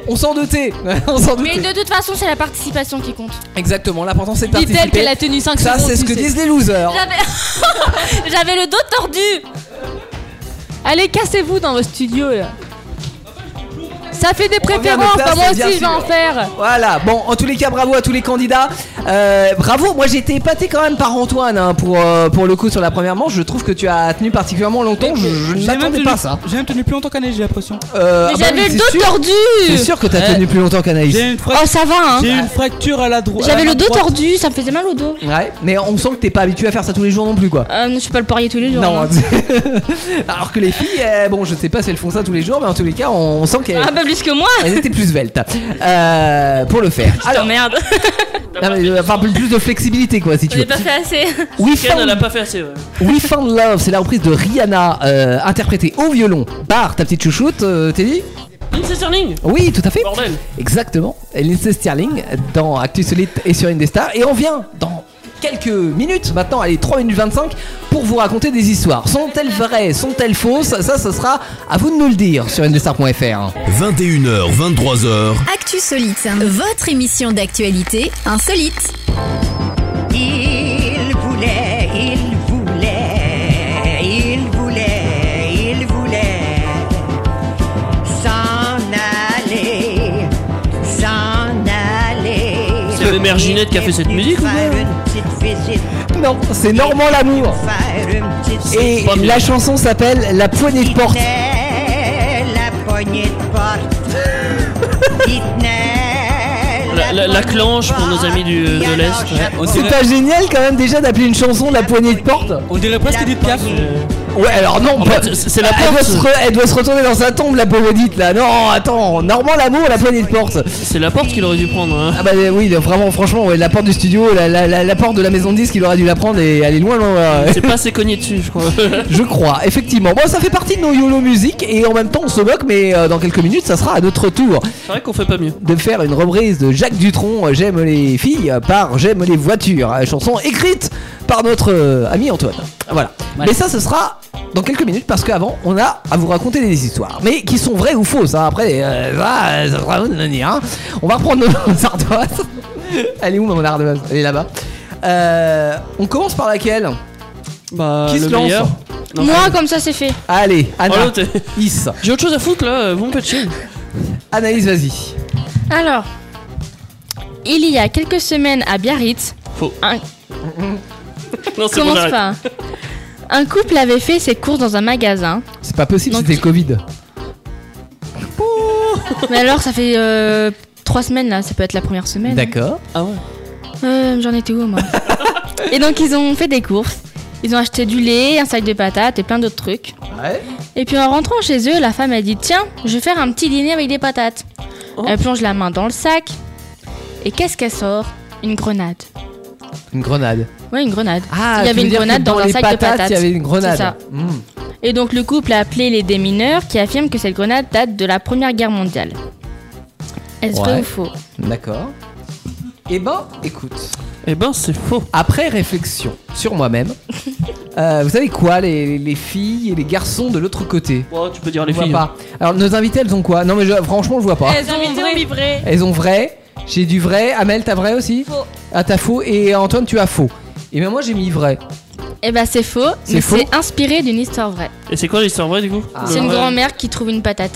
S3: On s'en doutait. On s'en doutait.
S5: Mais de toute façon, c'est la participation qui compte.
S3: Exactement. L'important c'est de
S6: Dit-elle
S3: participer.
S6: qu'elle a tenu cinq
S3: Ça,
S6: secondes,
S3: c'est ce
S6: tu
S3: que
S6: sais.
S3: disent les losers.
S6: J'avais J'avais le dos tordu Allez, cassez-vous dans vos studios là Ça fait des préférences, bah, moi aussi je vais en faire
S3: Voilà, bon, en tous les cas, bravo à tous les candidats. Euh, bravo, moi j'ai été épaté quand même par Antoine hein, pour, euh, pour le coup sur la première manche. Je trouve que tu as tenu particulièrement longtemps. Je, je
S13: J'ai même
S3: n'attendais
S13: tenu-
S3: pas ça.
S13: J'ai même tenu plus longtemps qu'Anaïs, j'ai l'impression.
S3: Euh, ah bah oui, c'est sûr. C'est sûr que t'as
S13: Ouais.
S3: tenu plus longtemps qu'Anaïs.
S13: J'ai une frac-
S5: Oh, ça va, hein.
S13: J'ai une fracture à la dro- à la droite. Ah,
S5: J'avais le dos tordu, ça me faisait mal au dos.
S3: Ouais, mais on sent que t'es pas habitué à faire ça tous les jours non plus quoi.
S5: Euh, je suis pas le parier tous les jours.
S3: Non,
S5: hein.
S3: alors que les filles, euh, bon, je sais pas si elles font ça tous les jours, mais en tous les cas, on, on sent qu'elles.
S5: Ah, bah, plus que moi. Oh,
S3: Elles étaient plus veltes euh, pour le faire. Alors,
S5: merde.
S3: non, mais, euh, enfin, plus- plus de flexibilité quoi, si tu veux.
S5: J'ai pas fait assez.
S3: Oui,
S4: Ken, elle a
S3: found-
S4: pas fait assez. ouais.
S3: We Found Love, c'est la reprise de Rihanna, euh, interprétée au violon par ta petite chouchoute, euh, Teddy
S4: Lindsay Sterling
S3: Oui, tout à fait.
S4: Bordel.
S3: Exactement. Lindsay Sterling dans Actu Solite et sur Indestar. Et on vient dans quelques minutes, maintenant, allez, 3 minutes 25, pour vous raconter des histoires. Sont-elles vraies Sont-elles fausses Ça, ce sera à vous de nous le dire sur indestar.fr.
S12: 21h, 23h,
S14: Actu Solite, votre émission d'actualité insolite.
S10: Il voulait, il voulait, il voulait, il voulait s'en aller, s'en aller.
S4: C'est la mère Ginette qui a fait cette musique ou quoi
S10: Faire une petite visite,
S3: Non, c'est Normand Lamour.
S10: faire une petite
S3: Et
S10: visite.
S3: la chanson s'appelle La poignée de porte.
S10: tenait la poignée de porte. Il tenait
S4: La, la- la clanche pour nos amis du, de l'Est.
S3: C'est pas génial quand même déjà d'appeler une chanson La poignée de porte
S13: On dirait presque Edith Piaf.
S3: Ah, Ouais, alors non,
S4: En
S3: pas-
S4: fait, c'est la
S3: elle, doit
S4: porte.
S3: se re- elle doit se retourner dans sa tombe, la pauvre Edith, là. Non, attends, Normand l'amour, la poignée de porte.
S4: C'est la porte qu'il aurait dû prendre. hein.
S3: Ah bah euh, oui, vraiment, franchement, ouais, la porte du studio, la, la- la- la porte de la maison de disque, il aurait dû la prendre et aller loin, loin. euh,
S4: C'est pas assez cogné dessus, je crois.
S3: Je crois, effectivement. Bon, ça fait partie de nos YOLO musique et en même temps, on se moque, mais euh, dans quelques minutes, ça sera à notre tour
S4: C'est vrai qu'on fait pas mieux.
S3: de faire une reprise de Jacques Dutronc, euh, J'aime les filles, euh, par J'aime les voitures, euh, chanson écrite par notre euh, ami Antoine. Voilà. Mais ça, ce sera dans quelques minutes parce qu'avant, on a à vous raconter des histoires, mais qui sont vraies ou fausses. hein. Après, euh, ça, euh, ça sera à vous de le dire, hein. On va reprendre nos ardoises. Elle est où, mon ardoise Elle est là-bas. Euh, on commence par laquelle
S4: Bah,
S3: Qui
S4: le
S3: se lance
S4: meilleur. Non,
S5: Moi, comme ça, c'est fait.
S3: Allez,
S4: Oh,
S3: Anna,
S4: l'autre, t'es-
S3: Is.
S4: J'ai autre chose à foutre là, euh, vous me faites chier.
S3: Anaïs, vas-y.
S5: Alors, il y a quelques semaines à Biarritz,
S4: Faux.
S5: un,
S4: Non, c'est bon,
S5: commence
S4: j'arrête.
S5: pas. Un couple avait fait ses courses dans un magasin.
S3: C'est pas possible, c'était le Covid.
S5: Mais alors, ça fait euh, trois semaines là, ça peut être la première semaine.
S3: D'accord.
S4: Ah ouais.
S5: Euh, J'en étais où moi Et donc, ils ont fait des courses. Ils ont acheté du lait, un sac de patates et plein d'autres trucs.
S3: Ouais.
S5: Et puis en rentrant chez eux, la femme a dit Tiens, je vais faire un petit dîner avec des patates. Elle plonge la main dans le sac. Et qu'est-ce qu'elle sort Une grenade.
S3: Une grenade.
S5: Ouais, une grenade. il
S3: Ah,
S5: y
S3: tu
S5: avait
S3: veux
S5: une
S3: dire que
S5: grenade dans, un
S3: les
S5: sac de
S3: patates,
S5: patates.
S3: Il y avait une grenade.
S5: C'est ça.
S3: Mm.
S5: Et donc le couple a appelé les démineurs qui affirment que cette grenade date de la Première Guerre mondiale. Est-ce vrai
S3: Ouais.
S5: ou faux
S3: D'accord. Eh ben, écoute.
S4: Eh ben, c'est faux.
S3: Après réflexion sur moi-même, euh, vous savez quoi, les, les filles et les garçons de l'autre côté
S4: Bon, tu peux dire
S3: Je
S4: les
S3: vois
S4: filles. hein.
S3: pas. Alors, nos invités, elles ont quoi Non, mais je- franchement, je vois
S9: Eh,
S3: pas.
S6: Elles ont vibré
S3: Elles ont vrai. J'ai du vrai. Amel, t'as vrai aussi Faux. Ah, t'as faux. Et Antoine, tu as faux. Et bien, moi, j'ai mis vrai.
S5: Eh ben c'est faux,
S3: C'est
S5: mais
S3: faux
S5: c'est inspiré d'une histoire vraie.
S4: Et c'est quoi l'histoire vraie du coup
S3: Ah.
S5: C'est
S4: Le
S5: une
S4: vrai.
S5: grand-mère qui trouve une patate.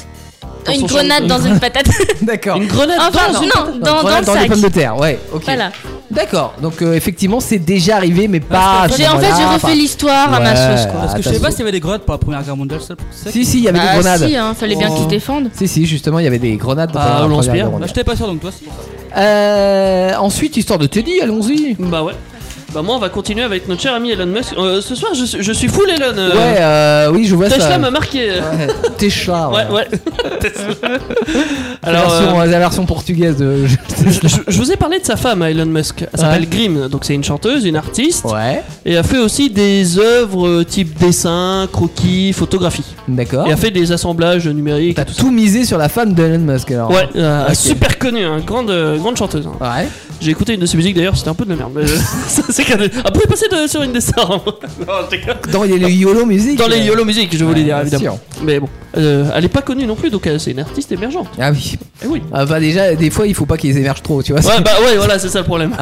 S4: Dans
S5: une
S4: son
S5: grenade
S4: champ-
S5: dans une patate.
S3: D'accord.
S4: Une grenade
S3: Ah.
S5: Enfin,
S4: dans
S5: non,
S4: une
S5: dans,
S4: patate.
S5: dans,
S3: Voilà,
S5: le
S3: dans les
S5: sac.
S3: pommes de terre, ouais, ok.
S5: Voilà.
S3: D'accord, donc euh, effectivement c'est déjà arrivé mais pas. à ce
S5: J'ai en fait j'ai
S3: moment-là,
S5: refait
S3: enfin-
S5: l'histoire à ma
S3: Ah, bah. Ouais,
S5: sauce quoi.
S13: Parce que je sais
S3: attention.
S13: pas s'il y avait des grottes pour la première guerre mondiale. ça, c'est-
S3: Si si, il y avait
S5: Bah,
S3: des grenades.
S5: si, hein, fallait bien
S13: Oh.
S5: qu'ils se défendent.
S3: Si si, justement il y avait des grenades. pendant
S4: Ah,
S3: la
S4: au
S3: Première Guerre
S4: lance-pierre.
S13: Bah,
S3: mondiale.
S13: j'étais pas sûr donc toi. c'est pour ça.
S3: Euh, ensuite histoire de Teddy, allons-y.
S4: Bah ouais. Bah moi on va continuer avec notre cher ami Elon Musk. Euh, ce soir je, suis- je suis full Elon. euh.
S3: Ouais, euh, oui, je vois ça.
S4: Tesla m'a marqué.
S3: Ouais, ah Tesla.
S4: Ouais, ouais.
S3: La version, euh, la version portugaise de.
S4: je, je- je vous ai parlé de sa femme, Elon Musk. Elle s'appelle
S3: Ouais.
S4: Grimm, donc c'est une chanteuse, une artiste. Et elle fait aussi des œuvres euh, type dessin, croquis, photographie.
S3: D'accord.
S4: Et elle fait des assemblages numériques. et
S3: T'as tout misé sur la femme d'Elon Musk alors.
S4: Ouais, euh,
S3: Ah, Ok. Ah.
S4: super connue, hein, grande, euh, grande chanteuse. hein. J'ai écouté une de ses musiques d'ailleurs, c'était un peu de la merde. mais, euh, ça, c'est cadeau. Après, passer de- sur une des stars. hein. non, je déconne.
S3: Dans les les YOLO musique.
S4: Dans les
S3: euh.
S4: YOLO musique, je voulais
S3: Ouais,
S4: dire
S3: bien
S4: évidemment. Mais bon, euh, elle est pas connue non plus, donc euh, c'est une artiste émergente.
S3: Ah oui.
S4: Eh oui.
S3: Ah bah déjà, des fois, il faut pas qu'ils émergent trop, tu vois.
S4: Ouais, bah ouais, voilà, c'est ça le problème.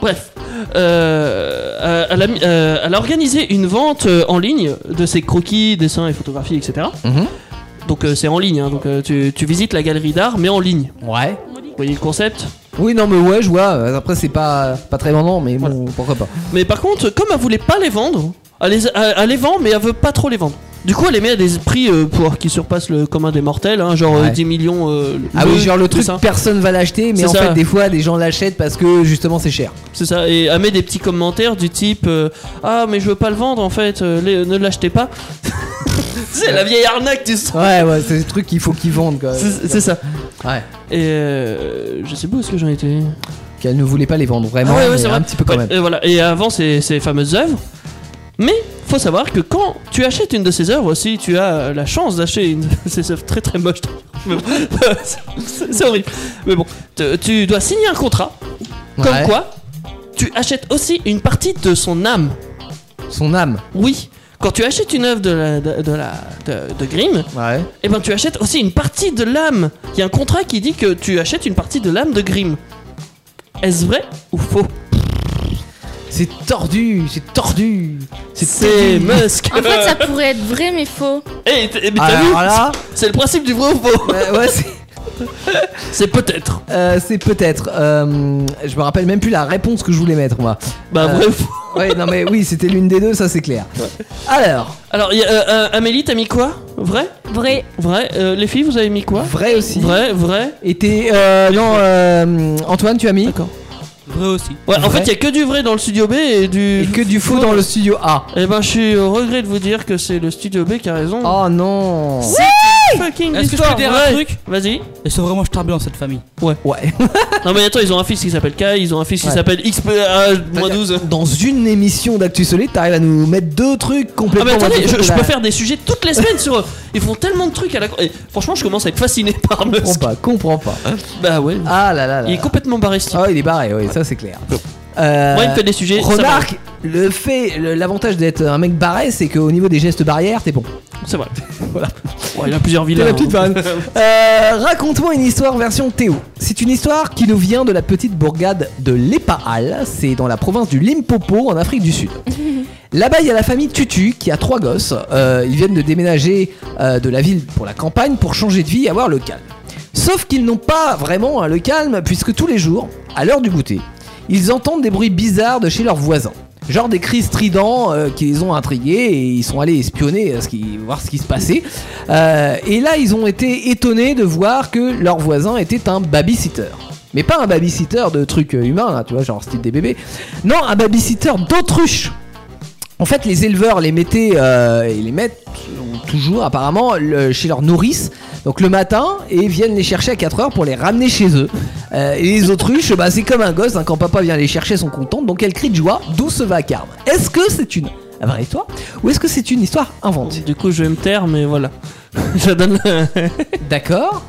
S4: Bref, Euh, euh, elle, a, mis- euh, elle a organisé une vente euh, en ligne de ses croquis, dessins et photographies, etc.
S3: Mhm.
S4: Donc euh, c'est en ligne, hein, donc euh, tu, tu visites la galerie d'art, mais en ligne.
S3: Ouais.
S4: Vous voyez le concept
S3: Oui, non, mais ouais, je vois. euh, Après, c'est pas, pas très vendant, mais bon, pourquoi pas.
S4: Mais par contre, comme elle voulait pas les vendre, elle les, elle- elle les vend, mais elle veut pas trop les vendre. Du coup, elle les met à des prix euh, pour, qui surpassent le commun des mortels, hein, genre euh,
S3: Ouais.
S4: 10 millions. euh,
S3: Ah oui, genre le truc,
S4: dessin.
S3: personne va l'acheter, mais
S4: C'est
S3: en
S4: ça.
S3: fait, des fois, des gens l'achètent parce que justement, c'est cher.
S4: C'est ça, et elle met des petits commentaires du type euh, Ah, mais je veux pas le vendre en fait, euh, les- ne l'achetez pas. c'est la vieille arnaque, tu sens.
S3: Ouais, ouais, c'est des trucs qu'il faut qu'ils vendent, quoi.
S4: C'est c'est ça.
S3: Ouais.
S4: Et euh, je sais pas où est-ce que j'en étais.
S3: Qu'elle ne voulait pas les vendre,
S4: Ah
S3: vraiment.
S4: ouais, ouais,
S3: mais
S4: c'est
S3: un
S4: vrai.
S3: petit peu quand
S4: Ouais,
S3: même.
S4: Et, voilà. et avant ces, ces fameuses œuvres. Mais faut savoir que quand tu achètes une de ces œuvres, si tu as euh, la chance d'acheter une de ces œuvres très très moches, mais bon, c'est c'est horrible. Mais bon, te- tu dois signer un contrat. Comme
S3: Ouais.
S4: quoi, tu achètes aussi une partie de son âme.
S3: Son âme.
S4: Oui. Quand tu achètes une œuvre de la de, de la de, de Grimm,
S3: ouais.
S4: et ben tu achètes aussi une partie de l'âme. Il y a un contrat qui dit que tu achètes une partie de l'âme de Grimm. Est-ce vrai ou faux
S3: C'est tordu, c'est tordu.
S4: C'est
S3: tordu.
S4: Musk.
S5: En fait, ça pourrait être vrai mais faux.
S4: Eh, t- eh, mais t'as
S3: Alors
S4: vu
S3: là- euh,
S4: C'est le principe du vrai ou faux
S3: Ouais, ouais, c'est.
S4: C'est peut-être.
S3: Euh, c'est peut-être. euh, je me rappelle même plus la réponse que je voulais mettre, moi.
S4: Bah,
S3: Euh,
S4: vrai ou faux
S3: Ouais, non, mais oui, c'était l'une des deux, ça c'est clair. Alors.
S4: Alors, il y a, euh, euh, Amélie, t'as mis quoi Vrai
S6: Vrai.
S4: Vrai. Euh, les filles, vous avez mis quoi
S3: Vrai aussi.
S4: Vrai, vrai.
S3: Et t'es. euh, non, euh, Antoine, tu as mis
S4: D'accord.
S13: Vrai aussi.
S4: Ouais, en
S3: Vrai.
S4: fait, il y a que du vrai dans le studio B et du.
S3: Et que du faux dans le studio A.
S4: Eh ben, je suis au regret de vous dire que c'est le studio B qui a raison.
S3: Oh non
S4: Fucking
S13: Est-ce que je
S4: histoire
S13: peux dire un
S4: vraie.
S13: truc
S4: Vas-y.
S13: Ils sont vraiment starbés dans cette famille.
S4: Ouais.
S3: Ouais.
S4: Non, mais attends, ils ont un fils qui s'appelle Kai, ils ont un fils qui
S3: Ouais.
S4: s'appelle XPA-12.
S3: Dans une émission d'Actu Solide, t'arrives à nous mettre deux trucs
S4: Ah, mais
S3: complètement.
S4: attendez, je,
S3: différents
S4: je
S3: de la-
S4: peux faire des sujets toutes les semaines sur eux. Ils font tellement de trucs à la. Et franchement, je commence à être fasciné par
S3: Comprends
S4: Musk.
S3: pas, comprends pas.
S4: Bah ouais.
S3: Ah là là là.
S4: Il est complètement barré ce type.
S3: Ah, il est barré, oui, ça c'est clair. Euh,
S4: Moi, il me fait des sujets, ça
S3: Remarque, le fait, le- l'avantage d'être un mec barré, c'est qu'au niveau des gestes barrières, t'es bon.
S4: C'est vrai.
S3: voilà.
S4: Ouais, il y a plusieurs
S3: T'es
S4: villages. hein.
S3: la petite vanne. Euh, Raconte-moi une histoire version Théo. C'est une histoire qui nous vient de la petite bourgade de Lepaal. C'est dans la province du Limpopo, en Afrique du Sud. Là-bas, il y a la famille Tutu qui a trois gosses. Euh, ils viennent de déménager euh, de la ville pour la campagne pour changer de vie et avoir le calme. Sauf qu'ils n'ont pas vraiment hein, le calme puisque tous les jours, à l'heure du goûter, ils entendent des bruits bizarres de chez leurs voisins. Genre des cris stridents euh, qui les ont intrigués et ils sont allés espionner, euh, ce qui- voir ce qui se passait. Euh, et là, ils ont été étonnés de voir que leur voisin était un babysitter. Mais pas un babysitter de trucs euh, humains, là, tu vois, genre style des bébés. Non, un babysitter d'autruche. En fait, les éleveurs les mettaient, euh, ils les mettent toujours apparemment le- chez leurs nourrices, donc le matin, et viennent les chercher à 4 heures pour les ramener chez eux. Euh, et les autruches, bah, c'est comme un gosse, hein, quand papa vient les chercher, elles sont contentes, donc elles crient de joie, d'où ce vacarme. Est-ce que c'est une vraie histoire ou est-ce que c'est une histoire inventée
S4: Du coup, je vais me taire, mais voilà. je donne.
S3: D'accord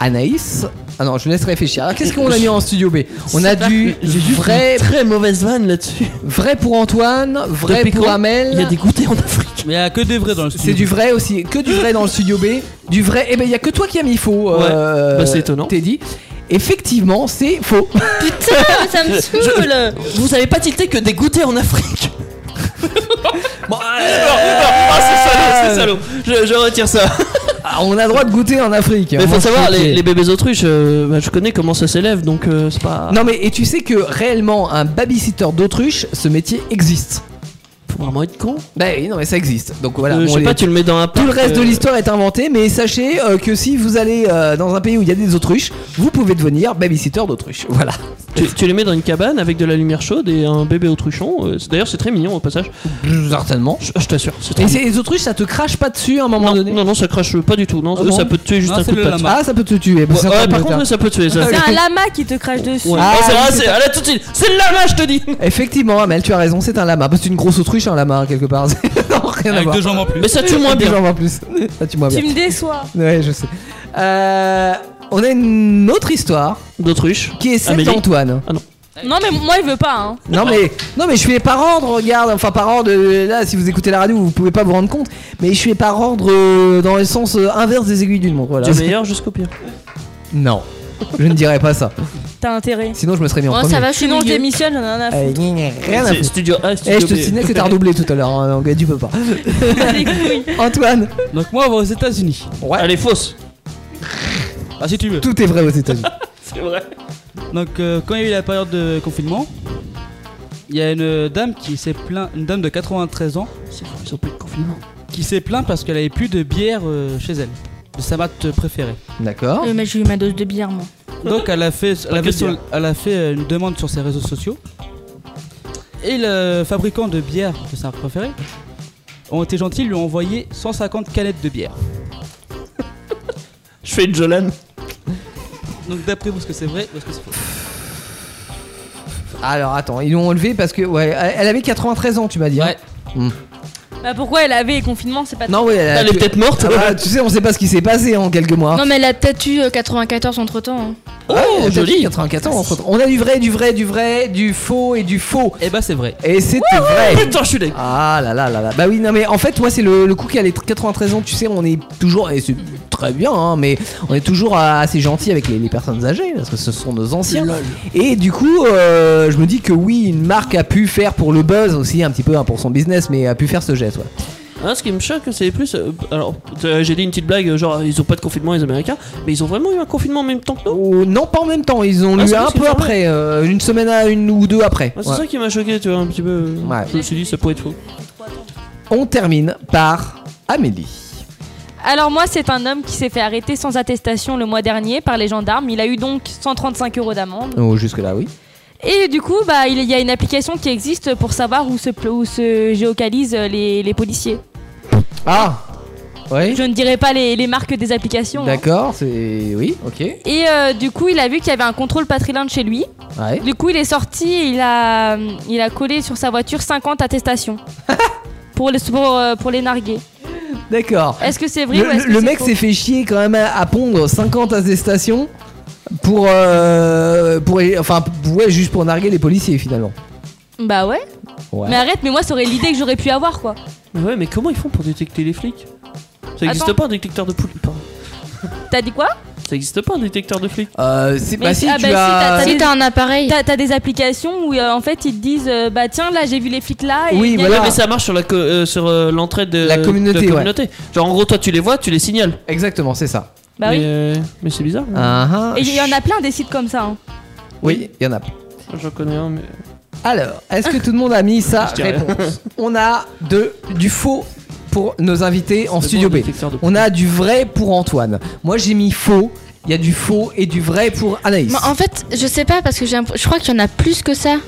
S3: Anaïs Ah non, je vous laisse réfléchir. Alors, qu'est-ce qu'on a mis en studio B On a du
S4: J'ai vu
S3: vrai,
S4: très mauvaise vanne là-dessus.
S3: vrai pour Antoine, vrai
S4: Depuis
S3: pour
S4: quand
S3: Amel.
S4: Il y a des goûters en Afrique.
S13: Mais il y a que des vrais dans le studio.
S3: C'est du vrai aussi, que du vrai dans le studio B. Du vrai, et eh ben il y a que toi qui as mis faux. euh,
S4: Ouais. Bah, c'est étonnant.
S3: Teddy. Effectivement, c'est faux.
S5: Putain, ça me saoule
S4: Je- Vous avez pas tilté que des goûters en Afrique Bon, euh, Ah, c'est salaud, c'est salaud. Je, je retire ça.
S3: Ah, On a le droit de goûter en Afrique. hein.
S4: Mais
S3: Moi,
S4: faut
S3: je
S4: savoir,
S3: trouve que-
S4: les, les bébés autruches, euh, bah, je connais comment ça s'élève, donc euh, c'est pas.
S3: Non mais et tu sais que réellement un babysitter d'autruche, ce métier existe.
S4: Faut vraiment être con.
S3: Bah oui, non mais ça existe. Donc voilà.
S4: Euh, je sais
S3: les-
S4: pas, tu le mets dans un
S3: Tout le
S4: parc,
S3: reste de
S4: euh,
S3: l'histoire est inventé, mais sachez euh, que si vous allez euh, dans un pays où il y a des autruches, vous pouvez devenir babysitter d'autruche. Voilà.
S4: Tu, tu les mets dans une cabane avec de la lumière chaude et un bébé autruchon. euh, c'est- D'ailleurs, c'est très mignon au passage.
S3: Certainement.
S4: Je, je t'assure. c'est très
S3: Et
S4: mignon.
S3: c'est- les autruches, ça te crache pas dessus à un moment donné
S4: Non, non, ça crache pas du tout. Non,
S3: Ah bon
S4: ça peut te tuer juste
S3: Non,
S4: un
S3: c'est
S4: coup de
S3: le
S4: patte.
S3: lama. Ah, ça peut te tuer. Bah,
S4: Ouais,
S3: c'est
S4: ouais,
S3: encore
S4: par
S3: mieux,
S4: contre,
S3: ça.
S4: ça peut te tuer. Ça.
S6: C'est un lama qui te crache dessus.
S4: Ouais.
S3: Ah,
S4: Ah, c'est
S3: oui,
S4: vrai,
S3: c'est
S4: c'est-
S3: ça.
S4: ah, là, tout de suite. C'est le lama, je te dis.
S3: Effectivement, Amel, tu as raison, c'est un lama. Bah, c'est une grosse autruche, un lama, quelque part. non, rien à
S13: Avec
S3: voir.
S13: deux jambes en plus.
S4: Mais ça tue moins
S3: Deux
S4: bien.
S3: jambes en plus. Ça tue moins bien.
S6: Tu me déçois.
S3: Ouais, je sais. Euh, on a une autre histoire.
S4: D'autruche.
S3: Qui est celle
S4: Amélie.
S3: d'Antoine.
S4: Ah non.
S6: Non, mais moi, il veut pas. Hein.
S3: Non mais non mais je suis par ordre, regarde, enfin par ordre euh, là si vous écoutez la radio vous pouvez pas vous rendre compte, mais je suis par ordre euh, dans le sens euh, inverse des aiguilles d'une montre. Voilà.
S4: Du Ah, meilleur jusqu'au pire.
S3: Non, je ne dirais pas ça.
S6: T'as intérêt.
S3: Sinon je me serais mis en premier.
S8: Ah,
S6: Sinon, je démissionne, j'en ai rien à
S3: Eh,
S6: foutre.
S3: gna, gna, rien à
S4: C'est
S3: foutre.
S4: Studio A,
S3: Eh,
S4: Studio
S3: je te
S4: B.
S3: signale que t'as redoublé tout à l'heure, hein, donc, tu peux pas. Antoine,
S13: Donc moi, on va aux États-Unis.
S4: Elle est fausse.
S13: Ah, si tu veux.
S3: tout est vrai aux États-Unis.
S4: C'est vrai.
S13: Donc euh, quand il y a eu la période de confinement, il y a une dame qui s'est plaint, une dame de 93 ans,
S4: C'est fou, ils ont plus de confinement.
S13: qui s'est plaint parce qu'elle avait plus de bière euh, chez elle, de sa mat préférée.
S3: D'accord.
S5: Euh, mais j'ai eu ma dose de bière, moi.
S13: Donc elle a fait, elle avait
S4: que
S13: sur-
S4: bière.
S13: elle a fait euh, une demande sur ses réseaux sociaux. Et le fabricant de bière de sa préférée ont été gentils, lui ont envoyé 150 canettes de bière.
S4: Je fais une Jolan.
S13: Donc d'après vous, est-ce que c'est vrai ou est-ce que c'est faux
S3: Alors attends, ils l'ont enlevé parce que ouais, elle elle avait 93 ans, tu m'as dit. hein.
S13: Ouais.
S3: Hmm.
S6: Bah, pourquoi elle avait les confinements C'est pas
S3: Non ouais,
S4: Elle est peut-être morte.
S3: Ah bah, tu sais, on sait pas ce qui s'est passé hein, en quelques mois.
S5: Non, mais elle a peut-être eu euh, 94 entre temps. hein.
S3: Oh,
S4: joli.
S3: 94 entre- On a du vrai, du vrai, du vrai, du faux et du faux.
S13: Eh bah c'est vrai.
S3: Et c'était vrai.
S4: Eh, Putain, je suis deg.
S3: Ah là là là là. Bah oui, non mais en fait, moi, c'est le, le coup qu'à les 93 ans, tu sais, on est toujours, et c'est très bien, hein, mais on est toujours euh, assez gentil avec les, les personnes âgées, parce que ce sont nos anciens. Et du coup, euh, je me dis que oui, une marque a pu faire pour le buzz aussi, un petit peu hein, pour son business, mais a pu faire ce geste, ouais.
S4: Ah, ce qui me choque, c'est plus. euh, alors, euh, j'ai dit une petite blague, genre, ils ont pas de confinement, les Américains, mais ils ont vraiment eu un confinement en même temps que nous.
S3: Oh, non, pas en même temps, ils ont
S4: Ah,
S3: lu
S4: c'est
S3: un
S4: parce que
S3: peu
S4: c'est
S3: après, euh, une semaine à une ou deux après.
S4: Ah, c'est
S3: Ouais.
S4: ça qui m'a choqué, tu vois, un petit peu.
S3: Ouais.
S4: Je me suis dit, ça pourrait être faux.
S3: On termine par Amélie.
S6: Alors moi, c'est un homme qui s'est fait arrêter sans attestation le mois dernier par les gendarmes. Il a eu donc 135 euros d'amende.
S3: Oh, jusque-là, oui.
S6: Et du coup, bah, il y a une application qui existe pour savoir où se, pla- où se géocalisent les, les policiers.
S3: Ah Oui
S6: Je ne dirai pas les, les marques des applications. hein.
S3: D'accord, c'est. Oui, ok. Ouais.
S6: Et euh, du coup, il a vu qu'il y avait un contrôle patrilinde chez lui. Du coup, il est sorti et il a, il a collé sur sa voiture 50 attestations. pour, les, pour, euh, pour les narguer.
S3: D'accord.
S6: Est-ce que c'est vrai
S3: Le,
S6: ou est-ce que
S3: le- le
S6: c'est
S3: mec
S6: faux
S3: s'est fait chier quand même à, à pondre 50 attestations pour. euh, pour enfin, ouais, juste pour narguer les policiers finalement.
S6: Bah ouais.
S3: Ouais.
S6: Mais arrête, mais moi, ça aurait l'idée que j'aurais pu avoir, quoi.
S4: Mais ouais, mais comment ils font pour détecter les flics Ça existe
S6: Attends.
S4: pas un détecteur de flics. pardon.
S6: T'as dit quoi
S4: Ça existe pas un détecteur de flics.
S3: Euh, c'est
S6: Mais
S3: bah
S6: si-
S3: si,
S6: ah
S3: tu
S6: bah si,
S3: as.
S6: t'as-
S5: Si t'as un appareil.
S6: T'as t'as des applications où euh, en fait ils te disent euh, bah tiens là j'ai vu les flics là et
S3: Oui,
S6: il y a-
S3: voilà.
S4: Mais ça marche sur la co- euh, sur euh, l'entrée de
S3: La communauté,
S4: de Genre en gros, toi tu les vois, tu les signales.
S3: Exactement, c'est ça.
S6: Bah
S4: mais
S6: oui.
S4: euh, mais c'est bizarre. hein.
S3: Ah, ah.
S6: Et il y en a plein des sites comme ça. hein.
S3: Oui, il y en a.
S4: J'en connais un, mais.
S3: Alors, est-ce que tout le monde a mis sa
S4: Je dirais.
S3: réponse On a de, du faux pour nos invités en
S4: C'est
S3: studio
S4: bon,
S3: B.
S4: le détecteur de-
S3: On a du vrai pour Antoine. Moi, j'ai mis faux. Il y a du faux et du vrai pour Anaïs.
S5: Mais en fait, je sais pas parce que j'ai un- je crois qu'il y en a plus que ça.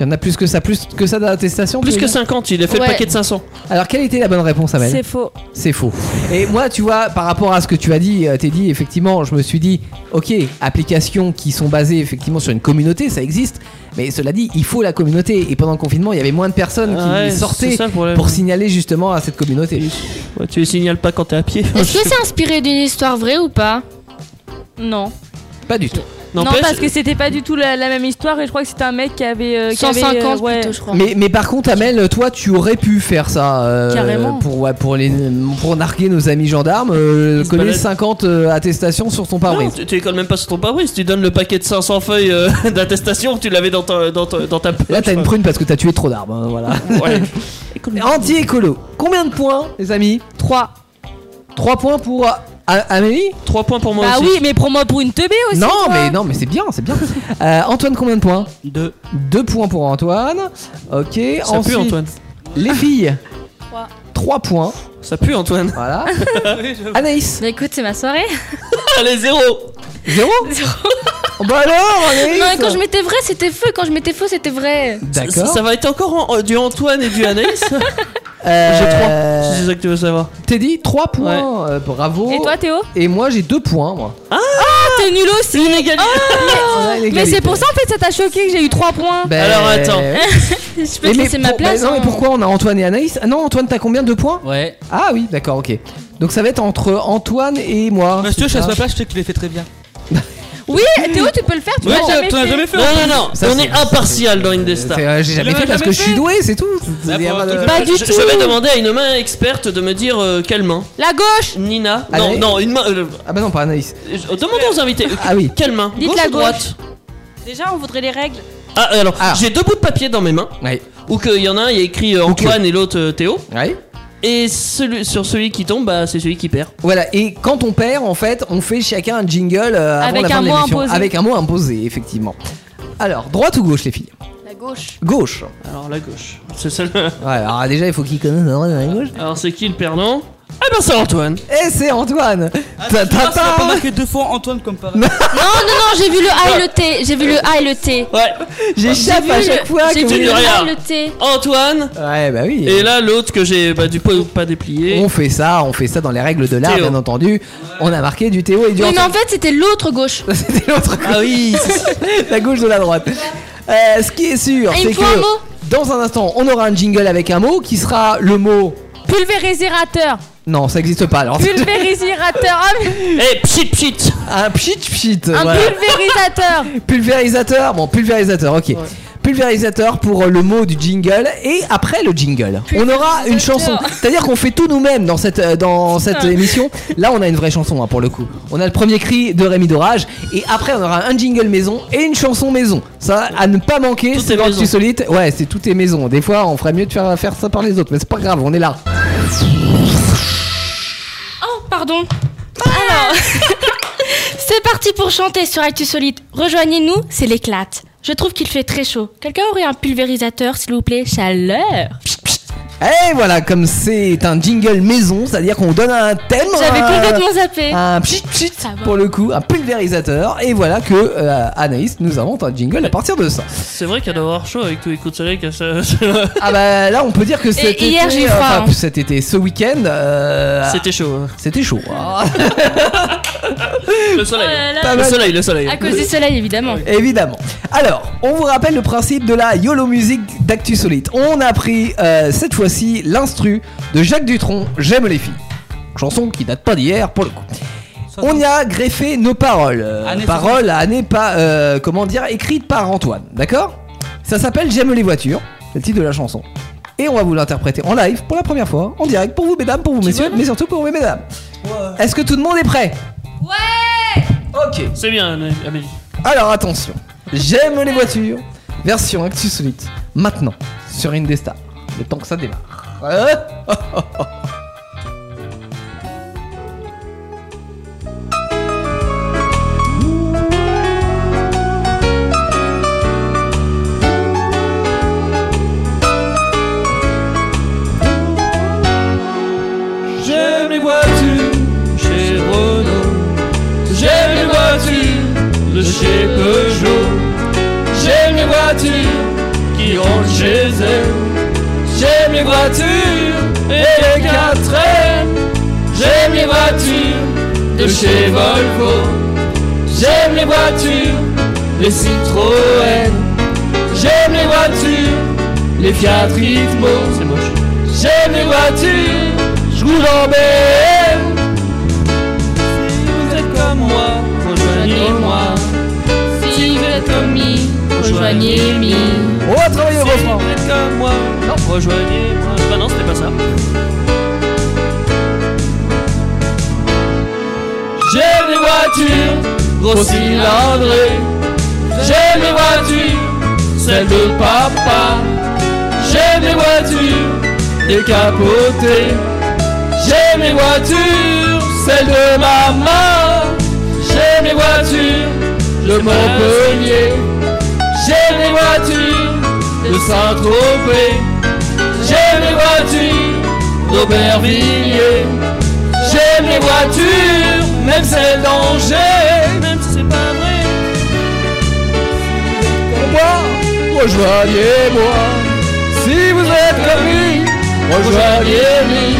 S3: Il y en a plus que ça, plus que ça d'attestation.
S4: Plus
S3: tu
S4: que
S3: veux dire
S4: 50, il a fait
S5: Ouais.
S4: le paquet de 500.
S3: Alors, quelle était la bonne réponse, Amel
S6: C'est faux.
S3: C'est faux. Et moi, tu vois, par rapport à ce que tu as dit, euh, t'es dit, effectivement, je me suis dit, ok, applications qui sont basées effectivement sur une communauté, ça existe. Mais cela dit, il faut la communauté. Et pendant le confinement, il y avait moins de personnes qui
S4: Ah ouais,
S3: sortaient
S4: c'est ça le problème.
S3: pour signaler justement à cette communauté.
S4: Ouais, tu les signales pas quand t'es à pied.
S5: Est-ce que c'est inspiré d'une histoire vraie ou pas
S6: Non.
S3: Pas du tout.
S6: Non,
S4: N'empêche-
S6: parce que c'était pas du tout la, la même histoire et je crois que c'était un mec qui avait euh, qui avait, euh,
S5: 150
S6: ouais.
S5: plutôt, je crois.
S3: Mais, mais par contre, Amel, toi, tu aurais pu faire ça. euh,
S5: Carrément.
S3: Pour, ouais, pour, les, pour narguer nos amis gendarmes, euh,
S4: Ils se
S3: coller
S4: baladent.
S3: 50 euh, attestations sur ton
S4: Non,
S3: pare-brise.
S4: tu, tu les colles même pas sur ton pare-brise, tu donnes le paquet de 500 feuilles euh, d'attestation, tu l'avais dans ta, dans, ta, dans ta poche.
S3: Là, t'as une prune parce que t'as tué trop d'arbres. hein, voilà.
S4: Ouais.
S3: Anti-écolo. Combien de points, les amis
S6: 3.
S3: 3 points pour euh, Amélie
S4: 3 points pour moi
S6: Bah
S4: aussi.
S6: oui, mais prends-moi pour une teubée aussi.
S3: Non,
S6: toi.
S3: mais, non, mais c'est bien, c'est bien. Euh, Antoine, combien de points Deux. Deux points pour Antoine. Ok.
S4: Ça pue, Antoine.
S3: Les filles,
S6: Trois.
S3: trois points.
S4: Ça pue, Antoine.
S3: Voilà.
S6: Anaïs Bah écoute, c'est ma soirée.
S4: Allez, zéro
S3: Zéro Bah alors, Anaïs
S5: Non, mais quand je mettais vrai, c'était feu. Quand je mettais faux, c'était vrai.
S4: Ça, ça va être encore en- euh, du Antoine et du Anaïs J'ai
S3: Euh,
S4: 3. C'est ça que tu veux savoir.
S3: Teddy, trois points. Euh, bravo.
S5: Oh.
S6: Et toi, Théo
S3: Et moi, j'ai deux points, moi.
S6: Ah, t'es nul aussi
S3: On a
S6: Ah, Mais,
S3: l'égalité.
S6: mais c'est pour ça en fait, ça t'a choqué que j'ai eu 3 points.
S3: Ben, Alors, attends.
S6: je peux
S3: Et
S6: te
S3: mais
S6: laisser ma
S3: pour-
S6: place.
S3: bah non, mais
S6: hein.
S3: pourquoi on a Antoine et Anaïs Ah non, Antoine, t'as combien Deux points
S7: Ouais.
S3: Ah oui, d'accord, ok. Donc ça va être entre Antoine et moi.
S13: Monsieur,
S3: c'est
S13: chasse ma
S3: ça
S13: place, je sais que Bah, tu les fais très bien.
S6: Oui, Théo, Eh, tu peux le faire, tu
S13: Ouais,
S6: l'as
S13: t'as-
S6: jamais,
S13: t'en as
S6: fait.
S13: jamais fait,
S4: Non, non, non,
S3: Ça,
S4: on
S3: c'est-
S4: est impartial dans Indestar.
S3: C'est, euh, J'ai jamais fait parce que je suis doué, c'est tout. Il y a de-
S6: Pas du
S4: je,
S6: tout.
S4: je vais demander à une main experte de me dire euh, quelle main.
S6: La gauche
S4: Nina.
S3: Allez.
S4: Non, non, une main. euh,
S3: Ah bah non, pas Anaïs.
S4: je- demandez aux invités. euh,
S3: Ah oui.
S4: Quelle main
S6: Dites
S4: Gauche
S6: la
S4: ou droite
S15: Déjà, on voudrait les règles.
S4: Ah, alors, j'ai deux bouts de papier dans mes mains. Ou qu'il y en a un, il y a écrit euh, Antoine et l'autre euh, Théo. Et celui, sur celui qui tombe, bah, c'est celui qui perd.
S3: Voilà, et quand on perd, en fait, on fait chacun un jingle euh, avant
S6: Avec
S3: la
S6: un
S3: fin de
S6: mot
S3: l'émission.
S6: imposé.
S3: Avec un mot imposé, effectivement. Alors, droite ou gauche, les filles
S9: La gauche.
S3: Gauche.
S4: Alors, la gauche. C'est celle
S3: Ouais, alors ah, déjà, il faut qu'ils connaissent la droite et la gauche.
S4: Alors, c'est qui le perdant Ah, ben, c'est Antoine.
S3: Eh, c'est Antoine Ta- ta-
S13: Ah, ça a
S3: ta-
S13: pas marqué deux fois Antoine comme par
S5: Non, Oh, non, non, j'ai vu le A et le T. J'ai vu le A et le T.
S4: Ouais.
S3: J'échappe
S5: J'ai
S3: à
S5: vu
S3: chaque
S5: le-
S3: fois
S5: J'ai
S3: que
S5: vu
S3: vous-
S5: le A
S4: Regarde.
S5: et le T.
S4: Antoine
S3: Ouais, bah oui.
S4: Et là, l'autre que j'ai bah, du coup pas déplié.
S3: On fait ça, on fait ça dans les règles de l'art,
S4: Théo.
S3: bien entendu. On a marqué du Théo et du
S5: Oui, mais en
S3: Antoine.
S5: fait, c'était l'autre gauche.
S3: C'était l'autre
S4: Ah oui
S3: la gauche de la droite. Euh, ce qui est sûr,
S5: Et il
S3: c'est
S5: me
S3: que
S5: faut un mot.
S3: dans un instant, on aura un jingle avec un mot qui sera le mot.
S6: Pulvérisérateur.
S3: Non, ça n'existe pas. Alors,
S6: Pulvérisérateur. Ah, mais-
S4: Eh, pchit pchit
S3: un pchit pchit.
S6: Un
S3: voilà.
S6: pulvérisateur.
S3: Pulvérisateur. Bon, pulvérisateur, ok. Pulvérisateur pour euh, le mot du jingle et après le jingle, on aura une chanson. C'est-à-dire qu'on fait tout nous-mêmes dans cette euh, dans cette émission. Là, on a une vraie chanson hein, pour le coup. On a le premier cri de Rémi Dorage et après on aura un jingle maison et une chanson maison. Ça à ne pas manquer. C'est dans
S4: maison.
S3: solide. Ouais, c'est tout est maison. Des fois, on ferait mieux de faire faire ça par les autres, mais c'est pas grave, on est là.
S5: Oh, pardon. Alors, c'est parti pour chanter sur Actu Solide. Rejoignez-nous, c'est l'éclate. Je trouve qu'il fait très chaud. Quelqu'un aurait un pulvérisateur, s'il vous plaît Chaleur
S3: Et voilà, comme c'est un jingle maison, c'est-à-dire qu'on donne un thème. euh,
S5: J'avais
S3: un-
S5: complètement zappé.
S3: Un pchit pchit pour le coup, un pulvérisateur. Et voilà que euh, Anaïs nous invente un jingle à partir de ça.
S4: C'est vrai qu'à d'avoir chaud avec tous les coups de soleil que ça.
S3: Ah bah là, on peut dire que cet été,
S5: hier, j'ai eu froid,
S3: enfin,
S5: hein.
S3: cet été, ce week-end, euh,
S4: C'était chaud. hein.
S3: c'était chaud. hein.
S4: Le soleil.
S5: Oh là là.
S3: Pas
S4: le
S3: mal.
S4: soleil, le soleil.
S5: À cause du soleil, évidemment.
S3: Évidemment. Alors, on vous rappelle le principe de la YOLO musique d'Actu Solite. On a pris euh, cette fois-ci l'instru de Jacques Dutronc, J'aime les filles. Chanson qui date pas d'hier pour le coup. On y a greffé nos paroles. Euh,
S13: Année
S3: paroles à année pas, euh, comment dire, écrites par Antoine. D'accord Ça s'appelle J'aime les voitures, c'est le titre de la chanson. Et on va vous l'interpréter en live pour la première fois, en direct, pour vous mesdames, pour vous messieurs, mais surtout pour vous mesdames. Est-ce que tout le monde est prêt Ok.
S4: C'est bien, Amélie.
S3: alors attention, j'aime les voitures, version Actu Solite, maintenant sur Indestar, le temps que ça démarre. Euh,
S13: J'aime les voitures
S4: chez Renault.
S13: J'aime les voitures de chez Peugeot. J'aime les voitures qui rentrent chez elles. J'aime les voitures et les quatre ailes. J'aime les voitures de chez Volvo. J'aime les voitures les Citroën. J'aime les voitures les Fiat Ritmo.
S4: C'est moche.
S13: J'aime les voitures, je roule en BM. Si vous êtes comme moi, rejoignez-moi.
S6: Si vous êtes commis, rejoignez-moi.
S3: On va travailler oh. au refrain.
S4: Vous êtes comme moi. Rejoignez-moi.
S13: Ah
S4: Bah non, c'était pas ça.
S13: J'aime les voitures, gros cylindrées. J'aime les voitures, celles de papa. J'aime les voitures, décapotées. J'aime les voitures, celle de ma main. J'aime les voitures de Montpellier. J'aime les voitures de Saint-Tropez. J'aime les voitures d'Aubervilliers. J'aime les voitures, même celles d'Angers, même si c'est pas vrai. Moi, rejoignez-moi. Si vous êtes comme lui, rejoignez-lui.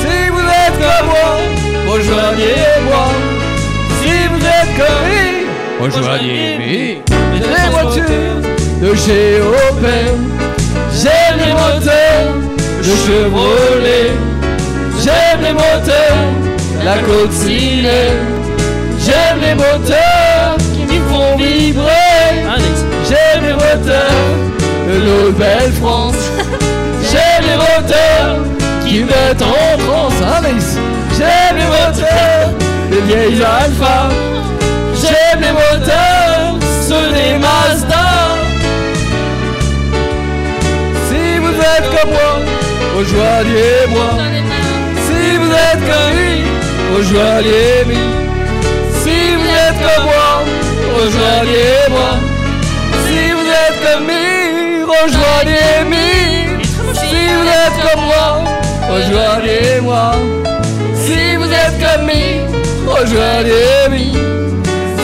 S13: Si vous êtes comme moi, rejoignez-moi. Si vous êtes comme lui, rejoignez-lui. Les voitures de Géopem, j'aime les moteurs de Chevrolet. J'aime les moteurs, la côte Cilée. J'aime les moteurs qui me font vibrer. J'aime les moteurs de Nouvelle France. J'aime les moteurs qui mettent en France. Ah, Alex. J'aime les moteurs des vieilles alphas. J'aime les moteurs ceux des Mazda. Si vous êtes comme moi, rejoignez-moi. Si vous êtes comme lui, rejoignez-moi. Si vous êtes comme moi, rejoignez-moi. Si vous êtes comme lui, rejoignez-moi. Si vous êtes comme moi, rejoignez-moi. Si vous êtes comme lui, rejoignez-moi.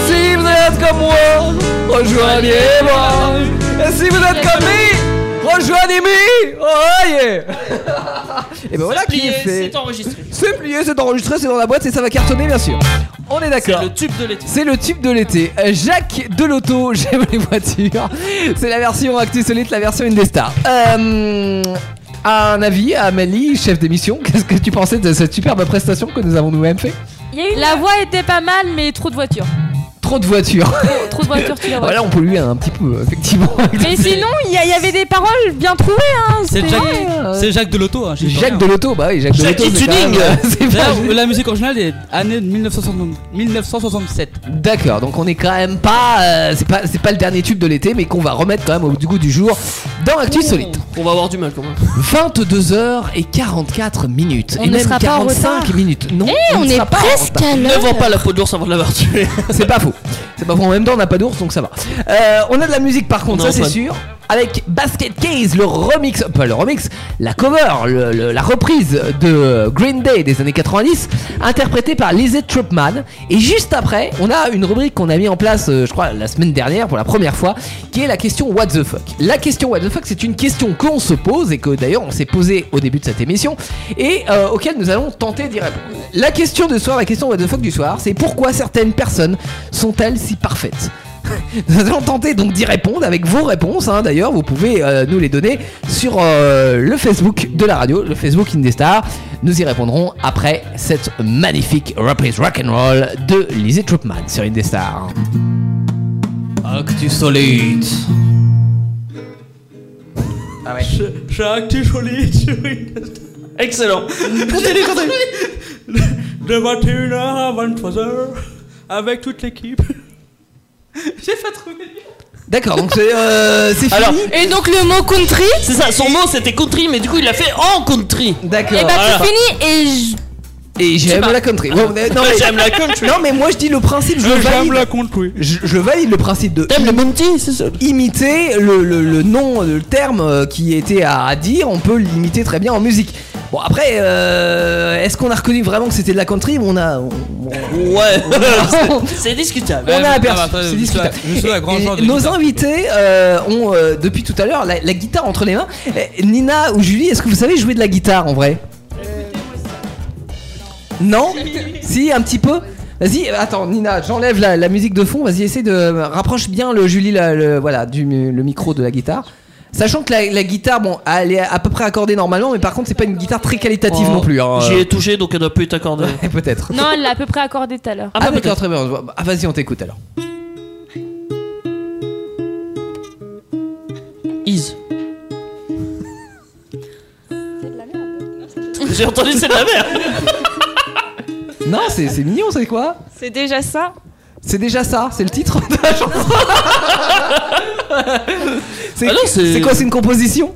S13: Si vous êtes comme moi, rejoignez-moi. Et si vous êtes comme lui, rejoignez-moi. Oh yeah
S3: Et ben voilà qui est fait.
S4: C'est enregistré.
S3: C'est plié, c'est enregistré, c'est dans la boîte et ça va cartonner bien sûr. On est d'accord.
S4: C'est le tube de l'été.
S3: C'est le tube de l'été. Euh, Jacques Delotto, j'aime les voitures. C'est la version Actu Solide, la version une des stars. Euh, un avis à Amélie, chef d'émission, qu'est-ce que tu pensais de cette superbe prestation que nous avons nous-mêmes fait
S6: La voix était pas mal, mais trop de voitures.
S3: Trop de voitures.
S6: Trop de voitures, tu la vois.
S3: Voilà, on pollue un petit peu, effectivement.
S6: Mais sinon, il y, a- il y avait des paroles bien trouvées. Hein,
S7: C'est
S6: c'était-
S7: Jacques,
S6: Ouais, euh,
S7: c'est Jacques de l'auto. Hein,
S3: Jacques de l'auto, bah oui, Jacques de l'auto. c'est quand même, euh, c'est pas
S13: Ah
S7: D'ailleurs,
S3: juste.
S7: La musique originale est année 1960 1967.
S3: D'accord, donc on est quand même pas, euh, c'est pas, c'est pas le dernier tube de l'été, mais qu'on va remettre quand même au du goût du jour dans l'actu solide.
S4: On va avoir du mal quand même.
S3: 22h44 minutes
S4: On
S3: et
S4: ne
S3: même
S4: sera pas en
S3: 45
S4: retard.
S3: minutes. Non,
S4: Eh, on
S3: ne
S4: est
S3: sera pas en
S4: presque
S3: retard.
S4: à Ne l'heure. vends pas la peau d'ours avant de l'avoir tué.
S3: C'est pas faux. C'est pas faux. En même temps, on n'a pas d'ours, donc ça va. Euh, on a de la musique par contre,
S4: On a
S3: ça c'est
S4: Antoine.
S3: sûr. Avec Basket Case, le remix, pas le remix, la cover, le- le- la reprise de Green Day des années 90, interprétée par Lizzie Trupman. Et juste après, on a une rubrique qu'on a mis en place, euh, je crois, la semaine dernière pour la première fois, qui est la question What the fuck. La question What the fuck, c'est une question qu'on se pose et que d'ailleurs on s'est posée au début de cette émission et euh, auquel nous allons tenter d'y répondre. La question de ce soir, la question What the fuck du soir, c'est pourquoi certaines personnes sont-elles si parfaites nous allons tenter donc d'y répondre avec vos réponses. hein. D'ailleurs, vous pouvez euh, nous les donner sur euh, le Facebook de la radio, le Facebook Indestar. Nous y répondrons après cette magnifique reprise rock'n'roll de Lizzie Troopman sur Indestar. Actu solide. Ah ouais.
S13: Jacques, tu joli, tu
S4: Excellent.
S13: Continue, continue. De 21h à 23h, avec toute l'équipe. J'ai pas trouvé.
S3: D'accord, donc c'est euh, c'est fini.
S4: Alors,
S6: Et donc le mot country
S4: C'est ça, son mot c'était country, mais du coup il l'a fait en country.
S3: D'accord.
S6: Et bah c'est fini et je-
S3: Et
S4: Je sais
S3: j'aime
S4: pas.
S3: la country. Bon, mais- non, mais,
S4: J'aime la country. Euh,
S3: Non, mais moi je dis le principe, je le valide.
S7: country.
S3: Je, je valide le principe de
S4: T'aimes le Monty, c'est ça
S3: imiter le, le- le nom, le terme euh, qui était à, à dire, on peut l'imiter très bien en musique. Bon après, euh, est-ce qu'on a reconnu vraiment que c'était de la country ou on a, on,
S4: Ouais, c'est- c'est discutable. Euh,
S3: on a aperçu
S7: attends,
S3: C'est
S7: je suis la-
S3: discutable.
S7: je suis la grande
S3: Et-
S7: genre de
S3: et Nos
S7: guitare.
S3: invités euh, ont euh, depuis tout à l'heure la, la guitare entre les mains. Eh, Nina ou Julie, est-ce que vous savez jouer de la guitare en vrai Non Si, un petit peu Vas-y, euh, attends, Nina, j'enlève la, la musique de fond. Vas-y, essaie de. euh, Rapproche bien le Julie, la- le, voilà, du, le micro de la guitare. Sachant que la, la guitare, bon, elle est à peu près accordée normalement, mais par contre, c'est pas une guitare très qualitative
S4: Oh.
S3: non plus. hein.
S4: J'y ai touché donc elle doit plus être accordée.
S3: Ouais, Peut-être.
S6: Non, elle l'a à peu près accordé tout à l'heure.
S3: Ah, d'accord, très bien. on se voit. Ah, vas-y, on t'écoute alors.
S4: Is. J'ai entendu c'est de la merde.
S3: Non, c'est c'est mignon, c'est quoi
S8: C'est déjà ça
S3: C'est déjà ça, c'est le titre de la chanson. c'est
S4: Ah non, c'est- Ah
S3: c'est quoi, c'est une composition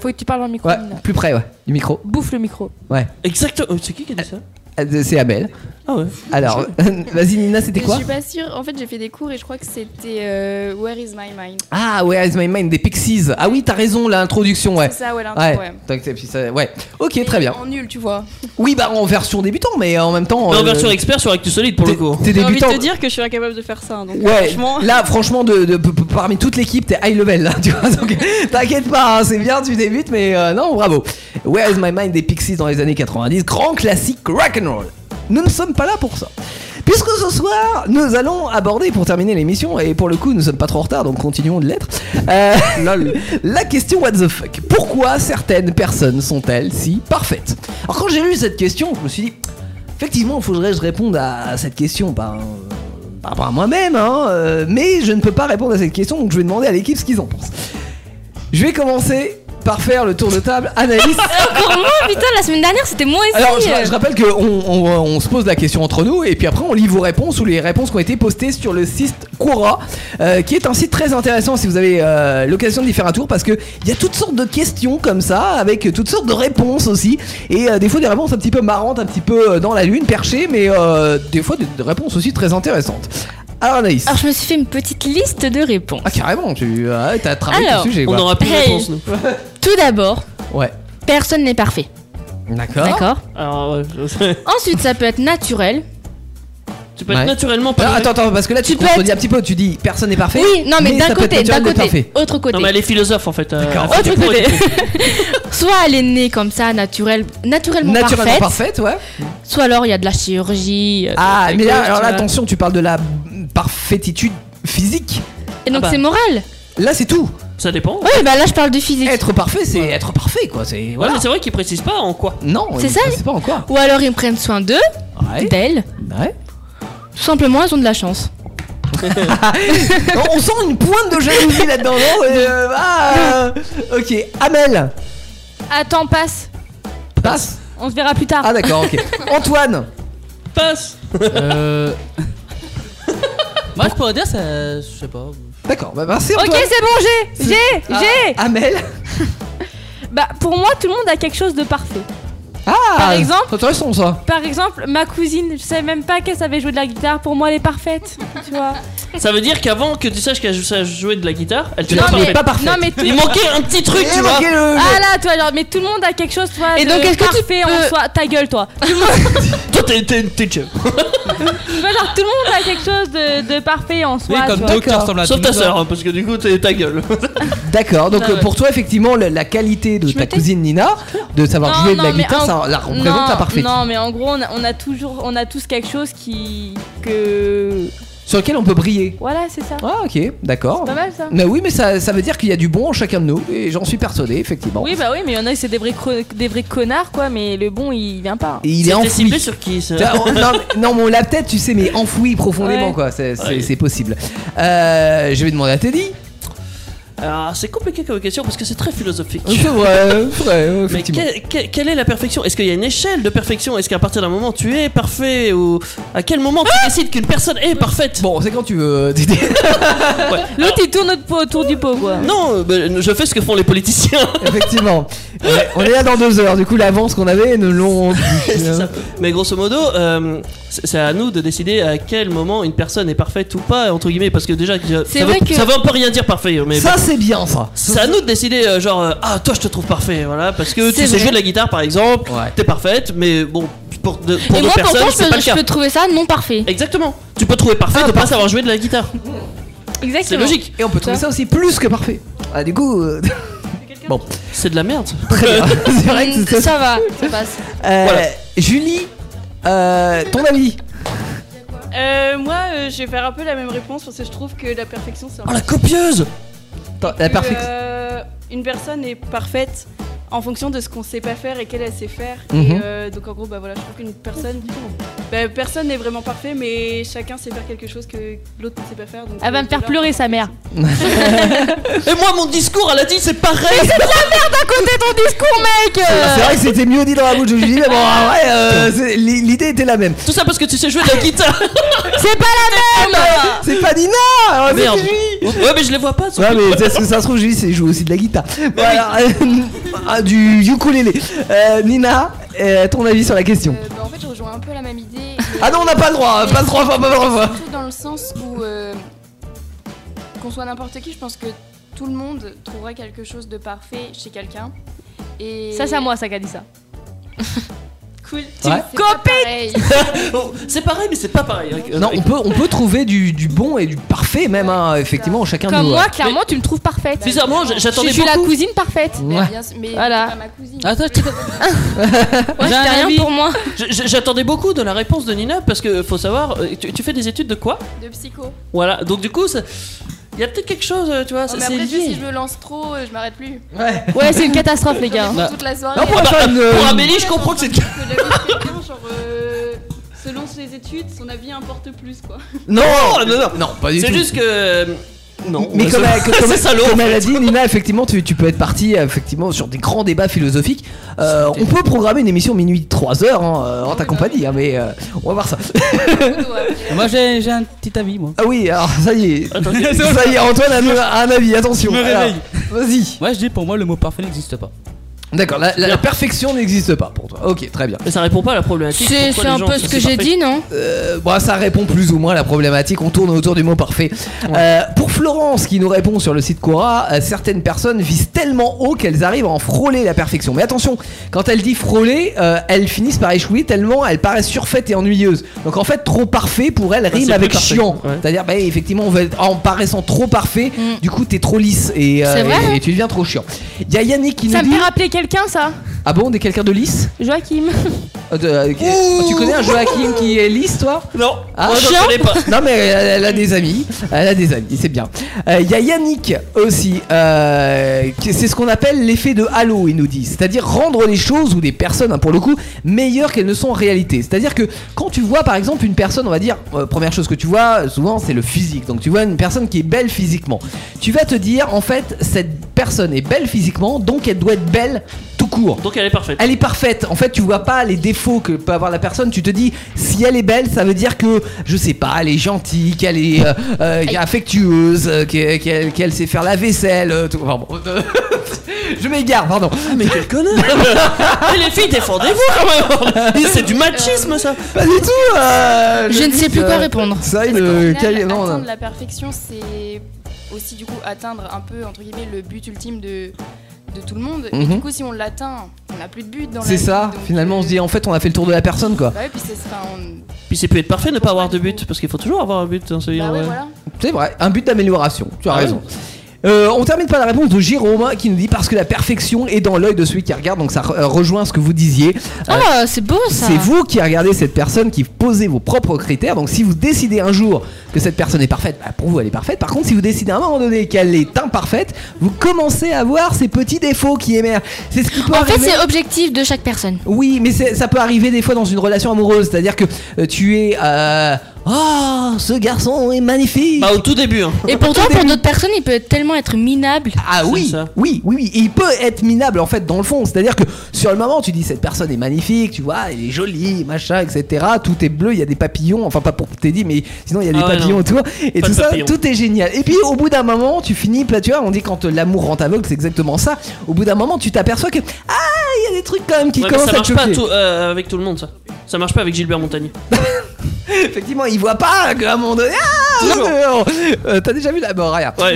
S6: Faut que tu parles en micro.
S3: Ouais, plus près, ouais. Du micro.
S6: Bouffe le micro.
S3: Ouais.
S4: Exactement. C'est qui qui a dit ça
S3: Euh, C'est Abel.
S4: Ah ouais.
S3: Alors, vas-y Nina, c'était
S8: Je
S3: quoi
S8: suis pas sûre. En fait, j'ai fait des cours et je crois que c'était euh, Where is my mind
S3: Ah, Where is my mind des Pixies. Ah oui, t'as raison, l'introduction, ouais.
S8: C'est ça, ouais, l'intro, ouais.
S3: Donc, c'est- puis ça- ouais. Ok, très bien.
S8: En nul, tu vois.
S3: Oui, bah en version débutant, mais en même temps.
S4: Non,
S3: euh,
S4: version expert sur Actu Solide pour le coup.
S3: T'es
S15: J'ai envie de
S3: débutant.
S15: te dire que je suis incapable de faire ça. hein, Donc,
S3: Ouais,
S15: franchement.
S3: là franchement, de, de- p- p- parmi toute l'équipe, t'es high level là, tu vois. Donc t'inquiète pas, hein, c'est bien, tu débutes, mais euh, non, bravo. Where is my mind des Pixies dans les années 90, grand classique rock'n'roll. Nous ne sommes pas là pour ça. Puisque ce soir, nous allons aborder pour terminer l'émission, et pour le coup, nous sommes pas trop en retard, donc continuons de l'être. euh, la question what the fuck. Pourquoi certaines personnes sont-elles si parfaites Alors quand j'ai lu cette question, je me suis dit, effectivement, faudrait que je réponde à cette question. Ben, par rapport à moi-même, hein, euh, mais je ne peux pas répondre à cette question, donc je vais demander à l'équipe ce qu'ils en pensent. Je vais commencer par faire le tour de table, analyse.
S5: Encore moi, putain, la semaine dernière c'était moi aussi.
S3: Alors, je, je rappelle qu'on on, on se pose la question entre nous et puis après on lit vos réponses ou les réponses qui ont été postées sur le site Quora, euh, qui est un site très intéressant si vous avez euh, l'occasion d'y faire un tour parce que il y a toutes sortes de questions comme ça avec toutes sortes de réponses aussi et euh, des fois des réponses un petit peu marrantes, un petit peu euh, dans la lune, perchées, mais euh, des fois des, des réponses aussi très intéressantes. Alors Anaïs.
S5: Alors, je me suis fait une petite liste de réponses.
S3: Ah carrément, tu euh, t'as travaillé
S5: Alors,
S3: le sujet. quoi.
S5: hey, Tout d'abord,
S3: Ouais.
S5: personne n'est parfait.
S3: D'accord.
S5: D'accord.
S4: Alors, ouais, je-
S5: Ensuite, ça peut être naturel.
S4: tu peux être
S3: Ouais.
S4: naturellement pas.
S3: Ah, attends, attends, parce que là tu, te
S5: peux être-
S3: contredis un petit peu, tu dis personne n'est parfait.
S5: Oui, non, mais,
S3: ça
S5: d'un
S3: peut être
S5: côté, d'un
S3: naturel d'être
S5: côté,
S3: parfait.
S5: autre côté.
S4: Non, mais elle est philosophe en fait. euh,
S3: D'accord. Ah,
S4: elle fait
S5: Autre
S4: des points et
S5: côté.
S4: tout.
S5: Soit elle est née comme ça, naturelle, naturellement,
S3: Naturellement
S5: parfaite.
S3: parfaite, ouais.
S5: Soit alors il y a de la chirurgie. euh,
S3: Ah,
S5: des
S3: mais là,
S5: trucs,
S3: alors
S5: tu
S3: là,
S5: vois.
S3: attention, tu parles de la parfaititude physique.
S5: Et donc
S3: Ah bah.
S5: c'est moral.
S3: Là, c'est tout.
S4: Ça dépend.
S5: Oui, bah là je parle de physique.
S3: Être parfait, c'est être parfait, quoi. C'est
S4: Ouais,
S3: voilà.
S4: mais c'est vrai qu'ils précisent pas en quoi.
S3: non,
S5: C'est
S3: il-
S5: ça
S3: C'est pas encore.
S5: Ou alors ils prennent soin d'eux,
S3: Ouais.
S5: d'elles.
S3: Ouais.
S5: Tout simplement, elles ont de la chance.
S3: Non, on sent une pointe de jalousie là-dedans. non Euh, ah, euh, ok, Amel,
S6: Attends, passe.
S3: passe.
S6: On se verra plus tard.
S3: Ah d'accord, ok. Antoine,
S4: Passe
S7: Euh. Moi, je pourrais dire ça. Je sais pas.
S3: d'accord. Bah merci
S6: Ok,
S3: Antoine.
S6: c'est bon, j'ai, j'ai,
S3: Ah,
S6: j'ai.
S3: Amel.
S6: Bah, pour moi, tout le monde a quelque chose de parfait.
S3: Ah.
S6: Par exemple-
S3: c'est Intéressant ça.
S6: Par exemple, ma cousine, je savais même pas qu'elle savait jouer de la guitare. Pour moi, elle est parfaite. Tu vois.
S4: Ça veut dire qu'avant que tu saches qu'elle jou- sache jouer de la guitare, elle te
S3: Non,
S4: l'a
S3: mais-
S4: parfaite.
S3: pas parfaite.
S6: Non, mais tout-
S4: Il manquait un petit truc, tu
S3: Il
S4: vois.
S3: manquait Eh, le-
S6: Ah là, toi, genre, mais tout le monde a quelque chose, toi.
S5: Euh, Et
S6: de
S5: donc, est-ce que tu
S6: parfait en
S5: peux-
S6: soi Ta gueule, toi.
S4: Toi, t'es- t'es t'es chef.
S6: Tu vois, genre, tout le monde a quelque chose de, de parfait en soi. tu vois.
S4: Sauf ta sœur, hein, parce que du coup, t'es ta gueule.
S3: D'accord. Donc
S6: Non,
S3: euh,
S6: ouais.
S3: pour toi effectivement le- la qualité de ta cousine Nina de savoir
S6: Non,
S3: jouer
S6: non,
S3: de la
S6: mais
S3: guitare,
S6: en-
S3: ça la
S6: non,
S3: représente la parfaite.
S6: Non, mais en gros, on a, on a toujours, on a tous quelque chose qui, que,
S3: Sur lequel on peut briller.
S6: voilà, c'est ça.
S3: Ah ok, d'accord.
S6: C'est pas mal, ça.
S3: Mais oui, mais ça, ça veut dire qu'il y a du bon en chacun de nous et j'en suis persuadé effectivement.
S6: Oui, bah oui, mais il y en a, c'est des vrais, cro- des vrais connards, quoi. Mais le bon, il vient pas.
S3: Et il est
S4: T'es ciblé
S3: enfoui.
S4: sur qui ça
S3: Tiens, on- non, mais- non, mais on l'a peut-être, tu sais, mais enfoui profondément,
S6: Ouais.
S3: quoi. C'est c'est-
S4: Ouais.
S3: c'est possible. Euh, je vais demander à Teddy.
S4: Alors, c'est compliqué comme question parce que c'est très philosophique.
S3: C'est vrai, c'est vrai,
S4: Mais
S3: effectivement.
S4: que- que- quelle est la perfection Est-ce qu'il y a une échelle de perfection Est-ce qu'à partir d'un moment tu es parfait ou à quel moment
S5: Ah
S4: tu décides qu'une personne est parfaite
S3: Bon, c'est quand tu veux, Teddy.
S6: L'autre, il tourne notre pot autour du pot, quoi.
S4: Non, euh, bah, je fais ce que font les politiciens.
S3: effectivement. Ouais, on est là dans deux heures, du coup, l'avance qu'on avait, nous l'ont.
S4: C'est ça. Mais grosso modo, euh, c'est c'est à nous de décider à quel moment une personne est parfaite ou pas entre guillemets parce que déjà ça,
S5: C'est
S4: ça
S5: vrai
S4: veut,
S5: que-
S4: ça veut un peu rien dire parfait. Mais
S3: Ça,
S4: bon.
S3: c'est bien, ça.
S4: c'est à nous de décider euh, genre euh, ah toi je te trouve parfait voilà parce que
S5: C'est
S4: tu sais
S5: vrai.
S4: jouer de la guitare par exemple
S3: Ouais.
S4: t'es parfaite mais bon pour de- pour
S5: Et
S4: d'autres
S5: moi, par
S4: personnes
S5: contre,
S4: c'est pas le
S5: je Ah,
S4: cas.
S5: peux trouver ça non parfait.
S4: Exactement. Tu peux trouver parfait de pas savoir jouer de la guitare.
S6: Exactement.
S4: C'est logique.
S3: Et on peut trouver ça aussi plus que parfait. Ah, du coup. euh, Bon,
S4: C'est de la merde.
S3: très bien. c'est vrai que c'est
S5: Ça va, ça passe.
S3: Euh,
S4: Voilà.
S3: Julie, euh, ton avis
S15: Euh, moi, euh, je vais faire un peu la même réponse parce que je trouve que la perfection, c'est un
S4: Oh la copieuse
S3: Attends,
S15: peu,
S3: La perfection.
S15: euh, une personne est parfaite en fonction de ce qu'on sait pas faire et qu'elle elle sait faire.
S3: Mhm.
S15: Et, euh, donc en gros, bah voilà, je trouve qu'une personne, bah, personne n'est vraiment parfait, mais chacun sait faire quelque chose que l'autre ne sait pas faire. Donc, euh,
S6: Elle va Ah, bah, me faire pleurer sa mère.
S4: Et moi mon discours elle a dit c'est pareil
S6: À côté ton discours, mec
S3: C'est vrai que c'était mieux dit dans la bouche de Julie, mais bon, en vrai, euh, c'est- l'i- l'idée était la même.
S4: Tout ça parce que tu sais jouer de la guitare
S6: C'est pas la même
S3: C'est pas Nina alors c'est
S4: Merde
S3: Julie
S4: Ouais mais je les vois pas
S3: Ouais, mais c'est ce que ça se trouve, Julie, c'est joue aussi de la guitare. Voilà. Euh, du ukulélé. Euh, Nina, euh, ton avis sur la question
S9: Euh, bah, en fait, je rejoins un peu la même idée.
S3: Ah non, on n'a pas le droit, hein, pas trois
S4: Ah
S3: fois, pas
S4: bah,
S3: trois fois.
S9: Surtout dans le sens où, euh, qu'on soit n'importe qui, je pense que tout le monde trouverait quelque chose de parfait chez quelqu'un. Et
S6: Ça, c'est à moi, ça, qui a dit ça.
S9: Cool.
S6: Tu Ouais.
S9: C'est pas pareil.
S4: Bon, Oh, c'est pareil, mais c'est pas pareil. hein.
S3: Euh, Non, on peut, on peut trouver du, du bon et du parfait même, hein, effectivement, chacun de
S6: Comme
S3: nous.
S6: moi, clairement, tu me trouves parfaite.
S4: Bizarrement, j- j'attendais
S6: Je suis la
S4: beaucoup.
S6: cousine parfaite.
S3: Mais Ouais. bien
S9: mais
S6: voilà.
S9: pas ma cousine.
S4: Ah,
S7: Attends,
S4: J'ai un
S6: rien
S4: ami.
S6: pour moi.
S4: Je- je- J'attendais beaucoup de la réponse de Nina parce que faut savoir, euh, tu, tu fais des études de quoi
S9: De psycho.
S4: Voilà, donc du coup, ça- il y a peut-être quelque chose, euh, tu
S5: Oh,
S4: vois,
S9: Non,
S4: c'est
S9: mais
S4: c'est
S9: après, si
S4: lié.
S9: je me lance trop, euh, je m'arrête plus.
S3: Ouais.
S6: Ouais, c'est une catastrophe, les gars.
S9: Toute la soirée.
S4: Non, pour,
S9: euh,
S4: bah,
S9: bah,
S4: bah, pour Amélie, je comprends que c'est.
S9: que la vie de quelqu'un, genre, euh, selon ses études, son avis importe plus, quoi.
S3: Non,
S4: non, non, non,
S3: pas du
S4: C'est
S3: tout.
S4: juste que. euh, Non.
S3: Mais comme, elle- comme-
S4: c'est
S3: comme-
S4: salaud.
S3: comme
S4: en
S3: elle a
S4: fait.
S3: dit, Nina, effectivement, tu, tu peux être parti euh, effectivement sur des grands débats philosophiques. Euh, on peut programmer une émission minuit 3 heures hein, euh, en ta compagnie, hein, mais euh, on va voir ça.
S7: Moi j'ai j'ai un petit avis moi.
S3: ah oui, alors ça y est,
S7: Attendez.
S3: ça y est, Antoine a un- a un avis. Attention.
S7: Je me
S3: Alors,
S7: réveille.
S3: Vas-y.
S7: Moi je dis pour moi le mot parfait n'existe pas.
S3: D'accord, la, la- la perfection n'existe pas pour toi. Ok, très bien.
S4: Mais ça répond pas à la problématique.
S5: C'est
S4: Pourquoi
S5: c'est
S4: les
S5: un
S4: gens
S5: peu
S4: sont
S5: ce
S4: si
S5: que j'ai
S4: parfaits
S5: dit, non
S3: Euh, bon, ça répond plus ou moins à la problématique. On tourne autour du mot parfait. Euh, pour Florence, qui nous répond sur le site Quora, euh, certaines personnes visent tellement haut qu'elles arrivent à en frôler la perfection. Mais attention, quand elle dit frôler, euh, elles finissent par échouer tellement elles paraissent surfaites et ennuyeuses. Donc en fait, trop parfait pour elles rime
S7: c'est
S3: avec
S7: plus parfait,
S3: chiant. C'est-à-dire, bah, effectivement, on va être- en paraissant trop parfait, du coup, t'es trop lisse et,
S6: Mm.
S3: euh,
S6: C'est vrai,
S3: et-
S6: hein
S3: et tu deviens trop chiant. Il y a Yannick qui
S6: Ça
S3: nous
S6: me
S3: dit
S6: fait rappeler quelqu'un, ça
S3: Ah bon, on est quelqu'un de lisse
S6: Joachim.
S3: euh, de- euh, qui- oh, tu connais un Joachim qui est lisse, toi
S4: Non.
S3: Ah,
S4: moi, j'en connais pas.
S3: Non, mais elle, elle a des amis. Elle a des amis, c'est bien. Euh, Il y a Yannick aussi. euh, qui- c'est ce qu'on appelle l'effet de halo, il nous dit. C'est-à-dire rendre les choses ou des personnes, hein, pour le coup, meilleures qu'elles ne sont en réalité. C'est-à-dire que quand tu vois, par exemple, une personne, on va dire, euh, première chose que tu vois, euh, souvent, c'est le physique. Donc tu vois une personne qui est belle physiquement. Tu vas te dire, en fait, cette personne est belle physiquement, donc elle doit être belle tout court.
S4: Donc elle est parfaite.
S3: Elle est parfaite. En fait, tu vois pas les défauts que peut avoir la personne. Tu te dis, si elle est belle, ça veut dire que, je sais pas, elle est gentille, qu'elle est euh, euh, affectueuse, euh, qu'elle qu'elle- qu'elle sait faire la vaisselle. euh, tout. Enfin, bon, euh, je m'égare, pardon.
S4: Ah, mais quel
S3: Ah,
S4: connard Et les filles, défendez-vous quand même Et C'est du machisme ça
S3: Pas du tout. euh,
S5: Je
S3: le
S5: ne sais
S3: but,
S5: plus quoi
S3: euh,
S5: répondre.
S3: Ça, il
S9: Au
S3: euh,
S9: final,
S3: cal- non,
S9: atteindre
S3: non.
S9: la perfection, c'est aussi du coup atteindre un peu entre guillemets le but ultime de, de tout le monde. Et
S3: Mhm.
S9: du coup, si on l'atteint, on n'a plus de but dans la
S3: C'est
S9: vie,
S3: ça.
S9: donc, euh,
S3: Finalement, on se dit, en fait, on a fait le tour de la personne, quoi.
S9: Bah ouais, puis c'est enfin, on-
S4: Puis c'est peut être parfait ne pas avoir de but, parce qu'il faut toujours avoir un but. hein, c'est-
S9: bah ouais,
S4: ouais.
S9: voilà.
S3: C'est vrai, un but d'amélioration, tu as raison. Euh, on termine par la réponse de Jérôme qui nous dit parce que la perfection est dans l'œil de celui qui regarde, donc ça re- euh, rejoint ce que vous disiez. Euh,
S5: Ah, c'est beau ça
S3: c'est vous qui regardez cette personne, qui posez vos propres critères. Donc si vous décidez un jour que cette personne est parfaite, bah, pour vous elle est parfaite. Par contre, si vous décidez à un moment donné qu'elle est imparfaite, vous commencez à voir ces petits défauts qui émergent. C'est ce qui peut
S5: En fait,
S3: arriver.
S5: c'est objectif de chaque personne.
S3: Oui, mais c'est- ça peut arriver des fois dans une relation amoureuse, c'est-à-dire que euh, tu es euh, oh ce garçon est magnifique.
S4: Bah au tout début. Hein.
S5: Et pourtant, pour d'autres personnes, il peut tellement être minable.
S3: Ah oui,
S4: ça.
S3: oui, oui, oui. Et il peut être minable en fait dans le fond. C'est-à-dire que sur le moment, tu dis cette personne est magnifique, tu vois, elle est jolie, machin, etc. Tout est bleu, il y a des papillons. Enfin pas pour t'es dit, mais sinon il y a des
S4: Ah ouais,
S3: papillons
S4: non.
S3: autour. Et
S4: Pas
S3: tout
S4: de
S3: ça,
S4: papillons.
S3: tout est génial. Et puis au bout d'un moment, tu finis, là, tu vois, on dit quand euh, l'amour rend aveugle, c'est exactement ça. Au bout d'un moment, tu t'aperçois que ah, il y a des trucs quand même qui
S4: Ouais, mais
S3: commencent
S4: ça
S3: à te
S4: marche pas
S3: choquer.
S4: tout- euh, avec tout le monde ça. Ça marche pas avec Gilbert Montagnier.
S3: Effectivement, il voit pas qu'à un moment donné. Ah,
S4: Toujours.
S3: non, euh, T'as déjà vu la mort, rien.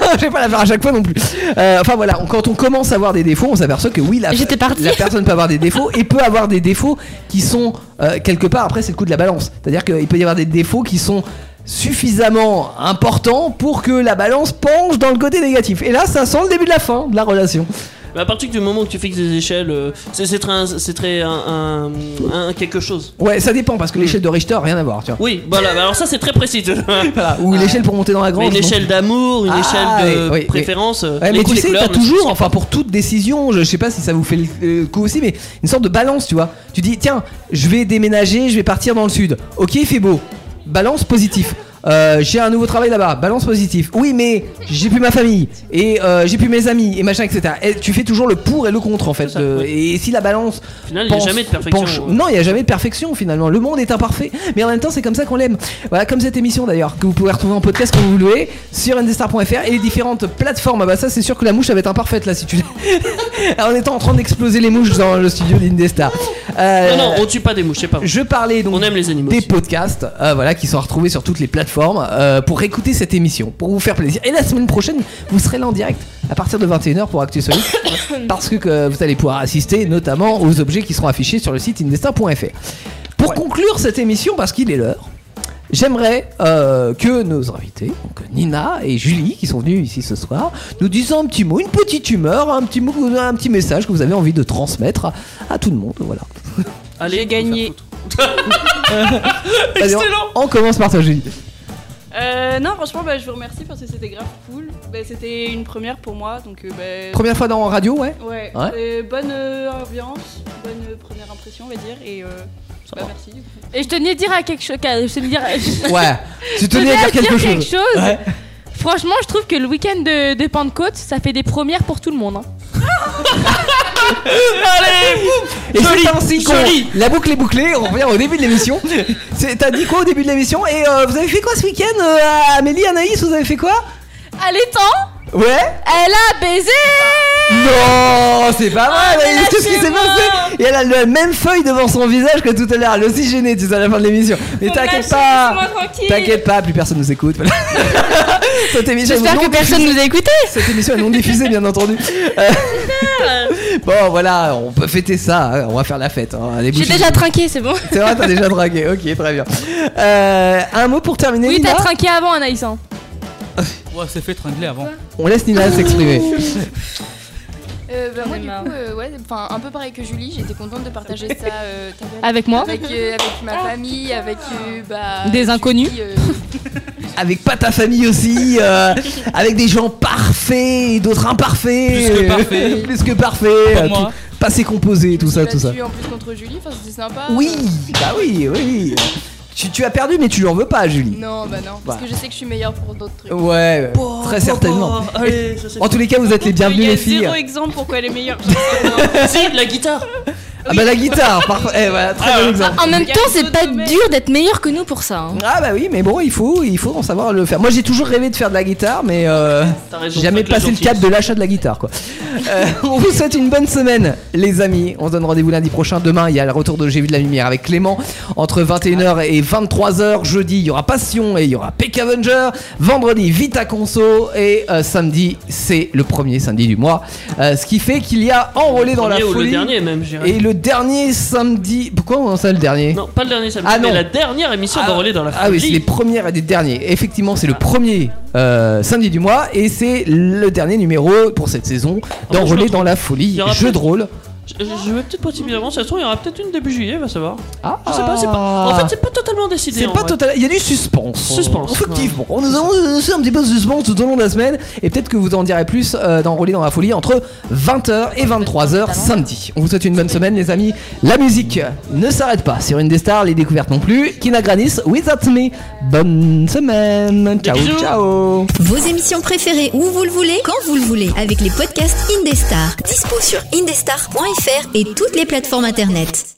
S4: Ouais.
S3: je vais pas la faire à chaque fois non plus. Euh, enfin voilà, on- quand on commence à avoir des défauts, on s'aperçoit que oui, la,
S5: J'étais partie.
S3: la personne peut avoir des défauts et peut avoir des défauts qui sont euh, quelque part après c'est le coup de la balance. C'est-à-dire qu'il peut y avoir des défauts qui sont suffisamment importants pour que la balance penche dans le côté négatif. Et là, ça sent le début de la fin de la relation.
S4: Mais à partir du moment où tu fixes des échelles, euh, c'est c'est très, un- c'est très un, un- un quelque chose.
S3: Ouais, ça dépend
S4: Hmm.
S3: parce que l'échelle de Richter, rien à voir, tu vois.
S4: Oui, voilà. bah alors ça c'est très précis. tu vois.
S3: Voilà, Ou l'échelle pour monter dans la
S4: Mais
S3: grange.
S4: une
S3: non
S4: échelle d'amour, une
S3: Ah,
S4: échelle de
S3: oui, oui, oui.
S4: préférence. euh,
S3: Ouais,
S4: les
S3: mais
S4: goûts,
S3: tu
S4: les
S3: sais,
S4: couleurs,
S3: t'as
S4: mais-
S3: toujours, enfin pour toute décision, je sais pas si ça vous fait le euh, coup aussi, mais une sorte de balance, tu vois. Tu dis, tiens, je vais déménager, je vais partir dans le sud. Ok, il fait beau. Balance positif. euh, j'ai un nouveau travail là-bas, balance positif. Oui, mais j'ai plus ma famille et euh, j'ai plus mes amis et machin, etc. Et tu fais toujours le pour et le contre en fait. de- Et si la balance.
S4: Au final, il y a jamais de perfection, hein. ouais.
S3: Non, il n'y a jamais de perfection finalement. Le monde est imparfait, mais en même temps, c'est comme ça qu'on l'aime. Voilà, comme cette émission d'ailleurs, que vous pouvez retrouver en podcast quand vous voulez sur ndestar.fr et les différentes plateformes. Ah bah ça, c'est sûr que la mouche, elle va être imparfaite là si tu En étant en train d'exploser les mouches dans le studio d'Indestar.
S4: Non,
S3: Euh,
S4: non, on tue pas des mouches, c'est pas vrai.
S3: Je parlais donc des podcasts euh, voilà, qui sont retrouvés sur toutes les plateformes euh, pour écouter cette émission, pour vous faire plaisir. Et la semaine prochaine, vous serez là en direct à partir de 21h pour Actu Solide parce que, que vous allez pouvoir assister notamment aux objets qui seront affichés sur le site indestin.fr. Pour conclure cette émission, parce qu'il est l'heure, J'aimerais euh, que nos invités, donc Nina et Julie, qui sont venus ici ce soir, nous disent un petit mot, une petite humeur, un petit, mot, un petit message que vous avez envie de transmettre à, à tout le monde. Voilà.
S4: Allez, j'ai gagné.
S3: Allez, on- on, commence par toi, Julie.
S15: Euh, non, franchement, bah, je vous remercie parce que c'était grave cool. Bah, c'était une première pour moi, donc. euh, bah,
S3: Première fois dans radio, ouais
S15: Ouais.
S3: Ouais.
S15: euh, bonne euh, ambiance, bonne euh, première impression, on va dire, et euh, bah, merci. du coup.
S6: Et je tenais à dire à quelque chose. Je tenais à dire.
S3: Ouais, tu tenais à dire quelque chose. Ouais.
S6: Franchement, je trouve que le week-end de, de Pentecôte, ça fait des premières pour tout le monde. hein.
S4: Allez,
S3: Et c'est ainsi qu'on.
S4: joli.
S3: La boucle est bouclée, on revient au début de l'émission. C'est- T'as dit quoi au début de l'émission Et euh, vous avez fait quoi ce week-end euh, à Amélie, Anaïs Vous avez fait quoi
S6: Allaitant,
S3: Ouais
S6: elle a baisé
S3: Non, c'est pas
S6: Oh,
S3: vrai,
S6: mais
S3: mais qu'est-ce qui s'est
S6: lâchez-moi.
S3: passé Et elle a la même feuille devant son visage que tout à l'heure, elle est aussi gênée, tu sais, à la fin de l'émission. Mais
S6: Faut
S3: t'inquiète
S6: lâcher,
S3: pas,
S6: laissez-moi tranquille.
S3: t'inquiète pas, plus personne nous écoute. Voilà. Cette émission est
S6: J'espère
S3: non
S6: que personne
S3: diffusée.
S6: nous a écoutés.
S3: Cette émission est non diffusée, bien entendu. Euh, bon, voilà, on peut fêter ça, hein, on va faire la fête. hein, les
S5: J'ai
S3: bouchées.
S5: déjà trinqué, c'est bon.
S3: C'est vrai, t'as déjà dragué, ok, très bien. Euh, un mot pour terminer,
S6: Oui,
S3: Nina
S6: t'as trinqué avant, Anaïs. hein.
S7: Ouais, c'est fait tringler avant.
S3: On laisse Nina s'exprimer.
S9: Euh, bah, moi, du coup, euh, ouais, enfin, un peu pareil que Julie, j'étais contente de partager ça euh, ta gueule.
S6: Avec moi
S9: avec, euh, avec ma famille, avec euh, bah,
S6: Des inconnus.
S9: Julie, euh,
S3: Avec pas ta famille aussi, euh, avec des gens parfaits et d'autres imparfaits.
S7: Plus que parfaits.
S3: Plus que parfaits.
S7: Pour
S3: euh,
S7: moi.
S3: tout- passé composé, tout ça, tout ça.
S9: battu en plus contre Julie, enfin c'était sympa.
S3: Oui, bah oui, oui. Tu, tu as perdu, mais tu l'en veux pas, Julie.
S9: Non, bah non, parce
S3: Bah.
S9: que je sais que je suis meilleure pour d'autres trucs.
S3: Ouais,
S9: Bon,
S3: très
S9: bon,
S3: certainement.
S9: bon, allez, ça, c'est
S3: en tous les cas, vous êtes les bienvenus,
S15: Il y a
S3: les filles.
S15: zéro exemple pourquoi elle est meilleure.
S4: si, la guitare.
S3: Ah bah la guitare, parfait. Eh, voilà,
S4: Ah
S3: très bon exemple.
S5: En même temps, c'est pas dur d'être meilleur que nous pour ça. hein.
S3: Ah bah oui, mais bon, il faut, il faut en savoir le faire. Moi, j'ai toujours rêvé de faire de la guitare, mais euh,
S4: T'as raison,
S3: j'ai jamais
S4: faites la
S3: passé le cap
S4: gentillesse.
S3: de l'achat de la guitare, quoi. Euh, on vous souhaite une bonne semaine, les amis. On se donne rendez-vous lundi prochain. Demain, il y a le retour de J'ai vu de la lumière avec Clément entre 21h et 23h. Jeudi, il y aura Passion et il y aura Peck Avenger. Vendredi, Vita Conso et euh, samedi, c'est le premier samedi du mois, Euh, ce qui fait qu'il y a enrôlé dans la
S4: Premier ou
S3: folie.
S4: le dernier même, j'irais.
S3: et le dernier samedi, pourquoi on ça le dernier
S4: Non, pas le dernier samedi,
S3: Ah non.
S4: mais la dernière émission d'Enrôlé dans la
S3: ah oui, c'est les
S4: folie.
S3: premières et les derniers. Effectivement, c'est le premier euh, samedi du mois et c'est le dernier numéro pour cette saison
S4: bon, je
S3: d'Enrôler
S4: le
S3: dans la folie,
S4: Il y aura
S3: jeu
S4: plus-
S3: de rôle.
S4: Je, je vais peut-être pas si bien avant, ça se trouve, il y aura peut-être une début juillet, va savoir.
S3: Ah,
S4: Je sais pas, c'est pas. En fait, c'est pas totalement décidé.
S3: C'est
S4: en
S3: pas
S4: vrai.
S3: total. Il y a du suspense.
S4: Suspense,
S3: Effectivement. On nous avons laissé un petit peu de suspense tout au long de la semaine et peut-être que vous en direz plus euh, dans Enrôler dans la folie entre 20h et 23h samedi. On vous souhaite une bonne semaine, les amis. La musique ne s'arrête pas. Sur une des stars, les découvertes non plus. Kina Granis, Without Me. Bonne semaine. Ciao,
S14: bisous.
S3: ciao.
S14: Vos émissions préférées où vous le voulez, quand vous le voulez, avec les podcasts Indestar. Dispo sur indestar.fr et toutes les plateformes internet.